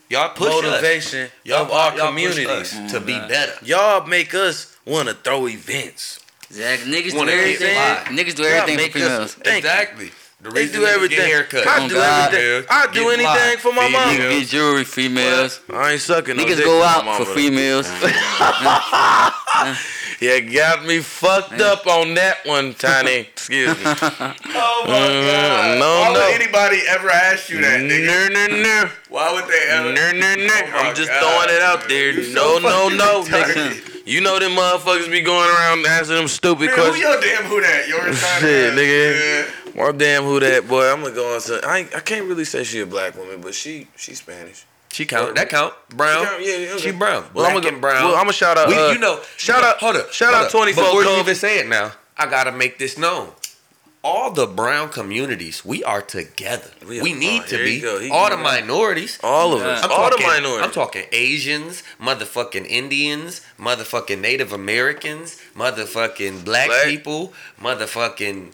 [SPEAKER 2] Y'all push us.
[SPEAKER 3] motivation
[SPEAKER 2] Y'all
[SPEAKER 3] of our
[SPEAKER 2] y'all
[SPEAKER 3] communities. Mm-hmm.
[SPEAKER 2] push us to be better.
[SPEAKER 3] Y'all make us want to throw events.
[SPEAKER 1] Zach, niggas do
[SPEAKER 2] Wanna get
[SPEAKER 1] everything.
[SPEAKER 2] lied.
[SPEAKER 1] Niggas do
[SPEAKER 3] Y'all
[SPEAKER 1] everything
[SPEAKER 3] make
[SPEAKER 1] for
[SPEAKER 3] us
[SPEAKER 1] females.
[SPEAKER 3] thank you.
[SPEAKER 2] Exactly. The
[SPEAKER 3] They
[SPEAKER 2] reason
[SPEAKER 3] do
[SPEAKER 2] niggas
[SPEAKER 3] everything.
[SPEAKER 2] Get haircuts.
[SPEAKER 3] I do
[SPEAKER 1] Oh, God.
[SPEAKER 3] everything. I do
[SPEAKER 2] Get fly.
[SPEAKER 3] anything for my
[SPEAKER 2] Feel
[SPEAKER 3] mama.
[SPEAKER 2] you?
[SPEAKER 1] Get jewelry, females.
[SPEAKER 3] I ain't sucking no
[SPEAKER 1] Niggas
[SPEAKER 3] dick
[SPEAKER 1] go
[SPEAKER 3] my
[SPEAKER 1] out for
[SPEAKER 3] mama.
[SPEAKER 1] females.
[SPEAKER 3] You got me fucked up on that one, Tiny. Excuse me.
[SPEAKER 2] Oh my
[SPEAKER 3] Mm,
[SPEAKER 2] god.
[SPEAKER 3] no,
[SPEAKER 2] Why
[SPEAKER 3] no.
[SPEAKER 2] would anybody ever ask you that, nigga?
[SPEAKER 3] No, no, no.
[SPEAKER 2] Why would they ever? Oh
[SPEAKER 3] No, no, no.
[SPEAKER 2] my
[SPEAKER 3] I'm just
[SPEAKER 2] God,
[SPEAKER 3] throwing it out
[SPEAKER 2] man.
[SPEAKER 3] there.
[SPEAKER 2] You so
[SPEAKER 3] No, no,
[SPEAKER 2] fucking
[SPEAKER 3] no,
[SPEAKER 2] retarded.
[SPEAKER 3] nigga. You know them motherfuckers be going around asking them stupid
[SPEAKER 2] Man, who
[SPEAKER 3] questions.
[SPEAKER 2] your damn who that? Your retarded
[SPEAKER 3] Shit,
[SPEAKER 2] ass,
[SPEAKER 3] nigga.
[SPEAKER 2] man.
[SPEAKER 3] Well, damn, who that boy? I'm gonna go on to. I ain't, I can't really say she a black woman, but she she Spanish.
[SPEAKER 2] She count. That count. Brown.
[SPEAKER 3] She count, yeah, yeah, okay.
[SPEAKER 2] She brown.
[SPEAKER 3] Well,
[SPEAKER 2] Black
[SPEAKER 3] I'm gonna
[SPEAKER 2] and brown.
[SPEAKER 3] Well, I'm gonna shout out.
[SPEAKER 2] we,
[SPEAKER 3] uh,
[SPEAKER 2] you know,
[SPEAKER 3] shout out.
[SPEAKER 2] Hold up.
[SPEAKER 3] shout
[SPEAKER 2] hold
[SPEAKER 3] out
[SPEAKER 2] up.
[SPEAKER 3] 24
[SPEAKER 2] Before you
[SPEAKER 3] Cove.
[SPEAKER 2] even say it now, I gotta make this known. All the brown communities, we are together.
[SPEAKER 3] We
[SPEAKER 2] We,
[SPEAKER 3] are-
[SPEAKER 2] need
[SPEAKER 3] oh,
[SPEAKER 2] to
[SPEAKER 3] here you
[SPEAKER 2] be.
[SPEAKER 3] go. He
[SPEAKER 2] All the
[SPEAKER 3] can-
[SPEAKER 2] minorities.
[SPEAKER 3] All of us.
[SPEAKER 1] I'm
[SPEAKER 3] all
[SPEAKER 2] talking,
[SPEAKER 3] the minorities.
[SPEAKER 2] I'm talking Asians, motherfucking Indians, motherfucking Native Americans, motherfucking black,
[SPEAKER 3] Black.
[SPEAKER 2] people, motherfucking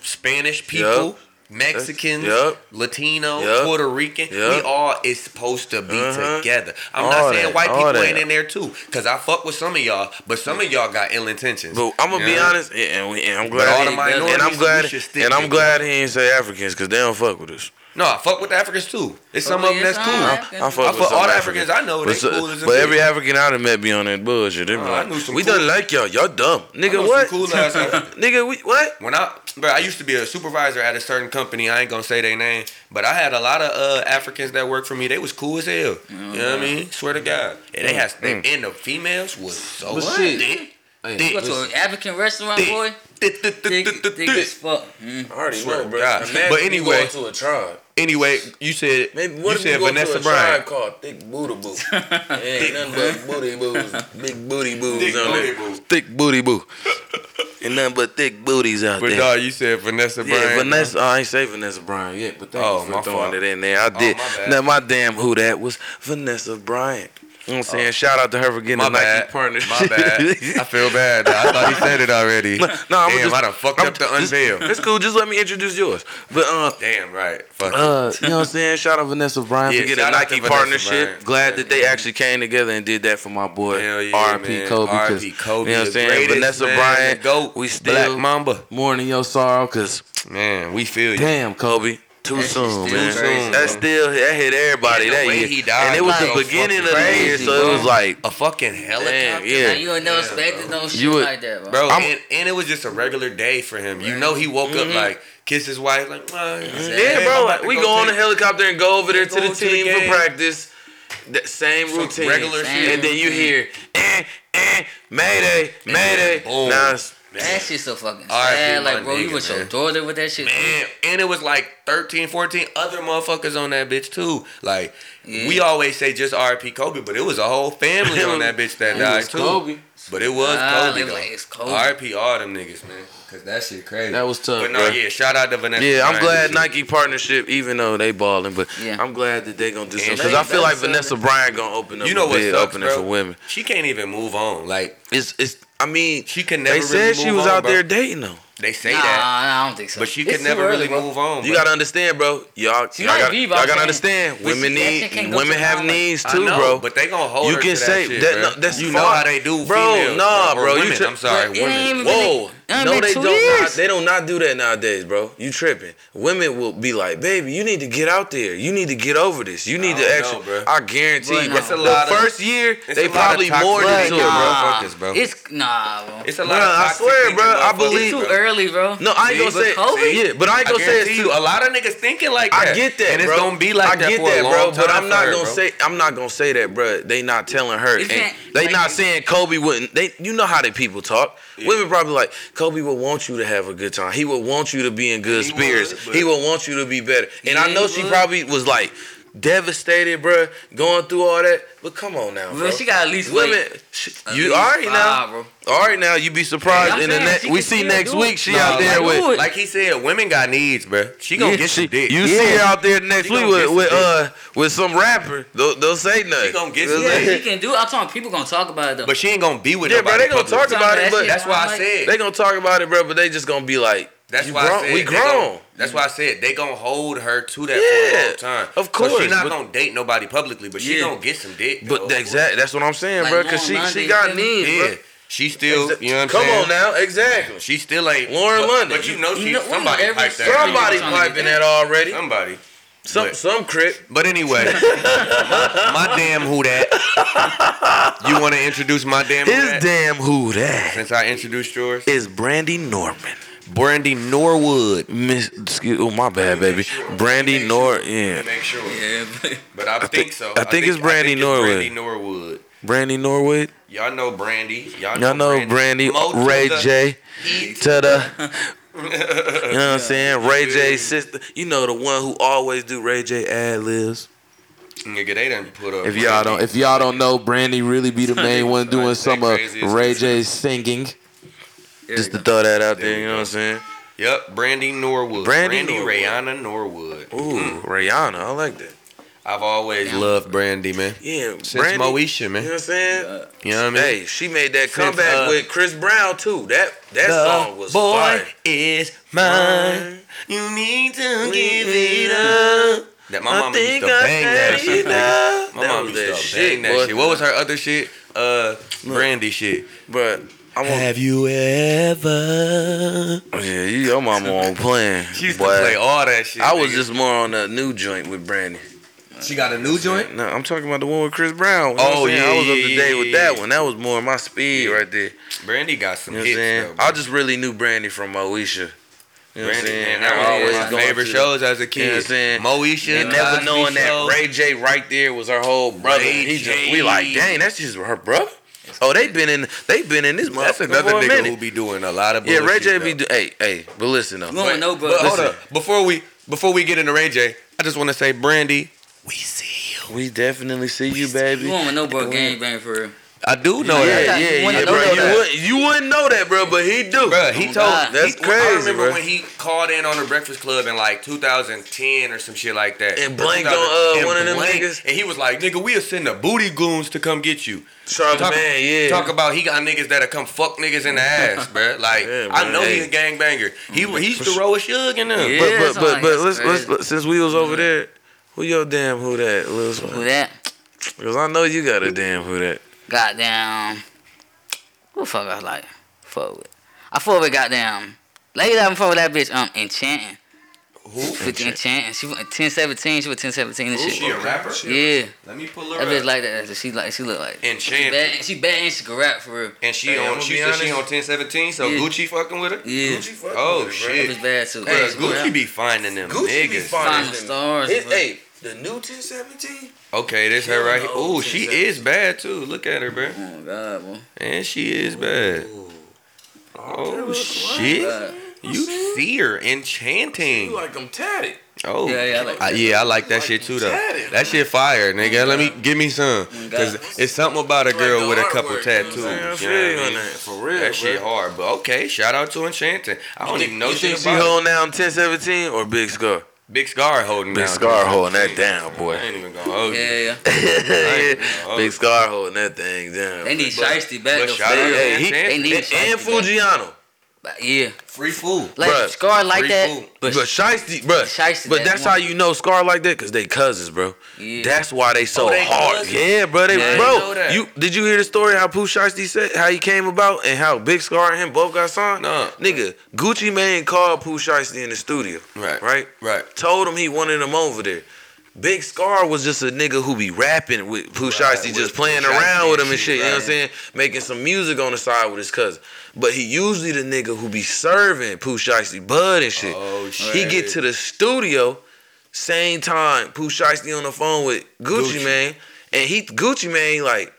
[SPEAKER 2] Spanish people.
[SPEAKER 3] Yup.
[SPEAKER 2] Mexicans,
[SPEAKER 3] Yup.
[SPEAKER 2] Latino,
[SPEAKER 3] Yup.
[SPEAKER 2] Puerto Rican, we
[SPEAKER 3] Yup.
[SPEAKER 2] all is supposed to be
[SPEAKER 3] Uh-huh.
[SPEAKER 2] together. I'm
[SPEAKER 3] All
[SPEAKER 2] not saying
[SPEAKER 3] that,
[SPEAKER 2] white
[SPEAKER 3] all
[SPEAKER 2] people
[SPEAKER 3] that.
[SPEAKER 2] ain't in there too, cause I fuck with some of y'all, but some of y'all got ill intentions.
[SPEAKER 3] But I'm gonna be
[SPEAKER 2] Yeah.
[SPEAKER 3] honest, yeah, and, we, and I'm
[SPEAKER 2] all
[SPEAKER 3] glad,
[SPEAKER 2] the
[SPEAKER 3] he,
[SPEAKER 2] minorities,
[SPEAKER 3] and I'm
[SPEAKER 2] we
[SPEAKER 3] glad,
[SPEAKER 2] should stick
[SPEAKER 3] and I'm
[SPEAKER 2] together.
[SPEAKER 3] glad he ain't say Africans because they don't fuck with us.
[SPEAKER 2] No, I fuck with the Africans too. There's some
[SPEAKER 1] Oh,
[SPEAKER 2] of them
[SPEAKER 1] yes,
[SPEAKER 2] that's
[SPEAKER 1] I
[SPEAKER 2] cool.
[SPEAKER 1] am.
[SPEAKER 2] I,
[SPEAKER 3] I fuck with
[SPEAKER 2] fuck
[SPEAKER 3] some
[SPEAKER 2] all the Africans I know. They
[SPEAKER 3] But, so-
[SPEAKER 2] cool as a
[SPEAKER 3] but
[SPEAKER 2] bitch.
[SPEAKER 3] everty African I done met be on that bullshit. They be
[SPEAKER 2] Oh, I
[SPEAKER 3] like,
[SPEAKER 2] knew some
[SPEAKER 3] we
[SPEAKER 2] cool-
[SPEAKER 3] done like y'all. Y'all dumb,
[SPEAKER 2] I know
[SPEAKER 3] nigga.
[SPEAKER 2] some
[SPEAKER 3] What?
[SPEAKER 2] cool ass Africans.
[SPEAKER 3] nigga, we what?
[SPEAKER 2] When I, bro, I used to be a supervisor at a certain company. I ain't gonna say their name, but I had a lot of uh, Africans that worked for me. They was cool as hell. You know what I mean?
[SPEAKER 3] Mm-hmm.
[SPEAKER 2] Swear to God, and they has they, and the females was so
[SPEAKER 6] But
[SPEAKER 2] thick.
[SPEAKER 6] shit. Hey,
[SPEAKER 1] You go to an
[SPEAKER 6] listen,
[SPEAKER 1] African restaurant,
[SPEAKER 2] Thick.
[SPEAKER 1] boy.
[SPEAKER 2] Thick, thick,
[SPEAKER 1] Thick,
[SPEAKER 2] thick, thick,
[SPEAKER 1] thick
[SPEAKER 2] thick.
[SPEAKER 1] as fuck. Mm.
[SPEAKER 3] I already
[SPEAKER 2] Swear to
[SPEAKER 3] know, bro.
[SPEAKER 2] God.
[SPEAKER 3] Imagine
[SPEAKER 2] But
[SPEAKER 3] we
[SPEAKER 2] anyway-
[SPEAKER 3] going to a tribe.
[SPEAKER 2] Anyway, you said
[SPEAKER 3] Maybe
[SPEAKER 2] you
[SPEAKER 3] what if we
[SPEAKER 2] said
[SPEAKER 3] go
[SPEAKER 2] Vanessa
[SPEAKER 3] to a
[SPEAKER 2] Bryant.
[SPEAKER 3] tribe called Thick Booty Boo? It ain't nothing but booty boos, big booty boos
[SPEAKER 2] Thick
[SPEAKER 3] on
[SPEAKER 2] booty
[SPEAKER 3] there.
[SPEAKER 2] boos.
[SPEAKER 3] Thick booty boo, and nothing but thick booties out
[SPEAKER 2] But
[SPEAKER 3] there.
[SPEAKER 2] dog, you said Vanessa
[SPEAKER 3] Yeah,
[SPEAKER 2] Bryant.
[SPEAKER 3] Vanessa. I ain't say Vanessa Bryant yet, but thank
[SPEAKER 2] Oh,
[SPEAKER 3] you for
[SPEAKER 2] my
[SPEAKER 3] throwing
[SPEAKER 2] fault. Oh,
[SPEAKER 3] it in there. I did.
[SPEAKER 2] my bad.
[SPEAKER 3] now my damn who that was Vanessa Bryant. You know what I'm saying? Shout out to her for getting
[SPEAKER 2] Oh. My
[SPEAKER 3] a Nike
[SPEAKER 2] bad.
[SPEAKER 3] partnership.
[SPEAKER 2] My bad. I feel bad. dog. I thought he said it already.
[SPEAKER 3] no, I'm
[SPEAKER 2] Damn,
[SPEAKER 3] just.
[SPEAKER 2] I done fucked
[SPEAKER 3] I'm-
[SPEAKER 2] up the
[SPEAKER 3] just-
[SPEAKER 2] unveil.
[SPEAKER 3] It's cool. Just let me introduce yours. But uh,
[SPEAKER 2] Damn right. Fuck.
[SPEAKER 3] uh, you know what I'm saying? Shout out Vanessa Bryant
[SPEAKER 2] Yeah,
[SPEAKER 3] for getting a
[SPEAKER 2] shout out to
[SPEAKER 3] Nike
[SPEAKER 2] Vanessa
[SPEAKER 3] partnership.
[SPEAKER 2] Bryant.
[SPEAKER 3] Glad that they actually came together and did that for my boy
[SPEAKER 2] Hell yeah,
[SPEAKER 3] R.P.
[SPEAKER 2] man.
[SPEAKER 3] Kobe. 'cause,
[SPEAKER 2] R.P. Kobe,
[SPEAKER 3] You know what
[SPEAKER 2] the
[SPEAKER 3] I'm saying?
[SPEAKER 2] greatest,
[SPEAKER 3] Vanessa
[SPEAKER 2] man,
[SPEAKER 3] Bryant.
[SPEAKER 2] the GOAT,
[SPEAKER 3] We
[SPEAKER 2] Black
[SPEAKER 3] still
[SPEAKER 2] Mamba.
[SPEAKER 3] mourning your sorrow because
[SPEAKER 2] Man, we feel you.
[SPEAKER 3] Damn, Kobe. Too
[SPEAKER 1] That's
[SPEAKER 3] soon,
[SPEAKER 1] still
[SPEAKER 3] man.
[SPEAKER 1] crazy,
[SPEAKER 2] bro.
[SPEAKER 3] that still that hit everybody
[SPEAKER 2] And the
[SPEAKER 3] that
[SPEAKER 2] way
[SPEAKER 3] year.
[SPEAKER 2] he died
[SPEAKER 3] and it was
[SPEAKER 2] was so
[SPEAKER 3] the beginning of the
[SPEAKER 2] fucking
[SPEAKER 3] year,
[SPEAKER 2] crazy,
[SPEAKER 3] so it was
[SPEAKER 2] bro.
[SPEAKER 3] like
[SPEAKER 2] A fucking helicopter.
[SPEAKER 3] Damn, yeah.
[SPEAKER 1] Like, you ain't never expected no shit
[SPEAKER 3] You would-
[SPEAKER 1] like that, bro.
[SPEAKER 2] Bro,
[SPEAKER 3] I'm- Mm-hmm.
[SPEAKER 2] and, and it was just a regular day for him. You know, he woke up like kissed his wife, like, "Ah,
[SPEAKER 3] yeah,
[SPEAKER 2] I'm
[SPEAKER 3] bro.
[SPEAKER 2] about
[SPEAKER 3] Like,
[SPEAKER 2] to
[SPEAKER 3] we go on the
[SPEAKER 2] take-"
[SPEAKER 3] helicopter and go over there to
[SPEAKER 2] Go
[SPEAKER 3] the
[SPEAKER 2] to the
[SPEAKER 3] team for
[SPEAKER 2] game.
[SPEAKER 3] practice. That same
[SPEAKER 2] Some
[SPEAKER 3] routine,
[SPEAKER 2] regular
[SPEAKER 3] and
[SPEAKER 1] shit.
[SPEAKER 3] then you hear eh, eh, Mayday, Mayday.
[SPEAKER 2] boom.
[SPEAKER 3] Now it's
[SPEAKER 1] That shit's so fucking
[SPEAKER 2] R.I.P.
[SPEAKER 1] sad.
[SPEAKER 2] my
[SPEAKER 1] Like, bro, you
[SPEAKER 2] nigga,
[SPEAKER 1] with your
[SPEAKER 2] man.
[SPEAKER 1] daughter with that shit.
[SPEAKER 2] Man, and it was like 13, 14 other motherfuckers on that bitch too. Like we always say just RP Kobe, but it was a whole family on that bitch that
[SPEAKER 6] It
[SPEAKER 2] died
[SPEAKER 6] was
[SPEAKER 2] too.
[SPEAKER 6] Kobe.
[SPEAKER 2] But it was
[SPEAKER 1] Ah,
[SPEAKER 2] Kobe
[SPEAKER 1] they
[SPEAKER 2] though.
[SPEAKER 1] like, it's Kobe.
[SPEAKER 2] RP all them niggas, man. Cause that shit crazy.
[SPEAKER 6] That was tough,
[SPEAKER 2] But no,
[SPEAKER 6] bruh.
[SPEAKER 2] yeah, shout out to Vanessa.
[SPEAKER 3] Yeah, I'm
[SPEAKER 2] Bryant.
[SPEAKER 3] glad Nike partnership, even though they balling, but
[SPEAKER 1] Yeah.
[SPEAKER 3] I'm glad that they gonna do
[SPEAKER 2] And
[SPEAKER 3] something because I
[SPEAKER 2] they-
[SPEAKER 3] feel like
[SPEAKER 2] that's, uh,
[SPEAKER 3] Vanessa Bryant gonna open up.
[SPEAKER 2] You know
[SPEAKER 3] a
[SPEAKER 2] what
[SPEAKER 3] big
[SPEAKER 2] sucks,
[SPEAKER 3] opening
[SPEAKER 2] bro?
[SPEAKER 3] for women.
[SPEAKER 2] She can't even move on. Like
[SPEAKER 3] It's it's. I mean,
[SPEAKER 2] she can never.
[SPEAKER 3] they said
[SPEAKER 2] really
[SPEAKER 3] she
[SPEAKER 2] move
[SPEAKER 3] was
[SPEAKER 2] on,
[SPEAKER 3] out
[SPEAKER 2] bro.
[SPEAKER 3] there dating though.
[SPEAKER 2] They say
[SPEAKER 1] nah,
[SPEAKER 2] that,
[SPEAKER 1] nah, I don't think so.
[SPEAKER 2] but she
[SPEAKER 1] It's
[SPEAKER 2] could
[SPEAKER 1] too
[SPEAKER 2] never
[SPEAKER 1] early,
[SPEAKER 2] really
[SPEAKER 1] bro.
[SPEAKER 2] move on.
[SPEAKER 3] You
[SPEAKER 2] bro.
[SPEAKER 3] gotta understand, bro. Y'all,
[SPEAKER 1] She
[SPEAKER 3] y'all,
[SPEAKER 1] might
[SPEAKER 3] gotta,
[SPEAKER 1] be,
[SPEAKER 3] y'all
[SPEAKER 1] but I'm
[SPEAKER 3] gotta
[SPEAKER 1] saying-
[SPEAKER 3] understand.
[SPEAKER 1] but
[SPEAKER 3] Women
[SPEAKER 1] she- that shit can't
[SPEAKER 3] need
[SPEAKER 1] go
[SPEAKER 3] women
[SPEAKER 1] to
[SPEAKER 3] have
[SPEAKER 1] all, like-
[SPEAKER 3] needs
[SPEAKER 2] I
[SPEAKER 3] too,
[SPEAKER 2] know,
[SPEAKER 3] bro.
[SPEAKER 2] But they gonna hold
[SPEAKER 3] You
[SPEAKER 2] her
[SPEAKER 3] can
[SPEAKER 2] to that
[SPEAKER 3] say
[SPEAKER 2] shit,
[SPEAKER 3] that-
[SPEAKER 2] bro.
[SPEAKER 3] no, that's
[SPEAKER 2] you know
[SPEAKER 3] fine.
[SPEAKER 2] how they do,
[SPEAKER 3] Bro,
[SPEAKER 2] Females,
[SPEAKER 3] nah,
[SPEAKER 2] or
[SPEAKER 3] bro, you
[SPEAKER 2] Women,
[SPEAKER 3] tri-
[SPEAKER 2] I'm sorry,
[SPEAKER 1] But it ain't even
[SPEAKER 2] women.
[SPEAKER 3] Whoa,
[SPEAKER 1] It ain't
[SPEAKER 3] no,
[SPEAKER 1] been
[SPEAKER 3] they
[SPEAKER 1] two
[SPEAKER 3] don't. Not,
[SPEAKER 1] years.
[SPEAKER 3] they don't not do that nowadays, bro. You tripping? Women will be like, "Baby, you need to get out there. You need to get over this. You need
[SPEAKER 2] I
[SPEAKER 3] to
[SPEAKER 2] don't
[SPEAKER 3] actually."
[SPEAKER 2] know, bro.
[SPEAKER 3] I guarantee,
[SPEAKER 1] But
[SPEAKER 3] you,
[SPEAKER 1] no.
[SPEAKER 3] bro.
[SPEAKER 1] It's a
[SPEAKER 3] The
[SPEAKER 2] lot of-
[SPEAKER 3] first year,
[SPEAKER 2] it's
[SPEAKER 3] they
[SPEAKER 2] a lot of
[SPEAKER 3] probably
[SPEAKER 2] toxic-
[SPEAKER 3] more
[SPEAKER 2] But
[SPEAKER 3] than two,
[SPEAKER 2] it,
[SPEAKER 3] bro.
[SPEAKER 1] nah,
[SPEAKER 2] Fuck this, bro.
[SPEAKER 1] It's nah, bro.
[SPEAKER 2] It's a lot
[SPEAKER 3] Bruh,
[SPEAKER 2] of
[SPEAKER 3] I
[SPEAKER 2] toxic
[SPEAKER 3] swear,
[SPEAKER 2] thinking,
[SPEAKER 3] bro, I
[SPEAKER 2] motherfuckers,
[SPEAKER 3] believe-
[SPEAKER 1] too
[SPEAKER 2] bro.
[SPEAKER 1] early, bro.
[SPEAKER 3] No, I ain't
[SPEAKER 1] See,
[SPEAKER 3] gonna
[SPEAKER 1] but
[SPEAKER 3] say.
[SPEAKER 1] Kobe?
[SPEAKER 3] Yeah, but I ain't
[SPEAKER 2] I
[SPEAKER 3] gonna say it's
[SPEAKER 2] guarantee
[SPEAKER 3] too
[SPEAKER 2] you, a lot of niggas thinking like that.
[SPEAKER 3] I get that,
[SPEAKER 2] and it's
[SPEAKER 3] bro.
[SPEAKER 2] gonna be like
[SPEAKER 3] I
[SPEAKER 2] that
[SPEAKER 3] get
[SPEAKER 2] for
[SPEAKER 3] that,
[SPEAKER 2] a long
[SPEAKER 3] bro. But
[SPEAKER 2] time
[SPEAKER 3] I'm not
[SPEAKER 2] for her,
[SPEAKER 3] gonna
[SPEAKER 2] bro.
[SPEAKER 3] say I'm not gonna say that, bro. They not telling her,
[SPEAKER 1] It's
[SPEAKER 3] and
[SPEAKER 1] not-
[SPEAKER 3] they
[SPEAKER 1] like-
[SPEAKER 3] not saying Kobe wouldn't. They, you know how they people talk. Women probably like Kobe would want you to have a good time. He would want you to be in good
[SPEAKER 2] He
[SPEAKER 3] spirits.
[SPEAKER 2] would, but-
[SPEAKER 3] he would want you to be better. And I
[SPEAKER 1] Yeah,
[SPEAKER 3] know
[SPEAKER 1] he
[SPEAKER 3] she
[SPEAKER 1] would.
[SPEAKER 3] probably was like devastated, bro, going through all that. But come on now, bro.
[SPEAKER 1] Bro, she got at least
[SPEAKER 3] women.
[SPEAKER 1] wait.
[SPEAKER 3] sh-
[SPEAKER 1] At
[SPEAKER 3] you
[SPEAKER 1] least
[SPEAKER 3] all right
[SPEAKER 1] five,
[SPEAKER 3] now?
[SPEAKER 1] bro.
[SPEAKER 3] All right now, you be surprised.
[SPEAKER 1] Yeah, I'm
[SPEAKER 3] in the
[SPEAKER 1] saying,
[SPEAKER 3] next,
[SPEAKER 1] she
[SPEAKER 3] we
[SPEAKER 1] can
[SPEAKER 3] see
[SPEAKER 1] still
[SPEAKER 3] next
[SPEAKER 1] do
[SPEAKER 3] week
[SPEAKER 1] it.
[SPEAKER 3] she
[SPEAKER 2] Nah,
[SPEAKER 3] out
[SPEAKER 2] like,
[SPEAKER 3] there
[SPEAKER 1] who
[SPEAKER 3] with
[SPEAKER 1] would-
[SPEAKER 2] Like he said, women got needs, bro. She gonna
[SPEAKER 1] Yeah,
[SPEAKER 2] get
[SPEAKER 3] she,
[SPEAKER 2] some dick.
[SPEAKER 3] You
[SPEAKER 2] You,
[SPEAKER 3] see her
[SPEAKER 1] Yeah.
[SPEAKER 3] out there next
[SPEAKER 2] She
[SPEAKER 3] week
[SPEAKER 2] gonna
[SPEAKER 3] with
[SPEAKER 2] get some
[SPEAKER 3] with
[SPEAKER 2] dick.
[SPEAKER 3] uh with some rapper. Don't don't say nothing.
[SPEAKER 2] she gonna get some
[SPEAKER 1] Yeah, she
[SPEAKER 2] dick.
[SPEAKER 1] can do. I'm talking people gonna talk about it though.
[SPEAKER 2] But she ain't gonna be with
[SPEAKER 3] Yeah, bro,
[SPEAKER 2] nobody.
[SPEAKER 3] they gonna
[SPEAKER 2] publicly.
[SPEAKER 3] talk about it, but
[SPEAKER 2] That's why I
[SPEAKER 1] Like,
[SPEAKER 2] said.
[SPEAKER 3] they gonna talk about it, bro. But they just gonna be like,
[SPEAKER 2] That's
[SPEAKER 3] you
[SPEAKER 2] why
[SPEAKER 3] grown-
[SPEAKER 2] I said
[SPEAKER 3] we
[SPEAKER 2] they
[SPEAKER 3] grown.
[SPEAKER 2] gon- that's why I said they gonna hold her to that
[SPEAKER 3] Yeah,
[SPEAKER 2] for a long time.
[SPEAKER 3] of
[SPEAKER 2] so
[SPEAKER 3] course,
[SPEAKER 2] she not
[SPEAKER 3] but-
[SPEAKER 2] gonna date nobody publicly, but she
[SPEAKER 3] Yeah.
[SPEAKER 2] gonna get some dick.
[SPEAKER 3] But
[SPEAKER 2] though.
[SPEAKER 3] exactly, that's what I'm saying,
[SPEAKER 1] Like,
[SPEAKER 3] bro. Cause she
[SPEAKER 1] Lauren
[SPEAKER 3] she
[SPEAKER 1] London,
[SPEAKER 3] got
[SPEAKER 1] you feel me?
[SPEAKER 3] needs,
[SPEAKER 2] yeah,
[SPEAKER 3] bro.
[SPEAKER 2] she still,
[SPEAKER 3] Exa-
[SPEAKER 2] you know what I'm
[SPEAKER 3] Come
[SPEAKER 2] saying?
[SPEAKER 3] on now, exactly.
[SPEAKER 2] She still ain't
[SPEAKER 3] Lauren
[SPEAKER 2] but,
[SPEAKER 3] London.
[SPEAKER 2] But you know she
[SPEAKER 1] You know-
[SPEAKER 2] somebody
[SPEAKER 1] every
[SPEAKER 2] piped that.
[SPEAKER 1] single-
[SPEAKER 3] Somebody
[SPEAKER 1] Trying to get
[SPEAKER 3] piping
[SPEAKER 1] that.
[SPEAKER 3] that already.
[SPEAKER 2] Somebody.
[SPEAKER 3] Some
[SPEAKER 2] but-
[SPEAKER 3] some crip.
[SPEAKER 2] But anyway, my, my damn who that. You want to introduce my damn who that?
[SPEAKER 3] damn who that
[SPEAKER 2] Since I introduced yours,
[SPEAKER 3] is Brandy Norman.
[SPEAKER 2] Brandy Norwood.
[SPEAKER 3] Miss, excuse, oh my bad, baby. Brandy Nor, yeah,
[SPEAKER 2] Make sure.
[SPEAKER 1] yeah, but
[SPEAKER 2] But I, think,
[SPEAKER 3] think-
[SPEAKER 2] so.
[SPEAKER 3] I think it's Brandy Norwood.
[SPEAKER 2] Brandy Norwood.
[SPEAKER 3] Brandy Norwood.
[SPEAKER 2] Y'all know Brandy. Y'all know,
[SPEAKER 3] Y'all know Brandy,
[SPEAKER 2] Mo to
[SPEAKER 3] Ray
[SPEAKER 2] the
[SPEAKER 3] J,
[SPEAKER 2] E.
[SPEAKER 3] to the, you know what I'm saying? Ray J's sister, you know the one who always do Ray J ad libs.
[SPEAKER 2] Nigga, they done put up.
[SPEAKER 3] If y'all don't, if y'all don't know, Brandy really be the main one doing
[SPEAKER 2] Like,
[SPEAKER 3] some
[SPEAKER 2] that
[SPEAKER 3] of
[SPEAKER 2] crazy as
[SPEAKER 3] Ray
[SPEAKER 2] shit.
[SPEAKER 3] J's singing.
[SPEAKER 1] there
[SPEAKER 3] Just
[SPEAKER 1] we go.
[SPEAKER 3] to throw that out there,
[SPEAKER 2] There
[SPEAKER 3] you
[SPEAKER 2] you
[SPEAKER 3] know what I'm saying?
[SPEAKER 2] Yep, Brandy Norwood.
[SPEAKER 3] Brandy
[SPEAKER 2] Brandy
[SPEAKER 3] Norwood.
[SPEAKER 2] Rihanna Norwood.
[SPEAKER 3] Ooh, Rihanna, I like that.
[SPEAKER 2] I've always loved Brandy, man.
[SPEAKER 3] Yeah,
[SPEAKER 2] Since
[SPEAKER 3] Brandy.
[SPEAKER 2] Moesha,
[SPEAKER 3] you know what
[SPEAKER 2] man.
[SPEAKER 3] I'm saying?
[SPEAKER 2] You know what I mean?
[SPEAKER 3] Hey, she made that
[SPEAKER 2] Since,
[SPEAKER 3] comeback
[SPEAKER 2] uh,
[SPEAKER 3] with Chris Brown too. That that
[SPEAKER 2] The
[SPEAKER 3] song was
[SPEAKER 2] boy
[SPEAKER 3] fire.
[SPEAKER 2] is mine. You need to give it up. Mm-hmm. That my mama used to bang that shit. nigga. My mama
[SPEAKER 3] was
[SPEAKER 2] used to
[SPEAKER 3] that
[SPEAKER 2] bang
[SPEAKER 3] shit,
[SPEAKER 2] that
[SPEAKER 3] boy.
[SPEAKER 2] shit. What was her other shit? Uh, Brandy shit.
[SPEAKER 3] But I want
[SPEAKER 2] Have you ever?
[SPEAKER 3] Yeah, you, your mama on playing.
[SPEAKER 2] She used
[SPEAKER 3] boy.
[SPEAKER 2] to play all that shit.
[SPEAKER 3] I was
[SPEAKER 2] nigga.
[SPEAKER 3] just more on a new joint with Brandy.
[SPEAKER 2] She got a new joint.
[SPEAKER 3] No, I'm talking about the one with Chris Brown. You know
[SPEAKER 2] Oh,
[SPEAKER 3] what I'm saying?
[SPEAKER 2] yeah,
[SPEAKER 3] I was up
[SPEAKER 2] yeah,
[SPEAKER 3] to
[SPEAKER 2] yeah,
[SPEAKER 3] date
[SPEAKER 2] yeah,
[SPEAKER 3] with
[SPEAKER 2] yeah.
[SPEAKER 3] that one. That was more my speed right there. You
[SPEAKER 2] Brandy got some
[SPEAKER 3] know what I'm
[SPEAKER 2] hits.
[SPEAKER 3] saying?
[SPEAKER 2] though, bro.
[SPEAKER 3] I just really knew Brandy from Moesha. You know what I'm
[SPEAKER 2] Brandy, man,
[SPEAKER 3] saying?
[SPEAKER 2] that was
[SPEAKER 3] I
[SPEAKER 2] always
[SPEAKER 3] going
[SPEAKER 2] my favorite
[SPEAKER 3] to-
[SPEAKER 2] shows as a kid.
[SPEAKER 3] You know what I'm saying?
[SPEAKER 2] Moesha,
[SPEAKER 3] And never
[SPEAKER 2] Cosby
[SPEAKER 3] knowing
[SPEAKER 2] show.
[SPEAKER 3] that Ray J right there was her whole brother.
[SPEAKER 2] Ray
[SPEAKER 3] He just,
[SPEAKER 2] J.
[SPEAKER 3] we like, dang, that's just her brother. Oh, they been in, they been in this motherfucker
[SPEAKER 2] That's another
[SPEAKER 3] for a
[SPEAKER 2] nigga
[SPEAKER 3] minute.
[SPEAKER 2] who be doing a lot of
[SPEAKER 3] yeah,
[SPEAKER 2] bullshit.
[SPEAKER 3] Ray J
[SPEAKER 2] though.
[SPEAKER 3] be, do, hey, hey, but listen though,
[SPEAKER 1] Going no, but,
[SPEAKER 2] But hold
[SPEAKER 3] Listen.
[SPEAKER 2] up, before we before we get into Ray J, I just want to say, Brandy, we see you.
[SPEAKER 3] we definitely see you, baby.
[SPEAKER 1] you want to know, bro? Gang bang for real.
[SPEAKER 2] I do know
[SPEAKER 3] yeah,
[SPEAKER 2] that.
[SPEAKER 1] You
[SPEAKER 3] yeah,
[SPEAKER 1] wouldn't
[SPEAKER 3] yeah,
[SPEAKER 1] know
[SPEAKER 3] bro. You,
[SPEAKER 1] that.
[SPEAKER 3] would, you wouldn't know that, bro, but he do.
[SPEAKER 2] Bruh, he
[SPEAKER 1] Oh,
[SPEAKER 2] told.
[SPEAKER 1] God.
[SPEAKER 3] That's
[SPEAKER 2] he- I
[SPEAKER 3] crazy,
[SPEAKER 2] remember
[SPEAKER 3] bruh.
[SPEAKER 2] when he called in on the Breakfast Club in like 2010 or some shit like that.
[SPEAKER 3] And
[SPEAKER 2] Or 2000
[SPEAKER 3] blanked on, uh,
[SPEAKER 2] and
[SPEAKER 3] one of them
[SPEAKER 2] blanked,
[SPEAKER 3] niggas.
[SPEAKER 2] And he was like, "Nigga, we'll send the booty goons to come get you." Talk-
[SPEAKER 3] Charlamagne, yeah.
[SPEAKER 2] Talk about he got niggas that'll come fuck niggas in the ass, bruh. Like
[SPEAKER 3] Yeah,
[SPEAKER 2] I
[SPEAKER 3] man.
[SPEAKER 2] know
[SPEAKER 3] Hey. Mm-hmm.
[SPEAKER 2] he's a gangbanger. He he used to
[SPEAKER 3] sure.
[SPEAKER 2] roll a shug in them.
[SPEAKER 1] Yeah.
[SPEAKER 3] but
[SPEAKER 1] it's
[SPEAKER 3] but but,
[SPEAKER 1] like-
[SPEAKER 3] but
[SPEAKER 1] it's
[SPEAKER 3] let's, let's,
[SPEAKER 1] crazy.
[SPEAKER 3] let's since we was over there, who your damn who that, Lil
[SPEAKER 1] Who
[SPEAKER 3] Swan?
[SPEAKER 1] that?
[SPEAKER 3] Because I know you got a damn who that.
[SPEAKER 1] Goddamn. Who the fuck I like? Fuck with. I fuck with goddamn. Lady that fuck with that bitch. Um, enchanting.
[SPEAKER 2] Who?
[SPEAKER 1] Fifty enchanting. She was ten seventeen. She was ten seventeen and
[SPEAKER 2] She a
[SPEAKER 1] shit.
[SPEAKER 2] rapper?
[SPEAKER 1] Yeah,
[SPEAKER 2] Let me pull her
[SPEAKER 1] that
[SPEAKER 2] up.
[SPEAKER 1] bitch like that. She like she look like. She
[SPEAKER 2] Enchanted.
[SPEAKER 1] bad. She bad and she can rap for real.
[SPEAKER 2] And she
[SPEAKER 3] Hey, I'ma
[SPEAKER 2] on she
[SPEAKER 3] be
[SPEAKER 2] said she
[SPEAKER 3] honest.
[SPEAKER 2] on 1017, so
[SPEAKER 1] Yeah.
[SPEAKER 2] Gucci fucking with her?
[SPEAKER 1] Yeah.
[SPEAKER 3] Gucci fucking
[SPEAKER 2] Oh
[SPEAKER 3] with her, bruh.
[SPEAKER 1] That
[SPEAKER 2] shit.
[SPEAKER 1] bitch bad too.
[SPEAKER 2] Bruh,
[SPEAKER 1] She
[SPEAKER 2] Gucci
[SPEAKER 1] rap.
[SPEAKER 2] be finding them
[SPEAKER 3] Gucci
[SPEAKER 2] niggas.
[SPEAKER 3] be
[SPEAKER 1] Finding
[SPEAKER 3] Finding
[SPEAKER 1] stars.
[SPEAKER 3] His,
[SPEAKER 1] bro.
[SPEAKER 3] hey, the new 1017?
[SPEAKER 2] Okay, this her right here.
[SPEAKER 3] Oh,
[SPEAKER 2] Oh, she
[SPEAKER 3] exactly.
[SPEAKER 2] is bad too. Look at her, bruh.
[SPEAKER 1] Oh my god, bro.
[SPEAKER 2] And she is bad. Oh shit! You see her enchanting.
[SPEAKER 6] You like I'm tatted.
[SPEAKER 2] Oh
[SPEAKER 1] Yeah, yeah, I like
[SPEAKER 2] I-
[SPEAKER 1] that.
[SPEAKER 2] yeah, I like that
[SPEAKER 6] Like
[SPEAKER 2] shit too though.
[SPEAKER 6] tatted.
[SPEAKER 2] That shit fire, nigga. Let me give me some, cause
[SPEAKER 1] Oh God.
[SPEAKER 2] it's something about a
[SPEAKER 6] Like
[SPEAKER 2] girl
[SPEAKER 6] the
[SPEAKER 2] with a couple
[SPEAKER 6] artwork,
[SPEAKER 2] tattoos.
[SPEAKER 6] you know what I'm
[SPEAKER 2] you
[SPEAKER 6] saying?
[SPEAKER 2] know
[SPEAKER 6] I feel
[SPEAKER 2] what
[SPEAKER 6] you on
[SPEAKER 2] I mean?
[SPEAKER 6] that, for real,
[SPEAKER 2] That shit
[SPEAKER 6] bro.
[SPEAKER 2] hard, but okay. Shout out to Enchanting. I don't
[SPEAKER 6] think-
[SPEAKER 2] even know
[SPEAKER 6] you
[SPEAKER 2] shit
[SPEAKER 6] think
[SPEAKER 3] She
[SPEAKER 2] about. it.
[SPEAKER 3] holding down 1017 or Big Scar?
[SPEAKER 2] Big Scar holding
[SPEAKER 3] Big
[SPEAKER 2] down.
[SPEAKER 3] Scar holding that down, boy.
[SPEAKER 2] I ain't even gonna hold you.
[SPEAKER 1] Yeah, yeah.
[SPEAKER 2] Oh.
[SPEAKER 3] Big Scar holding that thing down.
[SPEAKER 1] They need
[SPEAKER 3] But-
[SPEAKER 1] Shiesty back.
[SPEAKER 2] but
[SPEAKER 1] though,
[SPEAKER 2] shout
[SPEAKER 1] for
[SPEAKER 2] out
[SPEAKER 1] real.
[SPEAKER 2] to
[SPEAKER 3] Hey, he-
[SPEAKER 2] Enchanting.
[SPEAKER 1] They need
[SPEAKER 3] and, and
[SPEAKER 1] Shiesty back.
[SPEAKER 3] Fujiano.
[SPEAKER 1] Yeah.
[SPEAKER 2] Free food.
[SPEAKER 1] Like
[SPEAKER 3] Bruh,
[SPEAKER 1] Scar like
[SPEAKER 2] free
[SPEAKER 1] that,
[SPEAKER 2] food.
[SPEAKER 1] but,
[SPEAKER 3] But Shiesty, bro.
[SPEAKER 1] Shiesty
[SPEAKER 3] But
[SPEAKER 1] that
[SPEAKER 3] that's
[SPEAKER 1] one.
[SPEAKER 3] how you know Scar like that, cause they cousins, bro.
[SPEAKER 1] Yeah.
[SPEAKER 3] That's why they so
[SPEAKER 2] Oh, they
[SPEAKER 3] hard.
[SPEAKER 2] cousins?
[SPEAKER 3] Yeah, bro. They,
[SPEAKER 2] Yeah, I didn't know
[SPEAKER 3] bro.
[SPEAKER 2] that.
[SPEAKER 3] You did you hear the story how Pooh Shiesty said how he came about and how Big Scar and him both got signed?
[SPEAKER 2] No.
[SPEAKER 3] nigga. Gucci Mane called Pooh Shiesty in the studio.
[SPEAKER 2] Right.
[SPEAKER 3] Right.
[SPEAKER 2] Right.
[SPEAKER 3] Told him he wanted him over there. Big Scar was just a nigga who be rapping with Pooh
[SPEAKER 2] Right,
[SPEAKER 3] Shiesty,
[SPEAKER 2] with
[SPEAKER 3] just
[SPEAKER 2] Pooh
[SPEAKER 3] playing
[SPEAKER 2] Shiesty
[SPEAKER 3] around
[SPEAKER 2] and
[SPEAKER 3] with him and
[SPEAKER 2] shit,
[SPEAKER 3] shit. You know what I'm
[SPEAKER 2] right.
[SPEAKER 3] saying? Making some music on the side with his cousin. But he usually the nigga who be serving Pooh Shiesty Bud and shit.
[SPEAKER 2] Oh,
[SPEAKER 3] He
[SPEAKER 2] shit.
[SPEAKER 3] get to the studio, same time Pooh Shiesty on the phone with Gucci,
[SPEAKER 2] Gucci.
[SPEAKER 3] Mane, and he Gucci Mane like,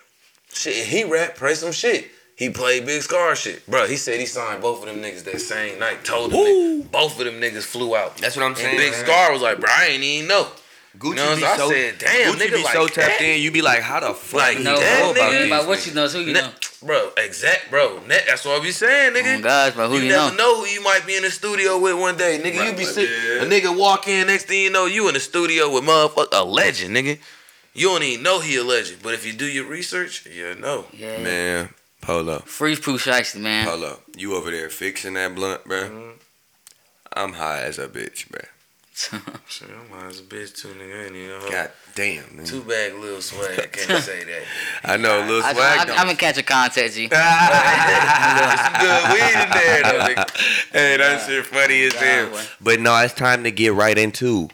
[SPEAKER 3] shit. He rap, play some shit. He played Big Scar shit, bro. He said he signed both of them niggas that same night. Told them niggas, both of them niggas flew out.
[SPEAKER 2] That's what I'm
[SPEAKER 3] And
[SPEAKER 2] saying.
[SPEAKER 3] Big Scar was like, bro, I ain't even know.
[SPEAKER 2] Gucci
[SPEAKER 3] You know what
[SPEAKER 2] be
[SPEAKER 3] I'm
[SPEAKER 2] so
[SPEAKER 3] saying? Damn,
[SPEAKER 2] Gucci
[SPEAKER 3] nigga
[SPEAKER 2] be
[SPEAKER 3] like
[SPEAKER 2] so tapped
[SPEAKER 3] that?
[SPEAKER 2] in. You be like, how the fuck?
[SPEAKER 3] Like
[SPEAKER 2] you
[SPEAKER 1] no,
[SPEAKER 3] that
[SPEAKER 1] know about,
[SPEAKER 3] nigga-
[SPEAKER 1] it, about what
[SPEAKER 2] these
[SPEAKER 1] you know, so who you
[SPEAKER 3] Ne-
[SPEAKER 1] know.
[SPEAKER 3] Bro, exact, bro. Ne- that's what I be saying, nigga.
[SPEAKER 1] Oh, gosh, bro, who you, know?
[SPEAKER 3] never know. who you might be in the studio with one day, nigga. you be
[SPEAKER 2] Right,
[SPEAKER 3] sick.
[SPEAKER 2] yeah.
[SPEAKER 3] A nigga walk in, next thing you know, you in the studio with motherfucker a legend, nigga. You don't even know he a legend, but if you do your research, you know.
[SPEAKER 1] Yeah.
[SPEAKER 2] niggas? Man, Polo,
[SPEAKER 1] Free Pooh Shiesty, man.
[SPEAKER 2] Polo, you over there fixing that blunt, bruh.
[SPEAKER 3] Mm-hmm.
[SPEAKER 2] I'm high as a bitch, bruh.
[SPEAKER 3] Shit, I'm high as a bitch too, nigga. I ain't even know.
[SPEAKER 2] God damn. nigga.
[SPEAKER 3] Two bag little swag. I can't say that.
[SPEAKER 2] I know, Lil
[SPEAKER 1] I,
[SPEAKER 2] Swag.
[SPEAKER 1] am
[SPEAKER 2] don't-
[SPEAKER 1] gonna catch a contact, G.
[SPEAKER 3] Some good weed in there though, nigga.
[SPEAKER 2] hey, that shit funny as
[SPEAKER 1] God,
[SPEAKER 2] hell.
[SPEAKER 1] boy.
[SPEAKER 2] But no, it's time to get right into.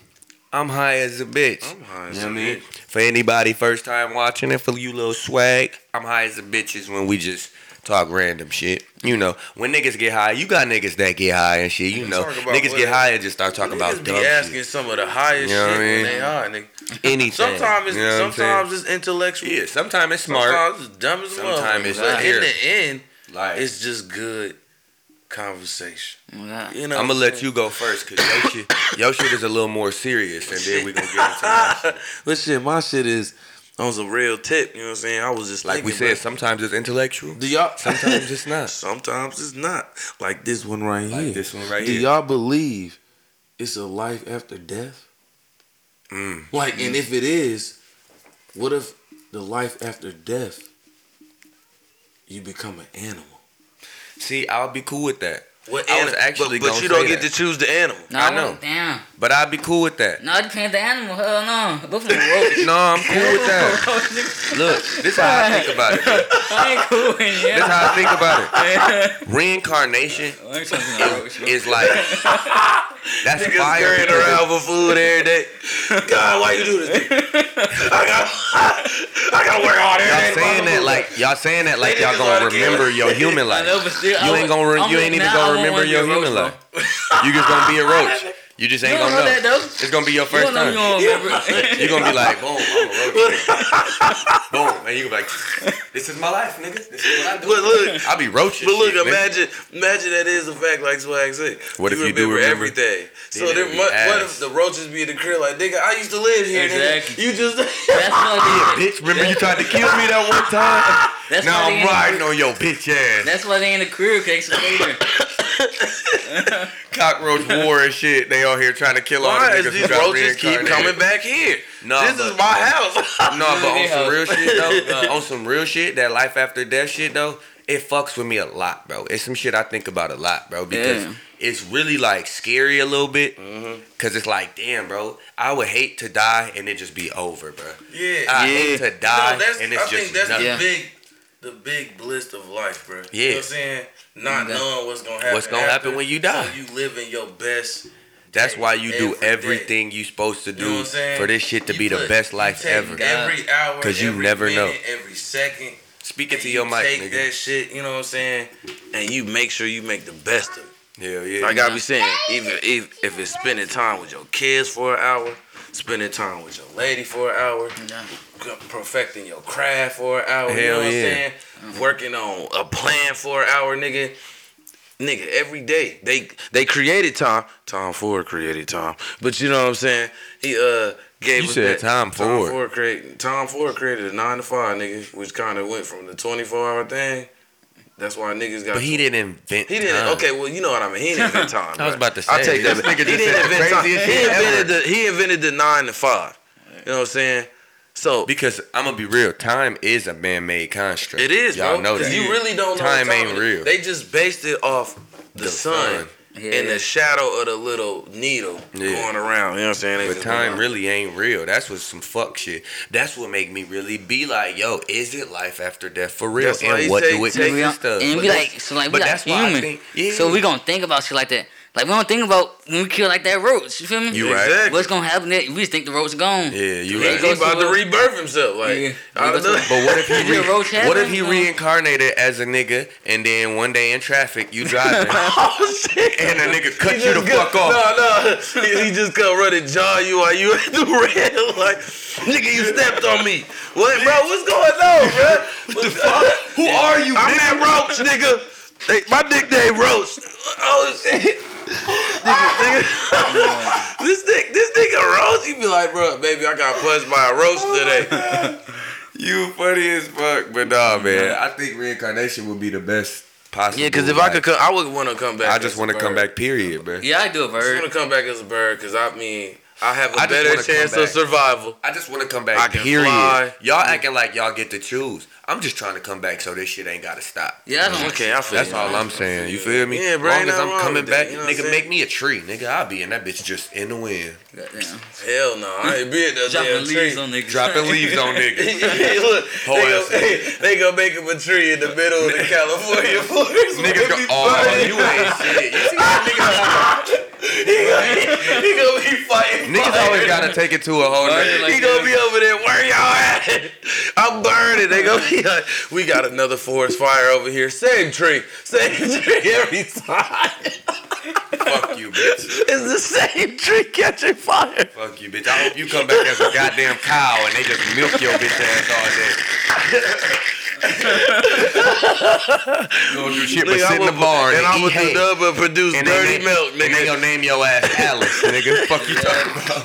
[SPEAKER 2] I'm high as a bitch.
[SPEAKER 3] I'm high as
[SPEAKER 2] You know
[SPEAKER 3] a
[SPEAKER 2] what I mean?
[SPEAKER 3] bitch.
[SPEAKER 2] For anybody first time watching it, for you little swag, I'm high as a bitch is when we just talk random shit. You know, when niggas get high, you got niggas that get high and shit. You know,
[SPEAKER 3] Talk about
[SPEAKER 2] niggas get
[SPEAKER 3] whatever.
[SPEAKER 2] high and just start talking
[SPEAKER 3] Niggas
[SPEAKER 2] about
[SPEAKER 3] be
[SPEAKER 2] dumb
[SPEAKER 3] asking
[SPEAKER 2] shit.
[SPEAKER 3] some of the highest
[SPEAKER 2] You know what
[SPEAKER 3] shit
[SPEAKER 2] I mean?
[SPEAKER 3] when they high, nigga.
[SPEAKER 2] Anything.
[SPEAKER 3] Sometimes it's
[SPEAKER 2] You know what I'm
[SPEAKER 3] sometimes it's intellectual.
[SPEAKER 2] saying? yeah, sometimes it's smart.
[SPEAKER 3] Sometimes it's dumb as well.
[SPEAKER 2] Sometimes it's
[SPEAKER 3] but
[SPEAKER 2] like
[SPEAKER 3] in
[SPEAKER 2] here.
[SPEAKER 3] the end,
[SPEAKER 2] like,
[SPEAKER 3] it's just good conversation.
[SPEAKER 1] Oh, God.
[SPEAKER 3] You know,
[SPEAKER 2] I'm
[SPEAKER 3] what
[SPEAKER 2] gonna let
[SPEAKER 3] saying?
[SPEAKER 2] you go first because your shit, your shit is a little more serious, and then we gonna get into that. shit.
[SPEAKER 3] But shit, my shit is on some real tip. You know what I'm saying? I was just
[SPEAKER 2] Like we
[SPEAKER 3] thinking,
[SPEAKER 2] said, sometimes it's intellectual,
[SPEAKER 3] bro, do y'all?
[SPEAKER 2] sometimes it's not.
[SPEAKER 3] sometimes it's not like this one right
[SPEAKER 2] Like
[SPEAKER 3] here.
[SPEAKER 2] this one right
[SPEAKER 3] do
[SPEAKER 2] here.
[SPEAKER 3] y'all believe it's a life after death?
[SPEAKER 2] Mm.
[SPEAKER 3] Like, and if it is, what if the life after death you become an animal?
[SPEAKER 2] See, I'll be cool with that,
[SPEAKER 3] What
[SPEAKER 2] I was actually
[SPEAKER 3] but, but
[SPEAKER 2] gonna
[SPEAKER 3] you don't
[SPEAKER 2] say
[SPEAKER 3] get
[SPEAKER 2] that.
[SPEAKER 3] to choose the animal.
[SPEAKER 1] No,
[SPEAKER 2] I
[SPEAKER 1] I
[SPEAKER 2] know.
[SPEAKER 1] know. Damn.
[SPEAKER 2] but I'll be cool with that.
[SPEAKER 1] No, it depends the animal. Hell no. Buffalo roach.
[SPEAKER 2] No, I'm cool with that. Look, this is how I think about it. bro.
[SPEAKER 1] I ain't cool in here.
[SPEAKER 2] This is how I think about
[SPEAKER 1] I
[SPEAKER 2] it. Reincarnation
[SPEAKER 1] ain't talking about roach, bro.
[SPEAKER 2] is like that's
[SPEAKER 3] Niggas
[SPEAKER 2] fire.
[SPEAKER 3] scurrying
[SPEAKER 2] because
[SPEAKER 3] around for food every day. God, why you do this? to me? I got, I gotta work hard every day.
[SPEAKER 2] Y'all saying that like y'all saying that like y'all gonna remember your human
[SPEAKER 1] I
[SPEAKER 2] life.
[SPEAKER 1] know, but still,
[SPEAKER 2] You
[SPEAKER 1] I
[SPEAKER 2] ain't
[SPEAKER 1] would-
[SPEAKER 2] gonna re-
[SPEAKER 1] I'm
[SPEAKER 2] you
[SPEAKER 1] with-
[SPEAKER 2] ain't even
[SPEAKER 1] nah, I
[SPEAKER 2] gonna
[SPEAKER 1] wouldn't
[SPEAKER 2] remember
[SPEAKER 1] wanna be
[SPEAKER 2] your
[SPEAKER 1] a roach,
[SPEAKER 2] human
[SPEAKER 1] bro.
[SPEAKER 2] life. You just gonna be a roach. You just
[SPEAKER 1] You
[SPEAKER 2] ain't
[SPEAKER 1] don't
[SPEAKER 2] gonna
[SPEAKER 1] know that
[SPEAKER 2] know.
[SPEAKER 1] though.
[SPEAKER 2] It's gonna be your
[SPEAKER 1] You
[SPEAKER 2] first
[SPEAKER 1] don't know
[SPEAKER 2] time.
[SPEAKER 1] you gonna remember.
[SPEAKER 2] You're gonna be like, boom, I'm a roach. boom, and you gonna be like, this is my life, nigga. This is what I do.
[SPEAKER 3] But look-
[SPEAKER 2] I be roaching.
[SPEAKER 3] But look,
[SPEAKER 2] shit, nigga.
[SPEAKER 3] imagine, imagine that is a fact, like Swag said.
[SPEAKER 2] What if you do remember?
[SPEAKER 3] everything? So
[SPEAKER 2] Then
[SPEAKER 3] there,
[SPEAKER 2] it'll be
[SPEAKER 3] mu- what,
[SPEAKER 2] ass.
[SPEAKER 3] if the roaches be in the crib? Like nigga, I used to live here.
[SPEAKER 1] Exactly.
[SPEAKER 3] Nigga. You just
[SPEAKER 1] That's why they.
[SPEAKER 2] Bitch, remember you tried to kill me that one time?
[SPEAKER 1] That's why they
[SPEAKER 2] now I'm
[SPEAKER 1] in the
[SPEAKER 2] riding on your bitch ass.
[SPEAKER 1] That's why they in the career case later.
[SPEAKER 2] Cockroach war and shit. They out here trying to kill all
[SPEAKER 3] why
[SPEAKER 2] the
[SPEAKER 3] is
[SPEAKER 2] niggas
[SPEAKER 3] these
[SPEAKER 2] who got
[SPEAKER 3] roaches keep
[SPEAKER 2] reincarnated.
[SPEAKER 3] coming back here?
[SPEAKER 2] No,
[SPEAKER 3] this
[SPEAKER 2] but-
[SPEAKER 3] is my house.
[SPEAKER 2] No, but on some real shit
[SPEAKER 1] Yeah.
[SPEAKER 2] though, on some real shit, that life after death shit though, it fucks with me a lot, bro. It's some shit I think about a lot, bro, because
[SPEAKER 1] Yeah.
[SPEAKER 2] it's really like scary a little bit,
[SPEAKER 3] Mm-hmm.
[SPEAKER 2] cause it's like, damn, bro, I would hate to die and it just be over, bro.
[SPEAKER 3] yeah,
[SPEAKER 2] I
[SPEAKER 1] Yeah.
[SPEAKER 2] hate to
[SPEAKER 3] No,
[SPEAKER 2] die
[SPEAKER 3] that's,
[SPEAKER 2] and it's
[SPEAKER 3] I
[SPEAKER 2] just
[SPEAKER 3] think that's
[SPEAKER 2] nothing.
[SPEAKER 1] Yeah.
[SPEAKER 3] the big, the big bliss of life, bro. You
[SPEAKER 2] Yeah.
[SPEAKER 3] know what I'm saying? Not
[SPEAKER 1] Yeah.
[SPEAKER 3] knowing what's gonna happen.
[SPEAKER 2] What's gonna happen
[SPEAKER 3] after,
[SPEAKER 2] when you die.
[SPEAKER 3] So you living your best.
[SPEAKER 2] That's why you do
[SPEAKER 3] Every day.
[SPEAKER 2] everything you supposed to
[SPEAKER 3] You know what
[SPEAKER 2] do
[SPEAKER 3] I'm saying?
[SPEAKER 2] for this shit to
[SPEAKER 3] You
[SPEAKER 2] be the
[SPEAKER 3] put-
[SPEAKER 2] best
[SPEAKER 3] you
[SPEAKER 2] life
[SPEAKER 3] take
[SPEAKER 2] ever.
[SPEAKER 3] Every hour, because you never know. Every second.
[SPEAKER 2] Speak it to
[SPEAKER 3] you
[SPEAKER 2] your mic,
[SPEAKER 3] Take
[SPEAKER 2] nigga.
[SPEAKER 3] that shit. You know what I'm saying? And you make sure you make the best of it.
[SPEAKER 2] Hell yeah.
[SPEAKER 3] Like I be saying, even if if it's spending time with your kids for an hour, spending time with your lady for an hour,
[SPEAKER 1] Yeah.
[SPEAKER 3] perfecting your craft for an hour. you know
[SPEAKER 2] Hell
[SPEAKER 3] what I'm
[SPEAKER 2] yeah.
[SPEAKER 3] saying? Working on a plan for an hour, nigga. nigga, every day they they created Tom. Tom Ford created Tom, but you know what I'm saying? He uh gave
[SPEAKER 2] You
[SPEAKER 3] us
[SPEAKER 2] said
[SPEAKER 3] that.
[SPEAKER 2] Tom Ford.
[SPEAKER 3] Tom Ford created Tom Ford created a nine to five nigga, which kind of went from the 24 hour thing. That's why niggas got.
[SPEAKER 2] But he didn't invent.
[SPEAKER 3] He didn't.
[SPEAKER 2] time.
[SPEAKER 3] Okay, well, you know what I mean. He didn't invent time.
[SPEAKER 2] I was
[SPEAKER 3] bruh.
[SPEAKER 2] about to
[SPEAKER 3] I'll
[SPEAKER 2] say,
[SPEAKER 3] take that.
[SPEAKER 2] this nigga
[SPEAKER 3] he
[SPEAKER 2] just
[SPEAKER 3] didn't
[SPEAKER 2] said the
[SPEAKER 3] invent time.
[SPEAKER 2] craziest
[SPEAKER 3] He
[SPEAKER 2] shit
[SPEAKER 3] invented the. He invented the nine to five. You know what I'm saying? So
[SPEAKER 2] Because I'm gonna be real, time is a man-made construct.
[SPEAKER 3] it is,
[SPEAKER 2] Y'all
[SPEAKER 3] bro.
[SPEAKER 2] know
[SPEAKER 3] 'cause
[SPEAKER 2] that.
[SPEAKER 3] You really don't know. what
[SPEAKER 2] Time ain't
[SPEAKER 3] is.
[SPEAKER 2] real.
[SPEAKER 3] They just based it off the,
[SPEAKER 2] The
[SPEAKER 3] sun,
[SPEAKER 2] sun.
[SPEAKER 1] Yeah.
[SPEAKER 3] and the shadow of the little needle
[SPEAKER 2] Yeah.
[SPEAKER 3] going around. You know what I'm saying? They
[SPEAKER 2] But
[SPEAKER 3] just
[SPEAKER 2] time
[SPEAKER 3] went,
[SPEAKER 2] really ain't real. That's what some fuck shit. That's what make me really be like, yo, is it life after death for real?
[SPEAKER 3] That's why
[SPEAKER 2] and
[SPEAKER 3] he
[SPEAKER 2] what
[SPEAKER 3] say
[SPEAKER 2] do it
[SPEAKER 3] take
[SPEAKER 2] take
[SPEAKER 1] and we, don't-
[SPEAKER 2] and stuff?
[SPEAKER 1] and
[SPEAKER 2] But
[SPEAKER 1] we
[SPEAKER 2] that's-
[SPEAKER 1] like so like we
[SPEAKER 2] but
[SPEAKER 1] like
[SPEAKER 2] that's why I
[SPEAKER 1] human.
[SPEAKER 2] think- yeah.
[SPEAKER 1] So we gonna think about shit like that. Like we don't think about when we kill like that roach. You feel me?
[SPEAKER 2] You right.
[SPEAKER 3] Exactly.
[SPEAKER 1] What's gonna happen? Next? We just think the roach gone.
[SPEAKER 2] Yeah, you
[SPEAKER 1] They
[SPEAKER 2] right.
[SPEAKER 1] go
[SPEAKER 3] He about
[SPEAKER 1] to
[SPEAKER 3] to
[SPEAKER 1] a-
[SPEAKER 3] rebirth himself. Like,
[SPEAKER 1] Yeah.
[SPEAKER 3] I don't
[SPEAKER 1] He go
[SPEAKER 3] know.
[SPEAKER 1] to-
[SPEAKER 2] But what if he
[SPEAKER 1] Is your
[SPEAKER 2] re-
[SPEAKER 1] roach
[SPEAKER 2] what if
[SPEAKER 1] heaven?
[SPEAKER 2] he
[SPEAKER 1] No.
[SPEAKER 2] reincarnated as a nigga and then one day in traffic you driving
[SPEAKER 3] Oh shit!
[SPEAKER 2] and a nigga cut
[SPEAKER 3] He
[SPEAKER 2] you the
[SPEAKER 3] just go-
[SPEAKER 2] fuck off?
[SPEAKER 3] No, no. He, he just come running, jaw you while you at the rail. Like, nigga, you stepped on me. What, bro? What's going on, bro? what the fuck?
[SPEAKER 2] Who are you?
[SPEAKER 3] I'm
[SPEAKER 2] nigga?
[SPEAKER 3] at Roach, nigga. They, my nickname Roach. Oh shit. Nigga, nigga. this nigga, this nigga Roach, you be like, bro, baby, I got punched by a roach today.
[SPEAKER 2] You funny as fuck, but nah, man. I think reincarnation would be the best possible.
[SPEAKER 3] Mm-hmm. Yeah, because if I could
[SPEAKER 2] like,
[SPEAKER 3] come, I would want to come back.
[SPEAKER 2] I just want to come
[SPEAKER 3] back.
[SPEAKER 2] back. Period, bro.
[SPEAKER 1] Yeah, I do a
[SPEAKER 3] I just
[SPEAKER 1] bird.
[SPEAKER 3] want to come back as a bird because I mean I have a
[SPEAKER 2] I just
[SPEAKER 3] better
[SPEAKER 2] wanna come
[SPEAKER 3] chance of
[SPEAKER 2] back.
[SPEAKER 3] survival.
[SPEAKER 2] I just want to come back.
[SPEAKER 3] I can
[SPEAKER 2] period.
[SPEAKER 3] fly. Mm-hmm.
[SPEAKER 2] Y'all acting like y'all get to choose. I'm just trying to come back so this shit ain't gotta stop.
[SPEAKER 1] Yeah, I don't.
[SPEAKER 3] Okay, I feel
[SPEAKER 2] That's
[SPEAKER 3] you.
[SPEAKER 2] all I'm saying. You feel me?
[SPEAKER 3] Yeah, bro,
[SPEAKER 2] Long
[SPEAKER 3] ain't
[SPEAKER 2] as
[SPEAKER 3] nothing
[SPEAKER 2] I'm
[SPEAKER 3] wrong
[SPEAKER 2] coming
[SPEAKER 3] with
[SPEAKER 2] back,
[SPEAKER 3] that, you know what I'm
[SPEAKER 2] nigga,
[SPEAKER 3] saying?
[SPEAKER 2] make me a tree, nigga. I'll be in that bitch just in the wind,
[SPEAKER 1] Goddamn.
[SPEAKER 3] Hell no, I ain't being that
[SPEAKER 1] Dropping
[SPEAKER 3] damn
[SPEAKER 1] leaves
[SPEAKER 3] tree.
[SPEAKER 1] on niggas.
[SPEAKER 2] dropping leaves on niggas.
[SPEAKER 3] Hey, Look,
[SPEAKER 2] Whole
[SPEAKER 3] they
[SPEAKER 2] ass-
[SPEAKER 3] gonna, hey, they gonna make him a tree in the middle of the California forest.
[SPEAKER 2] Niggas go,
[SPEAKER 3] It'd be
[SPEAKER 2] oh,
[SPEAKER 3] funny.
[SPEAKER 2] you ain't shit. You see how
[SPEAKER 3] he, gonna, he gonna be fighting.
[SPEAKER 2] niggas? Niggas
[SPEAKER 3] fire.
[SPEAKER 2] always gotta take it to a whole. nother-
[SPEAKER 3] he gonna be over there. Where y'all at? I'm burning. They gonna be like, we got another forest fire over here. Same tree, same tree every time.
[SPEAKER 2] Fuck you, bitch.
[SPEAKER 3] It's the same tree catching fire.
[SPEAKER 2] Fuck you, bitch. I hope you come back as a goddamn cow and they just milk your bitch ass all day. you don't do shit but
[SPEAKER 3] Nigga,
[SPEAKER 2] sit in
[SPEAKER 3] I'ma
[SPEAKER 2] the
[SPEAKER 3] put-
[SPEAKER 2] barn and,
[SPEAKER 3] and I'ma
[SPEAKER 2] eat hay.
[SPEAKER 3] do nothing but produce
[SPEAKER 2] And they
[SPEAKER 3] dirty
[SPEAKER 2] name-
[SPEAKER 3] milk,
[SPEAKER 2] And they
[SPEAKER 3] nigga.
[SPEAKER 2] gonna name your ass Alice, nigga. Fuck you talking about?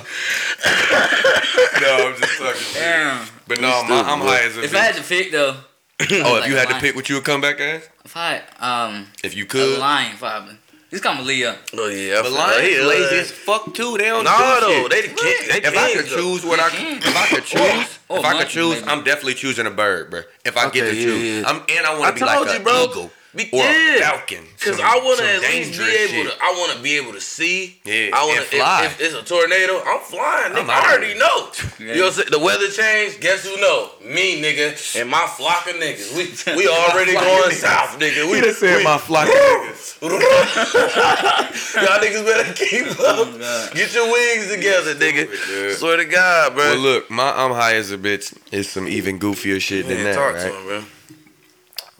[SPEAKER 2] no, I'm just talking shit.
[SPEAKER 1] Damn.
[SPEAKER 2] But no, I'm, I'm high as a
[SPEAKER 1] If
[SPEAKER 2] bitch.
[SPEAKER 1] I had to pick though,
[SPEAKER 2] oh, if you had
[SPEAKER 1] Like,
[SPEAKER 2] to pick what you would come back as?
[SPEAKER 1] if I um
[SPEAKER 2] If you
[SPEAKER 1] a
[SPEAKER 2] could.
[SPEAKER 1] lion probably. He's called Malia.
[SPEAKER 3] Oh yeah, I
[SPEAKER 2] But
[SPEAKER 3] feel-
[SPEAKER 2] lions
[SPEAKER 3] yeah.
[SPEAKER 2] lazy as fuck too. They don't
[SPEAKER 3] No,
[SPEAKER 2] do shit.
[SPEAKER 3] though, they the king. They
[SPEAKER 2] If I
[SPEAKER 3] kings,
[SPEAKER 2] could
[SPEAKER 3] though.
[SPEAKER 2] choose what I if I could choose
[SPEAKER 1] Oh,
[SPEAKER 2] if I could
[SPEAKER 1] monkey,
[SPEAKER 2] choose
[SPEAKER 1] maybe.
[SPEAKER 2] I'm definitely choosing a bird, bro. If I get
[SPEAKER 3] Okay,
[SPEAKER 2] to
[SPEAKER 3] yeah,
[SPEAKER 2] choose,
[SPEAKER 3] yeah.
[SPEAKER 2] I'm and I
[SPEAKER 3] I
[SPEAKER 2] want to be
[SPEAKER 3] told
[SPEAKER 2] like
[SPEAKER 3] you,
[SPEAKER 2] a
[SPEAKER 3] bro.
[SPEAKER 2] eagle
[SPEAKER 3] Be-
[SPEAKER 2] or a
[SPEAKER 3] yeah.
[SPEAKER 2] falcon.
[SPEAKER 3] Cause
[SPEAKER 2] Some-
[SPEAKER 3] I want to
[SPEAKER 2] some
[SPEAKER 3] at least be
[SPEAKER 2] dangerous
[SPEAKER 3] able
[SPEAKER 2] shit.
[SPEAKER 3] to. I want to be able to see.
[SPEAKER 2] Yeah,
[SPEAKER 3] I wanna,
[SPEAKER 2] and fly.
[SPEAKER 3] If, if it's a tornado, I'm flying. Nigga.
[SPEAKER 2] I'm
[SPEAKER 3] i
[SPEAKER 2] outta
[SPEAKER 3] already
[SPEAKER 2] here.
[SPEAKER 3] know.
[SPEAKER 1] Yeah.
[SPEAKER 3] You know, what I'm saying? the weather change. Guess who know? Me, nigga, and my flock of niggas. We we already
[SPEAKER 2] flock of
[SPEAKER 3] going
[SPEAKER 2] niggas.
[SPEAKER 3] south, nigga. We
[SPEAKER 2] He done said my flock of
[SPEAKER 3] niggas. Y'all niggas better keep up. Get your wings together, nigga.
[SPEAKER 2] Oh, Yeah.
[SPEAKER 3] Swear to God, bro.
[SPEAKER 2] Well, look, my I'm high as a bitch is some even goofier shit
[SPEAKER 3] Man,
[SPEAKER 2] than that,
[SPEAKER 3] talk
[SPEAKER 2] right?
[SPEAKER 3] to him, bro.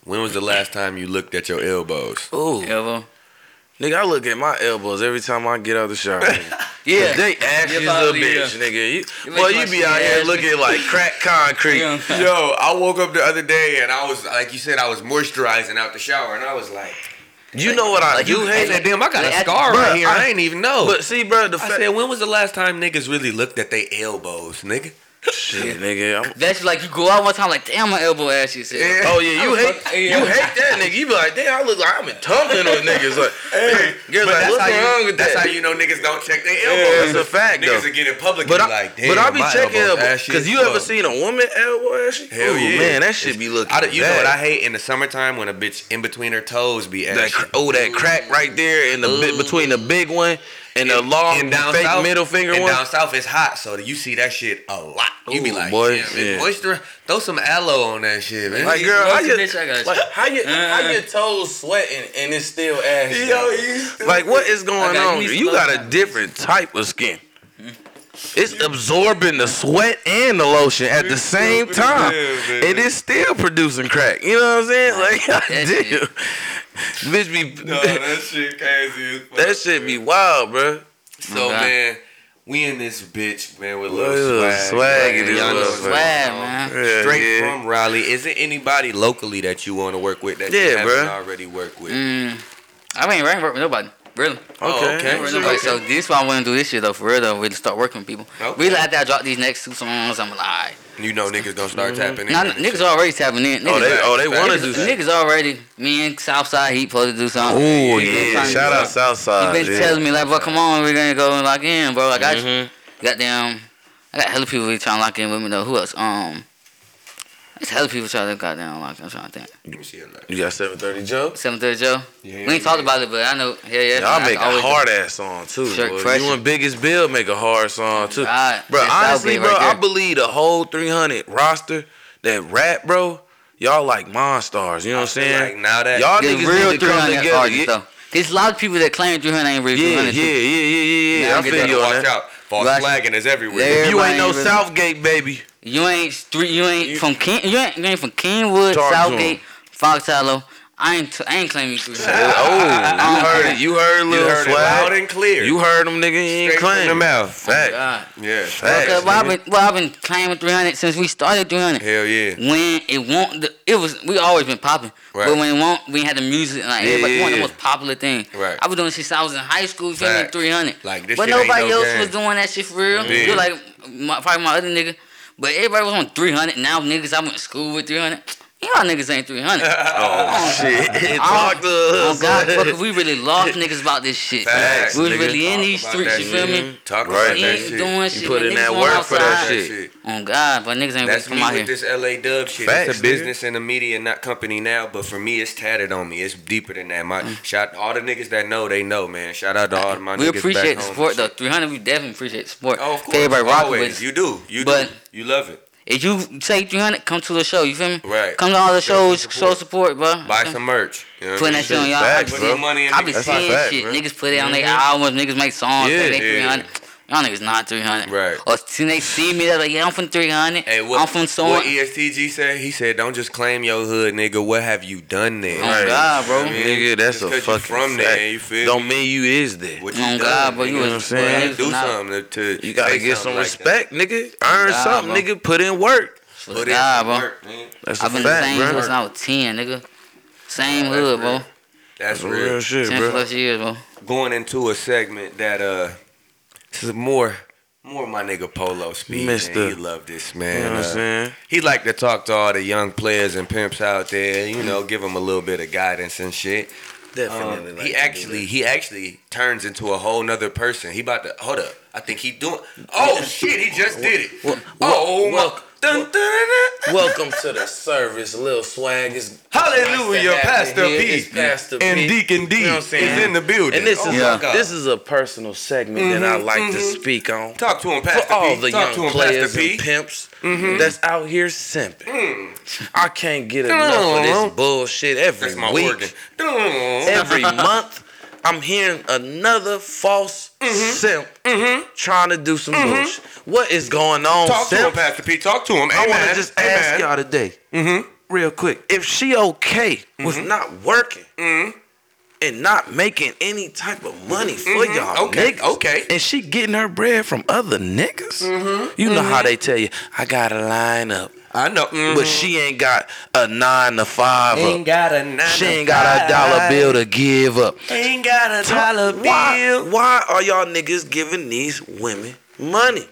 [SPEAKER 2] When was the last time you looked at your elbows?
[SPEAKER 3] Ooh,
[SPEAKER 1] Elbow.
[SPEAKER 3] nigga, I look at my elbows every time I get out the shower. nigga.
[SPEAKER 1] Yeah.
[SPEAKER 3] They ass
[SPEAKER 1] Yeah,
[SPEAKER 3] is a
[SPEAKER 1] probably, yeah.
[SPEAKER 3] bitch, nigga. You,
[SPEAKER 1] make
[SPEAKER 3] boy,
[SPEAKER 1] my
[SPEAKER 3] you be
[SPEAKER 1] shitty
[SPEAKER 3] out here
[SPEAKER 1] ass
[SPEAKER 3] looking like crack concrete.
[SPEAKER 1] Yeah.
[SPEAKER 2] Yo, I woke up the other day and I was like you said, I was moisturizing out the shower, and I was like,
[SPEAKER 3] You know what I do
[SPEAKER 2] "Hey,
[SPEAKER 3] hate?
[SPEAKER 2] that damn, I got
[SPEAKER 1] Like,
[SPEAKER 2] a
[SPEAKER 1] I-
[SPEAKER 2] scar
[SPEAKER 3] bruh,
[SPEAKER 2] right here.
[SPEAKER 3] I-
[SPEAKER 2] I ain't even know."
[SPEAKER 3] But see, bro, the
[SPEAKER 2] I
[SPEAKER 3] fact
[SPEAKER 2] said, when was the last time niggas really looked at their elbows, nigga?
[SPEAKER 3] shit, nigga. I'm,
[SPEAKER 1] That's like you go out one time like damn my elbow ass is here.
[SPEAKER 3] oh yeah, you
[SPEAKER 1] I'm
[SPEAKER 3] hate
[SPEAKER 1] fuck- yeah.
[SPEAKER 3] you hate that nigga. You be like, damn, I look like I'm in tumbling with niggas. Like, hey,
[SPEAKER 2] But
[SPEAKER 3] girls like,
[SPEAKER 2] that's
[SPEAKER 3] what's
[SPEAKER 2] how you-
[SPEAKER 3] wrong with
[SPEAKER 2] that's
[SPEAKER 3] that?
[SPEAKER 2] how you know niggas don't check their
[SPEAKER 3] Yeah,
[SPEAKER 2] elbows.
[SPEAKER 3] that's a fact,
[SPEAKER 2] Niggas
[SPEAKER 3] though.
[SPEAKER 2] will get in public
[SPEAKER 3] But
[SPEAKER 2] and be
[SPEAKER 3] I,
[SPEAKER 2] like, damn,
[SPEAKER 3] but I be
[SPEAKER 2] my
[SPEAKER 3] checking
[SPEAKER 2] elbows
[SPEAKER 3] elbow
[SPEAKER 2] ashy
[SPEAKER 3] because
[SPEAKER 2] as
[SPEAKER 3] you ever
[SPEAKER 2] fuck."
[SPEAKER 3] seen a woman elbow ashy?
[SPEAKER 2] Hell
[SPEAKER 3] Ooh,
[SPEAKER 2] yeah.
[SPEAKER 3] man, that shit be looking.
[SPEAKER 2] I, don't- you know what I
[SPEAKER 3] bad.
[SPEAKER 2] hate in the summertime when a bitch in between her toes be
[SPEAKER 3] That
[SPEAKER 2] ashy.
[SPEAKER 3] cr- oh, that crack right there in the bit between the big one and the long
[SPEAKER 2] And down
[SPEAKER 3] fake
[SPEAKER 2] south,
[SPEAKER 3] middle finger
[SPEAKER 2] and
[SPEAKER 3] one.
[SPEAKER 2] down south it's hot, so you see that shit a lot. You be
[SPEAKER 3] Ooh,
[SPEAKER 2] like,
[SPEAKER 3] boy,
[SPEAKER 2] boy, yeah,
[SPEAKER 3] yeah.
[SPEAKER 2] man, moisturize, throw some aloe on that shit, man.
[SPEAKER 3] Like,
[SPEAKER 1] These
[SPEAKER 3] girl, how
[SPEAKER 1] roasted
[SPEAKER 3] you,
[SPEAKER 1] bitch, I got you.
[SPEAKER 3] like, how you, how
[SPEAKER 1] Uh-uh.
[SPEAKER 3] your toes sweating and it's still ash?
[SPEAKER 2] Yo,
[SPEAKER 3] out?
[SPEAKER 2] you-
[SPEAKER 3] like, what is going
[SPEAKER 1] I got
[SPEAKER 3] on?
[SPEAKER 1] used to
[SPEAKER 3] You
[SPEAKER 1] those
[SPEAKER 3] got a
[SPEAKER 1] times.
[SPEAKER 3] different type of skin. It's absorbing the sweat and the lotion at the same
[SPEAKER 2] stupid as hell,
[SPEAKER 3] time.
[SPEAKER 2] man.
[SPEAKER 3] It is still producing crack. You know what I'm saying? Like, I
[SPEAKER 1] that
[SPEAKER 3] do. Bitch be
[SPEAKER 2] that shit crazy. As fuck,
[SPEAKER 3] that shit be wild, bro.
[SPEAKER 2] So
[SPEAKER 1] Okay.
[SPEAKER 2] man, we in this bitch, man, with
[SPEAKER 3] Little
[SPEAKER 2] little swag.
[SPEAKER 3] swag in this
[SPEAKER 2] Y'all know
[SPEAKER 3] motherfucker.
[SPEAKER 2] what's
[SPEAKER 1] Swag,
[SPEAKER 2] going on.
[SPEAKER 1] man.
[SPEAKER 3] Yeah,
[SPEAKER 2] Straight
[SPEAKER 3] yeah.
[SPEAKER 2] from Raleigh. Is there anybody locally that you want to work with that
[SPEAKER 3] Yeah,
[SPEAKER 2] you haven't
[SPEAKER 3] bruh.
[SPEAKER 2] already worked with?
[SPEAKER 1] Mm, I mean, I ain't working with nobody. Really.
[SPEAKER 6] Oh, okay.
[SPEAKER 1] Like, so this is why I want to do this shit though, for real though, really start working with people.
[SPEAKER 2] Okay.
[SPEAKER 1] Really after I drop these next two songs, I'm like, alright.
[SPEAKER 2] You know niggas gonna start tapping in.
[SPEAKER 1] Nah,
[SPEAKER 2] and
[SPEAKER 1] niggas
[SPEAKER 2] shit.
[SPEAKER 1] already tapping in. Niggas,
[SPEAKER 3] Oh, they, oh, they
[SPEAKER 2] Facts.
[SPEAKER 3] want to
[SPEAKER 1] niggas,
[SPEAKER 3] do that.
[SPEAKER 1] niggas already. Me and Southside Heat supposed to do
[SPEAKER 3] Ooh,
[SPEAKER 1] something. He's been
[SPEAKER 3] yeah.
[SPEAKER 1] trying to
[SPEAKER 3] Shout
[SPEAKER 1] do something. He
[SPEAKER 3] out Southside.
[SPEAKER 1] been
[SPEAKER 3] Uh, yeah.
[SPEAKER 1] telling me like, bro, come on, we're gonna go and lock in, bro. Like I
[SPEAKER 3] Mhm.
[SPEAKER 1] Goddamn. I got hella people really trying to lock in with me though. Who else? Um. There's hella people trying to goddamn lock in. I'm trying to think.
[SPEAKER 2] Let me see your name.
[SPEAKER 3] You got 730 Joe?
[SPEAKER 1] 730 Joe.
[SPEAKER 2] Yeah,
[SPEAKER 1] we ain't talked
[SPEAKER 2] yeah.
[SPEAKER 1] about it, but I know. Yeah, yeah.
[SPEAKER 3] Y'all
[SPEAKER 1] I
[SPEAKER 3] make a
[SPEAKER 1] always-
[SPEAKER 3] hard ass song too.
[SPEAKER 1] Sure,
[SPEAKER 3] boy.
[SPEAKER 1] pressure.
[SPEAKER 3] You and Biggest Bill make a hard song too.
[SPEAKER 1] God,
[SPEAKER 3] bro,
[SPEAKER 1] that's
[SPEAKER 3] honestly,
[SPEAKER 1] Southgate
[SPEAKER 3] bro,
[SPEAKER 1] right
[SPEAKER 3] I
[SPEAKER 1] there.
[SPEAKER 3] believe the whole 300 roster that rap, bro, y'all like monsters. You know what I'm
[SPEAKER 2] I feel
[SPEAKER 3] saying?
[SPEAKER 2] Like now that
[SPEAKER 3] y'all
[SPEAKER 1] The
[SPEAKER 3] niggas
[SPEAKER 1] real
[SPEAKER 3] need to come
[SPEAKER 1] 300
[SPEAKER 3] together.
[SPEAKER 1] artists
[SPEAKER 3] Yeah,
[SPEAKER 1] though. There's a lot of people that claim 300 ain't really
[SPEAKER 3] yeah, yeah,
[SPEAKER 1] 300.
[SPEAKER 3] yeah,
[SPEAKER 1] too.
[SPEAKER 3] yeah, yeah.
[SPEAKER 1] Nah,
[SPEAKER 3] I
[SPEAKER 1] I get
[SPEAKER 3] feel
[SPEAKER 1] that.
[SPEAKER 3] you on
[SPEAKER 2] watch
[SPEAKER 3] that.
[SPEAKER 2] out, false
[SPEAKER 1] Right.
[SPEAKER 2] flagging is everywhere.
[SPEAKER 1] There-
[SPEAKER 3] You ain't no
[SPEAKER 1] Everybody-
[SPEAKER 3] Southgate baby.
[SPEAKER 1] You ain't street. You ain't from King. You ain't, you ain't from Kingwood,
[SPEAKER 3] Talk to 'em.
[SPEAKER 1] Southgate, Fox Hollow. I ain't. T- I ain't claiming 300.
[SPEAKER 3] oh, you heard it. You heard
[SPEAKER 2] You
[SPEAKER 3] Lil
[SPEAKER 2] heard it loud
[SPEAKER 3] Swag.
[SPEAKER 2] and clear.
[SPEAKER 3] You heard him, nigga. He ain't
[SPEAKER 2] Straight from the
[SPEAKER 3] claiming.
[SPEAKER 2] mouth.
[SPEAKER 3] Fact.
[SPEAKER 1] Oh, God.
[SPEAKER 2] Yeah.
[SPEAKER 3] Facts,
[SPEAKER 1] Okay, well, I've
[SPEAKER 3] nigga.
[SPEAKER 1] been, well, I've been claiming 300 since we started 300.
[SPEAKER 2] Hell yeah.
[SPEAKER 1] when it won't, the- it was we always been popping,
[SPEAKER 2] Right.
[SPEAKER 1] but when it won't, we had the music and like
[SPEAKER 3] Yeah,
[SPEAKER 1] everybody
[SPEAKER 3] yeah,
[SPEAKER 1] one of the
[SPEAKER 3] yeah.
[SPEAKER 1] most popular thing.
[SPEAKER 2] Right.
[SPEAKER 1] I was doing shit since I was in high school, you feel me?
[SPEAKER 2] Facts.
[SPEAKER 1] Three hundred.
[SPEAKER 2] Like, this
[SPEAKER 1] but
[SPEAKER 2] shit ain't
[SPEAKER 1] nobody
[SPEAKER 2] no
[SPEAKER 1] else
[SPEAKER 2] game.
[SPEAKER 1] was doing that shit for real.
[SPEAKER 2] Yeah.
[SPEAKER 1] You're like my, probably my other nigga, but everybody was on three hundred. Now niggas, I went to school with three hundred. Y'all niggas ain't three hundred.
[SPEAKER 3] Oh shit! Talk to
[SPEAKER 1] Oh
[SPEAKER 3] us.
[SPEAKER 1] God, fuck, if we really lost niggas about this shit.
[SPEAKER 2] Facts,
[SPEAKER 1] we was
[SPEAKER 3] nigga.
[SPEAKER 1] really in these
[SPEAKER 2] Talk about
[SPEAKER 1] streets,
[SPEAKER 2] that
[SPEAKER 1] you feel
[SPEAKER 2] shit.
[SPEAKER 1] me?
[SPEAKER 2] Talk
[SPEAKER 3] Right.
[SPEAKER 2] about
[SPEAKER 1] We
[SPEAKER 2] that
[SPEAKER 1] ain't
[SPEAKER 2] shit.
[SPEAKER 1] doing shit.
[SPEAKER 3] You put
[SPEAKER 1] man. Niggas
[SPEAKER 3] in that
[SPEAKER 1] going
[SPEAKER 3] work for
[SPEAKER 1] outside.
[SPEAKER 3] that
[SPEAKER 2] That
[SPEAKER 3] shit.
[SPEAKER 2] shit.
[SPEAKER 1] Oh God, but niggas ain't really
[SPEAKER 2] That's me
[SPEAKER 1] come out
[SPEAKER 2] with
[SPEAKER 1] here.
[SPEAKER 2] this LA Dub shit.
[SPEAKER 3] Facts,
[SPEAKER 2] it's
[SPEAKER 3] nigga.
[SPEAKER 2] a business and a media, not company now, but for me, it's tatted on me. It's deeper than that. My shout all the niggas that know, they know, man. Shout out to all my
[SPEAKER 1] Mm. we
[SPEAKER 2] niggas
[SPEAKER 1] appreciate
[SPEAKER 2] back
[SPEAKER 1] the
[SPEAKER 2] home.
[SPEAKER 1] sport though. Three hundred, we definitely appreciate the sport.
[SPEAKER 2] Oh, of course.
[SPEAKER 1] Everybody rocking with
[SPEAKER 2] Always.
[SPEAKER 1] us.
[SPEAKER 2] You do. You
[SPEAKER 1] But-
[SPEAKER 2] do. You love it.
[SPEAKER 1] If you take three hundred, come to the show. You feel me?
[SPEAKER 2] Right.
[SPEAKER 1] Come to all the
[SPEAKER 2] Show
[SPEAKER 1] shows.
[SPEAKER 2] some
[SPEAKER 1] Show
[SPEAKER 2] support.
[SPEAKER 1] support, bro.
[SPEAKER 2] Buy some merch. You know what I
[SPEAKER 1] Putting
[SPEAKER 2] mean?
[SPEAKER 1] that shit on y'all.
[SPEAKER 3] Facts,
[SPEAKER 1] I
[SPEAKER 2] Put
[SPEAKER 1] be
[SPEAKER 3] bro.
[SPEAKER 2] your
[SPEAKER 1] seeing,
[SPEAKER 2] money in
[SPEAKER 1] I be
[SPEAKER 2] niggas' Mm-hmm.
[SPEAKER 3] That's not
[SPEAKER 1] seeing
[SPEAKER 3] fact,
[SPEAKER 1] shit.
[SPEAKER 3] bro.
[SPEAKER 1] Niggas put it on their albums. Niggas make songs.
[SPEAKER 3] Yeah,
[SPEAKER 1] Yeah, they
[SPEAKER 2] yeah.
[SPEAKER 1] three hundred. Y'all niggas not three hundred.
[SPEAKER 2] Right.
[SPEAKER 1] Or soon they see me, they're like, yeah, I'm from three hundred.
[SPEAKER 2] Hey, what, E
[SPEAKER 1] I'm from so.
[SPEAKER 2] what
[SPEAKER 1] Oh
[SPEAKER 2] ESTG said? He said, "Don't just claim your hood, nigga. What have you done there?
[SPEAKER 3] Right.
[SPEAKER 1] Oh, God, bro.
[SPEAKER 2] I mean,
[SPEAKER 3] Nigga, that's
[SPEAKER 2] just
[SPEAKER 3] a
[SPEAKER 2] 'cause you
[SPEAKER 3] fucking
[SPEAKER 2] from
[SPEAKER 3] fact.
[SPEAKER 2] there, you feel
[SPEAKER 3] Don't mean you is there.
[SPEAKER 2] What you
[SPEAKER 1] Oh
[SPEAKER 2] done?
[SPEAKER 1] God, bro. You
[SPEAKER 2] nigga?
[SPEAKER 1] was
[SPEAKER 3] know what I'm saying?
[SPEAKER 1] bro,
[SPEAKER 2] gotta
[SPEAKER 1] you
[SPEAKER 2] do
[SPEAKER 1] was not-
[SPEAKER 2] something to, to
[SPEAKER 3] You gotta
[SPEAKER 2] make
[SPEAKER 3] get some
[SPEAKER 2] something like that.
[SPEAKER 3] respect, nigga. Earn
[SPEAKER 1] Nah,
[SPEAKER 3] something,
[SPEAKER 1] bro.
[SPEAKER 3] nigga. Put in work.
[SPEAKER 1] Swear to
[SPEAKER 2] Put in
[SPEAKER 1] God,
[SPEAKER 2] some
[SPEAKER 1] bro.
[SPEAKER 2] work, man.
[SPEAKER 3] That's a
[SPEAKER 1] I've been the
[SPEAKER 3] fact,
[SPEAKER 1] same
[SPEAKER 3] bro.
[SPEAKER 1] since I was ten, nigga. Same
[SPEAKER 2] That's
[SPEAKER 1] hood, bro.
[SPEAKER 2] real. That's
[SPEAKER 3] Some real
[SPEAKER 2] real.
[SPEAKER 3] shit,
[SPEAKER 1] Ten
[SPEAKER 3] bro.
[SPEAKER 1] plus years, bro.
[SPEAKER 2] Going into a segment that uh, this is more, more my nigga Polo speed.
[SPEAKER 3] Mister.
[SPEAKER 2] Man. He love this
[SPEAKER 3] You
[SPEAKER 2] man.
[SPEAKER 3] know what I'm
[SPEAKER 2] Uh,
[SPEAKER 3] saying?
[SPEAKER 2] He like to talk to all the young players and pimps out there. You know, give them a little bit of guidance and shit. Um, he actually he actually turns into a whole nother person. He about to hold up. I think he doing. Oh shit! He just did it.
[SPEAKER 3] Well,
[SPEAKER 2] oh my.
[SPEAKER 3] well,
[SPEAKER 2] dun, dun, dun, dun.
[SPEAKER 3] Welcome to the service, Lil Swag. Is
[SPEAKER 2] Hallelujah, Pastor P.
[SPEAKER 3] Pastor
[SPEAKER 2] and Deacon D
[SPEAKER 3] You know what I'm
[SPEAKER 2] is
[SPEAKER 3] saying?
[SPEAKER 2] in the building.
[SPEAKER 3] And this
[SPEAKER 2] Oh
[SPEAKER 3] is
[SPEAKER 2] my
[SPEAKER 1] Yeah.
[SPEAKER 2] God.
[SPEAKER 3] this is a personal segment that I like to speak on.
[SPEAKER 2] talk to him, Pastor
[SPEAKER 3] For all
[SPEAKER 2] P.
[SPEAKER 3] the
[SPEAKER 2] talk
[SPEAKER 3] young
[SPEAKER 2] to him,
[SPEAKER 3] players
[SPEAKER 2] Pastor P.
[SPEAKER 3] and pimps that's out here simping, I can't get
[SPEAKER 2] Come
[SPEAKER 3] enough of
[SPEAKER 2] on.
[SPEAKER 3] this bullshit every
[SPEAKER 2] That's my
[SPEAKER 3] week.
[SPEAKER 2] organ. Dun.
[SPEAKER 3] every month I'm hearing another false
[SPEAKER 2] Mm-hmm.
[SPEAKER 3] simp trying to do some bullshit. What is going on,
[SPEAKER 2] Talk to him,
[SPEAKER 3] simp?
[SPEAKER 2] Pastor P. Talk to him. Amen.
[SPEAKER 3] I want to just
[SPEAKER 2] Amen. Mm-hmm.
[SPEAKER 3] ask y'all today, real quick, if she okay with not working
[SPEAKER 2] Mm-hmm.
[SPEAKER 3] and not making any type of money for y'all,
[SPEAKER 2] Mm-hmm. Okay,
[SPEAKER 3] niggas,
[SPEAKER 2] okay. Mm-hmm.
[SPEAKER 3] and she getting her bread from other niggas, you know how they tell you, I gotta line up,
[SPEAKER 2] I know. Mm-hmm.
[SPEAKER 3] but she ain't got a nine to five up.
[SPEAKER 2] got a nine
[SPEAKER 3] She ain't got a dollar bill to give up.
[SPEAKER 2] Ain't got a dollar bill.
[SPEAKER 3] Why, why are y'all niggas giving these women money?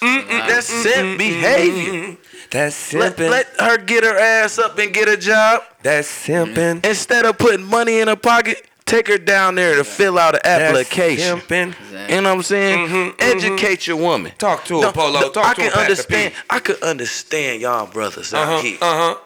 [SPEAKER 3] That's simp behavior.
[SPEAKER 2] Mm-hmm. That's
[SPEAKER 3] Let,
[SPEAKER 2] simping.
[SPEAKER 3] let her get her ass up and get a job
[SPEAKER 2] That's simping.
[SPEAKER 3] instead of putting money in her pocket. Take her down there to fill out an
[SPEAKER 2] That's
[SPEAKER 3] application.
[SPEAKER 2] simping.
[SPEAKER 3] You know what I'm saying? Educate your woman.
[SPEAKER 2] Talk to him,
[SPEAKER 3] No,
[SPEAKER 2] Polo.
[SPEAKER 3] no,
[SPEAKER 2] Talk
[SPEAKER 3] I
[SPEAKER 2] to
[SPEAKER 3] can
[SPEAKER 2] him, Pastor
[SPEAKER 3] understand.
[SPEAKER 2] P.
[SPEAKER 3] I can understand y'all brothers
[SPEAKER 2] Uh
[SPEAKER 3] out here
[SPEAKER 2] huh. Uh huh.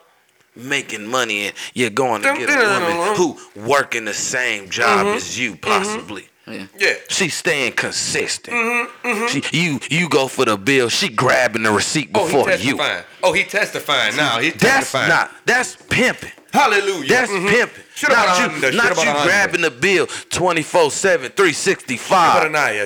[SPEAKER 3] making money and you're going to
[SPEAKER 2] Dum-
[SPEAKER 3] get
[SPEAKER 2] dum- dum-
[SPEAKER 3] a woman
[SPEAKER 2] dum-
[SPEAKER 3] who working the same job as you, possibly.
[SPEAKER 2] Yeah. Mm-hmm.
[SPEAKER 3] She's staying consistent. She, you you go for the bill. She grabbing the receipt before
[SPEAKER 2] oh, he
[SPEAKER 3] you.
[SPEAKER 2] testifying. Oh, he testifying now. He
[SPEAKER 3] That's
[SPEAKER 2] testifying.
[SPEAKER 3] not. That's pimping.
[SPEAKER 2] Hallelujah.
[SPEAKER 3] That's
[SPEAKER 2] Mhm.
[SPEAKER 3] pimping.
[SPEAKER 2] Shoulda bought a
[SPEAKER 3] not
[SPEAKER 2] Honda.
[SPEAKER 3] you,
[SPEAKER 2] Shoulda
[SPEAKER 3] not
[SPEAKER 2] bought a
[SPEAKER 3] you
[SPEAKER 2] Honda.
[SPEAKER 3] grabbing the bill 24 7, 365.
[SPEAKER 2] Shibanaya,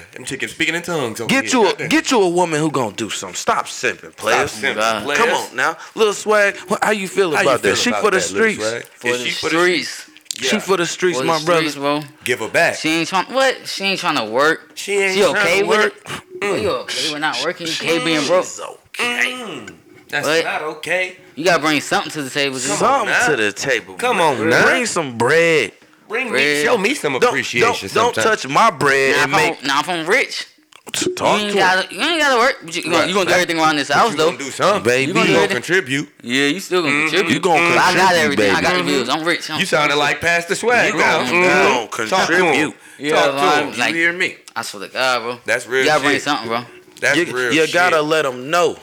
[SPEAKER 2] Shibanaya. Them chickens speaking in tongues. over
[SPEAKER 3] Get
[SPEAKER 2] here.
[SPEAKER 3] you a
[SPEAKER 2] Goddamn.
[SPEAKER 3] get you a woman who gonna do something. Stop simping, players.
[SPEAKER 2] simping,
[SPEAKER 3] Come
[SPEAKER 2] players.
[SPEAKER 3] on now, little swag. wh- How you feel
[SPEAKER 2] How you
[SPEAKER 3] about
[SPEAKER 2] feel
[SPEAKER 3] that? She
[SPEAKER 2] about
[SPEAKER 3] for the
[SPEAKER 2] that, Lil
[SPEAKER 3] streets.
[SPEAKER 2] Swag?
[SPEAKER 1] For
[SPEAKER 2] Is
[SPEAKER 1] the
[SPEAKER 2] she for the
[SPEAKER 1] streets.
[SPEAKER 3] She
[SPEAKER 2] Yeah.
[SPEAKER 3] for the streets,
[SPEAKER 1] For
[SPEAKER 3] my
[SPEAKER 1] the
[SPEAKER 3] brother.
[SPEAKER 1] streets, bro.
[SPEAKER 2] Give her back.
[SPEAKER 1] She ain't trying. What? She ain't trying to work.
[SPEAKER 2] She ain't
[SPEAKER 1] She
[SPEAKER 2] tryna
[SPEAKER 1] okay with
[SPEAKER 2] work.
[SPEAKER 1] it? Well, you okay with not working? You okay being broke?
[SPEAKER 3] She's
[SPEAKER 2] Mm-hmm.
[SPEAKER 3] okay.
[SPEAKER 2] That's
[SPEAKER 1] What?
[SPEAKER 2] not okay.
[SPEAKER 1] You gotta bring something to the table. dude.
[SPEAKER 2] on
[SPEAKER 3] Something
[SPEAKER 2] now.
[SPEAKER 3] to the table.
[SPEAKER 2] Come
[SPEAKER 3] bro.
[SPEAKER 2] on now.
[SPEAKER 3] Bring some bread.
[SPEAKER 2] Bring me,
[SPEAKER 1] Red.
[SPEAKER 2] show me some
[SPEAKER 3] Don't,
[SPEAKER 2] appreciation.
[SPEAKER 3] don't, don't
[SPEAKER 2] sometimes.
[SPEAKER 3] touch my bread
[SPEAKER 1] Now,
[SPEAKER 3] and
[SPEAKER 1] if I'm,
[SPEAKER 3] make
[SPEAKER 1] now if I'm rich,
[SPEAKER 3] talk
[SPEAKER 1] you
[SPEAKER 3] to
[SPEAKER 1] ain't
[SPEAKER 3] him.
[SPEAKER 1] gotta you ain't gotta work. but You, you gonna, you gonna do everything around this house
[SPEAKER 2] You
[SPEAKER 1] though.
[SPEAKER 2] gonna do something,
[SPEAKER 3] Baby.
[SPEAKER 2] You
[SPEAKER 1] You
[SPEAKER 2] gonna
[SPEAKER 1] gonna
[SPEAKER 2] contribute?
[SPEAKER 1] Yeah, you still gonna contribute.
[SPEAKER 3] You gonna
[SPEAKER 1] I got
[SPEAKER 3] contribute,
[SPEAKER 1] everything. I got the
[SPEAKER 3] baby.
[SPEAKER 1] bills. I'm rich. I'm
[SPEAKER 2] You sounded like Pastor Swag.
[SPEAKER 1] You
[SPEAKER 2] now.
[SPEAKER 1] gonna-
[SPEAKER 2] Mhm.
[SPEAKER 3] you gonna
[SPEAKER 2] Talk to
[SPEAKER 3] contribute.
[SPEAKER 2] him.
[SPEAKER 1] Yeah,
[SPEAKER 2] Talk to
[SPEAKER 1] like-
[SPEAKER 2] him.
[SPEAKER 1] like-
[SPEAKER 2] you hear me?
[SPEAKER 1] I swear to God, bro.
[SPEAKER 2] That's
[SPEAKER 1] You
[SPEAKER 2] real.
[SPEAKER 1] gotta bring
[SPEAKER 2] shit.
[SPEAKER 1] something, bro.
[SPEAKER 2] That's
[SPEAKER 3] You,
[SPEAKER 2] real.
[SPEAKER 3] you
[SPEAKER 2] shit.
[SPEAKER 3] gotta let them know.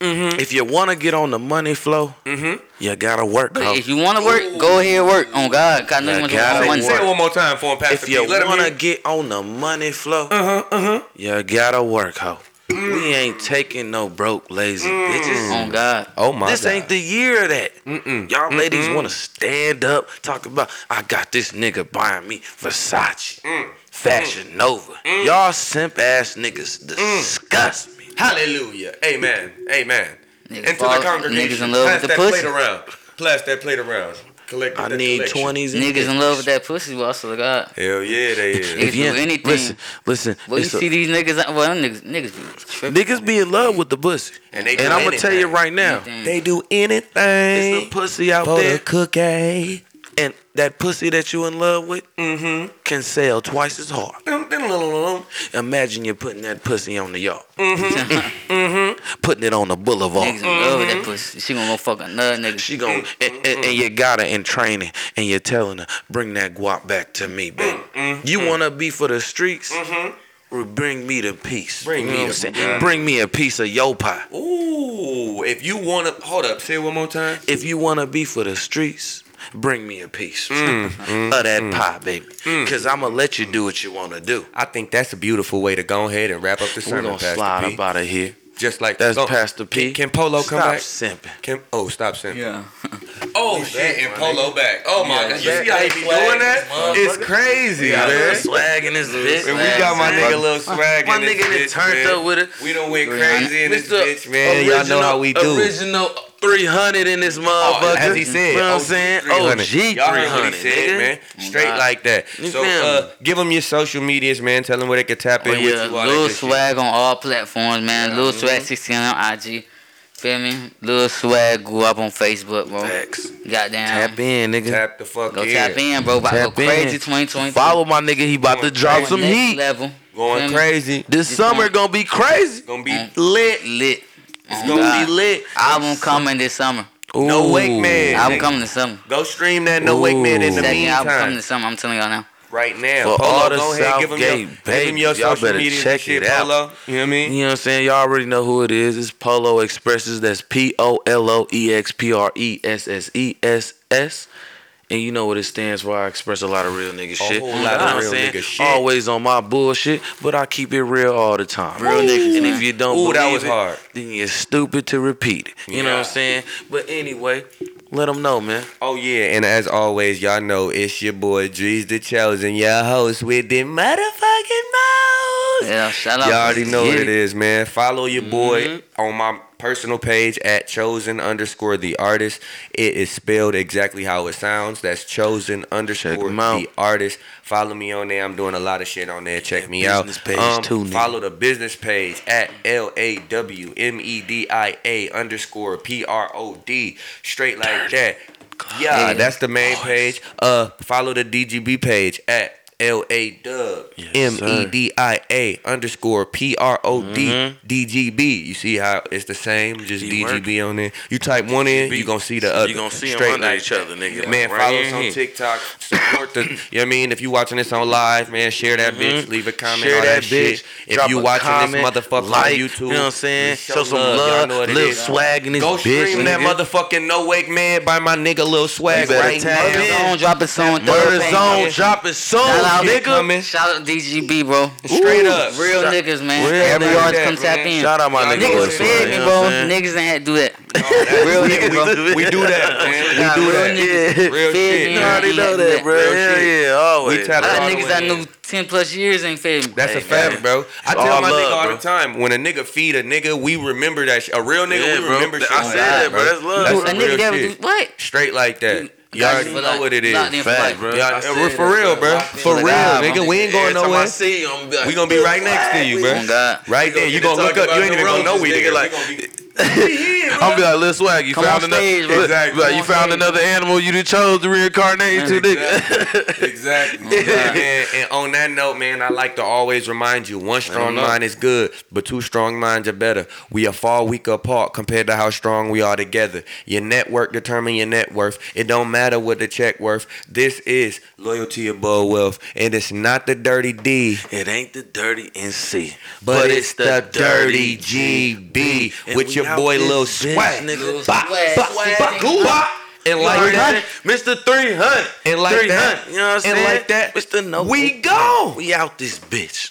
[SPEAKER 3] If you wanna get on the money flow,
[SPEAKER 2] Mm-hmm.
[SPEAKER 3] you gotta work.
[SPEAKER 1] But
[SPEAKER 3] ho.
[SPEAKER 1] if you wanna work, go ahead and work. On God, God knows
[SPEAKER 3] Yeah,
[SPEAKER 1] you want
[SPEAKER 3] gotta
[SPEAKER 1] to
[SPEAKER 2] Say,
[SPEAKER 1] one
[SPEAKER 2] say it one more time for him, Pastor.
[SPEAKER 3] If you
[SPEAKER 2] P. Let him
[SPEAKER 3] wanna
[SPEAKER 2] hear. Uh-huh,
[SPEAKER 3] get on the money flow, you gotta work, ho.
[SPEAKER 2] Mm.
[SPEAKER 3] we ain't taking no broke, lazy bitches.
[SPEAKER 1] On God.
[SPEAKER 2] oh my,
[SPEAKER 3] Mm. this
[SPEAKER 2] God.
[SPEAKER 3] ain't the year of that. Y'all ladies want to stand up, talk about, I got this nigga buying me Versace,
[SPEAKER 2] Mm.
[SPEAKER 3] Fashion Nova. Y'all simp ass niggas
[SPEAKER 2] Mm.
[SPEAKER 3] disgust me.
[SPEAKER 2] Hallelujah. Amen. Amen.
[SPEAKER 1] Niggas
[SPEAKER 2] Into
[SPEAKER 1] fall-
[SPEAKER 2] the congregation.
[SPEAKER 1] niggas in love
[SPEAKER 2] Pass
[SPEAKER 1] with the
[SPEAKER 2] that
[SPEAKER 1] pussy.
[SPEAKER 2] plate around. Pass that plate around. Collect
[SPEAKER 3] I
[SPEAKER 2] that
[SPEAKER 3] need
[SPEAKER 2] collection.
[SPEAKER 3] 20s. and
[SPEAKER 1] Niggas in love with that pussy, well, I swear to God.
[SPEAKER 2] Hell yeah, they is.
[SPEAKER 1] Niggas
[SPEAKER 3] If you
[SPEAKER 1] do anything.
[SPEAKER 3] Listen, listen.
[SPEAKER 1] Well, you
[SPEAKER 3] it's a-
[SPEAKER 1] see these niggas, well, them niggas, niggas be tripping.
[SPEAKER 3] niggas be in love with the pussy.
[SPEAKER 2] And they
[SPEAKER 3] and
[SPEAKER 2] do
[SPEAKER 3] I'm going to tell you
[SPEAKER 2] anything.
[SPEAKER 3] right now.
[SPEAKER 2] they do
[SPEAKER 3] It's
[SPEAKER 2] anything
[SPEAKER 3] the pussy out
[SPEAKER 2] for
[SPEAKER 3] there,
[SPEAKER 2] the cookie.
[SPEAKER 3] and that pussy that you in love with
[SPEAKER 2] Mm-hmm.
[SPEAKER 3] can sell twice as hard.
[SPEAKER 2] Dum, dum, dum, dum, dum.
[SPEAKER 3] Imagine you putting that pussy on the yard, putting it on the boulevard.
[SPEAKER 1] Niggas in love with that pussy. She gonna go fuck another nigga.
[SPEAKER 3] She gon' and, and, and you got her in training, and you're telling her, bring that guap back to me, baby.
[SPEAKER 2] Mm-hmm.
[SPEAKER 3] You wanna be for the streets? Well, bring me the peace.
[SPEAKER 2] Bring
[SPEAKER 3] You
[SPEAKER 2] me
[SPEAKER 3] know what
[SPEAKER 2] the-
[SPEAKER 3] I'm saying? Bring me a piece of yo pie.
[SPEAKER 2] Ooh, if you wanna hold up, say it one more time.
[SPEAKER 3] If you wanna be for the streets, bring me a piece
[SPEAKER 2] Mm,
[SPEAKER 3] of that pie, baby. Cause I'ma let you do what you wanna do.
[SPEAKER 2] I think that's a beautiful way to go ahead and wrap up the
[SPEAKER 3] We're
[SPEAKER 2] sermon,
[SPEAKER 3] gonna
[SPEAKER 2] Pastor
[SPEAKER 3] slide
[SPEAKER 2] P.
[SPEAKER 3] up out of here.
[SPEAKER 2] Just like
[SPEAKER 3] That's
[SPEAKER 2] oh,
[SPEAKER 3] Pastor P.
[SPEAKER 2] Can, can Polo come
[SPEAKER 3] Stop
[SPEAKER 2] back?
[SPEAKER 3] simping.
[SPEAKER 2] Can, oh, stop saying.
[SPEAKER 1] Yeah.
[SPEAKER 2] Oh shit, and Polo back. Oh my
[SPEAKER 3] Yeah,
[SPEAKER 2] god, you
[SPEAKER 3] that-
[SPEAKER 2] see how he be doing that? It's crazy,
[SPEAKER 3] Got a little
[SPEAKER 2] man.
[SPEAKER 3] swag in this bitch.
[SPEAKER 2] And we
[SPEAKER 1] Swag,
[SPEAKER 2] got my
[SPEAKER 1] swag.
[SPEAKER 2] nigga little swag.
[SPEAKER 3] My
[SPEAKER 2] in this
[SPEAKER 3] nigga done
[SPEAKER 2] bitch,
[SPEAKER 3] turned
[SPEAKER 2] man.
[SPEAKER 3] up with it.
[SPEAKER 2] We don't went crazy in this bitch, man.
[SPEAKER 3] Original-
[SPEAKER 2] Y'all know how we do. Oh,
[SPEAKER 3] Original 300 in this motherfucker.
[SPEAKER 2] as he said,
[SPEAKER 3] You know what I'm
[SPEAKER 2] OG
[SPEAKER 3] saying?
[SPEAKER 2] 300.
[SPEAKER 3] OG
[SPEAKER 2] Y'all heard what
[SPEAKER 3] 300,
[SPEAKER 2] he said,
[SPEAKER 3] nigga.
[SPEAKER 2] man. Straight like that.
[SPEAKER 3] You
[SPEAKER 2] So
[SPEAKER 3] feel
[SPEAKER 2] uh,
[SPEAKER 3] me? Oh,
[SPEAKER 2] give them your social medias, man. Tell them where they can tap in
[SPEAKER 1] But Oh, yeah,
[SPEAKER 2] with you. All that
[SPEAKER 1] Lil
[SPEAKER 2] good shit.
[SPEAKER 1] Swag on all platforms, man. Lil
[SPEAKER 3] mhm.
[SPEAKER 1] Swag 16 on IG. Feel me? Lil Swag grew up on Facebook, bro.
[SPEAKER 3] Facts.
[SPEAKER 1] Goddamn.
[SPEAKER 3] Tap in, nigga.
[SPEAKER 2] Tap the fuck
[SPEAKER 1] Go
[SPEAKER 2] in.
[SPEAKER 1] tap in, bro. About to go
[SPEAKER 3] Tap in.
[SPEAKER 1] crazy 2020.
[SPEAKER 3] Follow my nigga. He about to drop some
[SPEAKER 1] Next
[SPEAKER 3] heat.
[SPEAKER 1] Level.
[SPEAKER 2] Going
[SPEAKER 1] Feel me?
[SPEAKER 2] crazy.
[SPEAKER 3] This
[SPEAKER 1] It's
[SPEAKER 3] summer
[SPEAKER 1] going-
[SPEAKER 3] gonna be crazy.
[SPEAKER 2] Gonna be
[SPEAKER 1] Mm.
[SPEAKER 3] Lit.
[SPEAKER 1] Lit.
[SPEAKER 3] It's
[SPEAKER 1] On
[SPEAKER 3] gonna
[SPEAKER 1] God.
[SPEAKER 3] be lit.
[SPEAKER 1] Album coming this summer.
[SPEAKER 2] No
[SPEAKER 3] Ooh.
[SPEAKER 2] Wake Man.
[SPEAKER 1] Album
[SPEAKER 2] nigga.
[SPEAKER 1] coming this summer.
[SPEAKER 2] Go stream that No Wake Man in the
[SPEAKER 1] Second album coming
[SPEAKER 2] meantime.
[SPEAKER 1] this summer. I'm telling y'all now.
[SPEAKER 2] Right now.
[SPEAKER 3] For
[SPEAKER 2] Polo,
[SPEAKER 3] all the
[SPEAKER 2] go ahead, give 'em your,
[SPEAKER 3] Southgate
[SPEAKER 2] give 'em your
[SPEAKER 3] babies, y'all
[SPEAKER 2] social
[SPEAKER 3] better
[SPEAKER 2] medias and
[SPEAKER 3] check
[SPEAKER 2] shit,
[SPEAKER 3] it out.
[SPEAKER 2] Polo. You know what I mean?
[SPEAKER 3] You know what I'm saying? Y'all already know who it is. It's Polo Expresses. That's P O L O E X P R E S S E S S. And you know what it stands for. I express a lot of real nigga shit.
[SPEAKER 2] whole
[SPEAKER 3] You
[SPEAKER 2] lot of
[SPEAKER 3] know what I'm
[SPEAKER 2] real
[SPEAKER 3] saying?
[SPEAKER 2] nigga shit.
[SPEAKER 3] Always on my bullshit, but I keep it real all the time.
[SPEAKER 1] Real niggas,
[SPEAKER 3] And
[SPEAKER 1] man.
[SPEAKER 3] if you don't
[SPEAKER 2] Ooh,
[SPEAKER 3] believe
[SPEAKER 2] that was
[SPEAKER 3] it,
[SPEAKER 2] hard.
[SPEAKER 3] then you're stupid to repeat it. You know what
[SPEAKER 2] Yeah.
[SPEAKER 3] I'm saying? But anyway, let them know, man.
[SPEAKER 2] Oh yeah, and as always, y'all know it's your boy Drees the Chosen, your host with the motherfucking mouse.
[SPEAKER 1] Yeah, shout out. Mm-hmm.
[SPEAKER 2] Y'all already know what
[SPEAKER 1] Yeah.
[SPEAKER 2] it is, man. Follow your boy on my personal page at chosen underscore the artist. It is spelled exactly how it sounds. That's chosen underscore
[SPEAKER 3] 'em
[SPEAKER 2] the
[SPEAKER 3] out.
[SPEAKER 2] artist. Follow me on there. I'm doing a lot of shit on there. Check me out. Um,
[SPEAKER 3] business page too, nigga.
[SPEAKER 2] Follow the business page at L A W M E D I A underscore P R O D. Straight like that. Yeah,
[SPEAKER 1] Yeah.
[SPEAKER 2] that's the main page. Uh, follow the DGB page at L A Dub
[SPEAKER 3] Yes,
[SPEAKER 2] M
[SPEAKER 3] sir.
[SPEAKER 2] E D I A underscore P R O D D G B. You see how it's the same, just
[SPEAKER 3] Mm-hmm. He
[SPEAKER 2] DGB on there. You type one in, you gonna see the other.
[SPEAKER 3] You gonna see 'em
[SPEAKER 2] Straight
[SPEAKER 3] under
[SPEAKER 2] like
[SPEAKER 3] each
[SPEAKER 2] that.
[SPEAKER 3] other, nigga.
[SPEAKER 2] Man,
[SPEAKER 3] Right
[SPEAKER 2] follow
[SPEAKER 3] here
[SPEAKER 2] us
[SPEAKER 3] and
[SPEAKER 2] on
[SPEAKER 3] here.
[SPEAKER 2] TikTok. Support the. You know what I mean? If you watching this on live, man, share that bitch. Leave a comment.
[SPEAKER 3] Mm-hmm. Share
[SPEAKER 2] all
[SPEAKER 3] that
[SPEAKER 2] that,
[SPEAKER 3] bitch.
[SPEAKER 2] Shit. If
[SPEAKER 3] Drop
[SPEAKER 2] you
[SPEAKER 3] a
[SPEAKER 2] watching
[SPEAKER 3] comment,
[SPEAKER 2] this motherfucker
[SPEAKER 3] like,
[SPEAKER 2] on YouTube,
[SPEAKER 3] You know what I'm saying?
[SPEAKER 2] show
[SPEAKER 3] Show, some
[SPEAKER 2] love. Y'all
[SPEAKER 3] love,
[SPEAKER 2] know what it
[SPEAKER 3] little
[SPEAKER 2] is.
[SPEAKER 3] swag in this
[SPEAKER 2] Go
[SPEAKER 3] bitch.
[SPEAKER 2] stream that
[SPEAKER 3] nigga.
[SPEAKER 2] motherfucking No Wake Man by my nigga Lil Swag
[SPEAKER 3] You better
[SPEAKER 2] right
[SPEAKER 3] tap
[SPEAKER 2] now.
[SPEAKER 3] in.
[SPEAKER 1] Zone dropping soon.
[SPEAKER 3] Murder
[SPEAKER 1] Third
[SPEAKER 3] Zone
[SPEAKER 1] page.
[SPEAKER 3] dropping soon,
[SPEAKER 1] Shout out,
[SPEAKER 3] nigga.
[SPEAKER 2] coming.
[SPEAKER 1] Shout out DGB, bro.
[SPEAKER 2] Straight up.
[SPEAKER 1] Real
[SPEAKER 2] Straight-
[SPEAKER 1] niggas, man.
[SPEAKER 3] Real
[SPEAKER 1] Every
[SPEAKER 3] niggas.
[SPEAKER 1] yard come tap in.
[SPEAKER 3] Shout out my
[SPEAKER 2] Y'all
[SPEAKER 3] nigga.
[SPEAKER 2] niggas
[SPEAKER 3] Lil
[SPEAKER 1] Niggas
[SPEAKER 2] Lil
[SPEAKER 3] Swag,
[SPEAKER 1] fed
[SPEAKER 3] you
[SPEAKER 1] me,
[SPEAKER 3] know
[SPEAKER 1] bro.
[SPEAKER 3] what I'm saying?
[SPEAKER 1] Niggas ain't had to do that.
[SPEAKER 2] Real
[SPEAKER 1] niggas, bro.
[SPEAKER 2] We do that, man.
[SPEAKER 1] Nah,
[SPEAKER 2] We do
[SPEAKER 1] real
[SPEAKER 2] that.
[SPEAKER 1] niggas.
[SPEAKER 2] Real
[SPEAKER 1] fed
[SPEAKER 2] shit.
[SPEAKER 1] me
[SPEAKER 3] You already
[SPEAKER 1] ain't
[SPEAKER 3] know
[SPEAKER 1] had to do
[SPEAKER 3] that, bro.
[SPEAKER 2] Real
[SPEAKER 3] Hell
[SPEAKER 2] shit.
[SPEAKER 3] yeah, always.
[SPEAKER 2] We tap
[SPEAKER 1] A lot
[SPEAKER 2] all
[SPEAKER 1] of
[SPEAKER 2] the
[SPEAKER 1] niggas
[SPEAKER 2] way
[SPEAKER 1] I
[SPEAKER 2] in.
[SPEAKER 1] knew 10 plus years ain't fed me.
[SPEAKER 2] That's
[SPEAKER 3] Hey,
[SPEAKER 2] a fact,
[SPEAKER 3] man.
[SPEAKER 2] bro. I
[SPEAKER 3] all
[SPEAKER 2] tell my
[SPEAKER 3] love,
[SPEAKER 2] nigga all
[SPEAKER 3] bro.
[SPEAKER 2] the time when a nigga feed a nigga, we remember that. Shit. A real nigga,
[SPEAKER 3] Yeah,
[SPEAKER 2] we
[SPEAKER 3] bro.
[SPEAKER 2] remember. shit
[SPEAKER 3] I
[SPEAKER 2] like
[SPEAKER 3] said that, bro. That's love.
[SPEAKER 2] That's
[SPEAKER 1] a
[SPEAKER 2] real
[SPEAKER 1] nigga that would do
[SPEAKER 2] shit.
[SPEAKER 1] what?
[SPEAKER 2] Straight like that. You
[SPEAKER 1] Got
[SPEAKER 2] already
[SPEAKER 1] you
[SPEAKER 2] know
[SPEAKER 1] for like-
[SPEAKER 2] what it
[SPEAKER 1] locked in
[SPEAKER 2] is.
[SPEAKER 1] for
[SPEAKER 3] Fact,
[SPEAKER 1] life.
[SPEAKER 3] bro.
[SPEAKER 2] Y'all-
[SPEAKER 3] I said
[SPEAKER 2] we're for
[SPEAKER 3] that,
[SPEAKER 2] real, bro.
[SPEAKER 3] I
[SPEAKER 2] For
[SPEAKER 1] feel
[SPEAKER 2] real,
[SPEAKER 1] like I'm-
[SPEAKER 2] nigga. We ain't going
[SPEAKER 3] Every time I
[SPEAKER 2] nowhere.
[SPEAKER 3] see you, I'm gonna be like,
[SPEAKER 2] We gonna be right next to you,
[SPEAKER 3] Oh,
[SPEAKER 1] On
[SPEAKER 2] bro.
[SPEAKER 1] God.
[SPEAKER 2] Right there. You gonna look up. You ain't even gonna know we there.
[SPEAKER 3] Like,
[SPEAKER 2] We gonna be- shit, bro.
[SPEAKER 3] I'm be like, Lil Swag, you
[SPEAKER 1] Come
[SPEAKER 3] found
[SPEAKER 1] on
[SPEAKER 3] another,
[SPEAKER 1] stage,
[SPEAKER 3] Look,
[SPEAKER 2] Exactly.
[SPEAKER 3] like, you
[SPEAKER 1] Come on
[SPEAKER 3] found
[SPEAKER 1] stage.
[SPEAKER 3] another animal you done chose to reincarnate into, nigga.
[SPEAKER 2] Exactly. exactly. and, and on that note, man, I like to always remind you: one strong
[SPEAKER 3] know.
[SPEAKER 2] mind is good, but two strong minds are better. We are far weaker apart compared to how strong we are together. Your network determine your net worth. It don't matter what the check worth. This is loyalty above wealth, and it's not the dirty D,
[SPEAKER 6] It ain't the dirty NC,
[SPEAKER 2] but, it's, the, dirty GB
[SPEAKER 6] And
[SPEAKER 2] with
[SPEAKER 6] we
[SPEAKER 2] your
[SPEAKER 6] out
[SPEAKER 2] boy
[SPEAKER 6] this
[SPEAKER 2] Lil
[SPEAKER 6] bitch,
[SPEAKER 2] Swag.
[SPEAKER 6] nigga.
[SPEAKER 2] Bop, bop, bop, bop. And like that,
[SPEAKER 6] Mr. 300.
[SPEAKER 2] and like
[SPEAKER 6] 300,
[SPEAKER 2] that,
[SPEAKER 6] you know what I'm
[SPEAKER 2] and
[SPEAKER 6] saying?
[SPEAKER 2] like that,
[SPEAKER 6] Mr. No.
[SPEAKER 2] we go.
[SPEAKER 6] We out this bitch.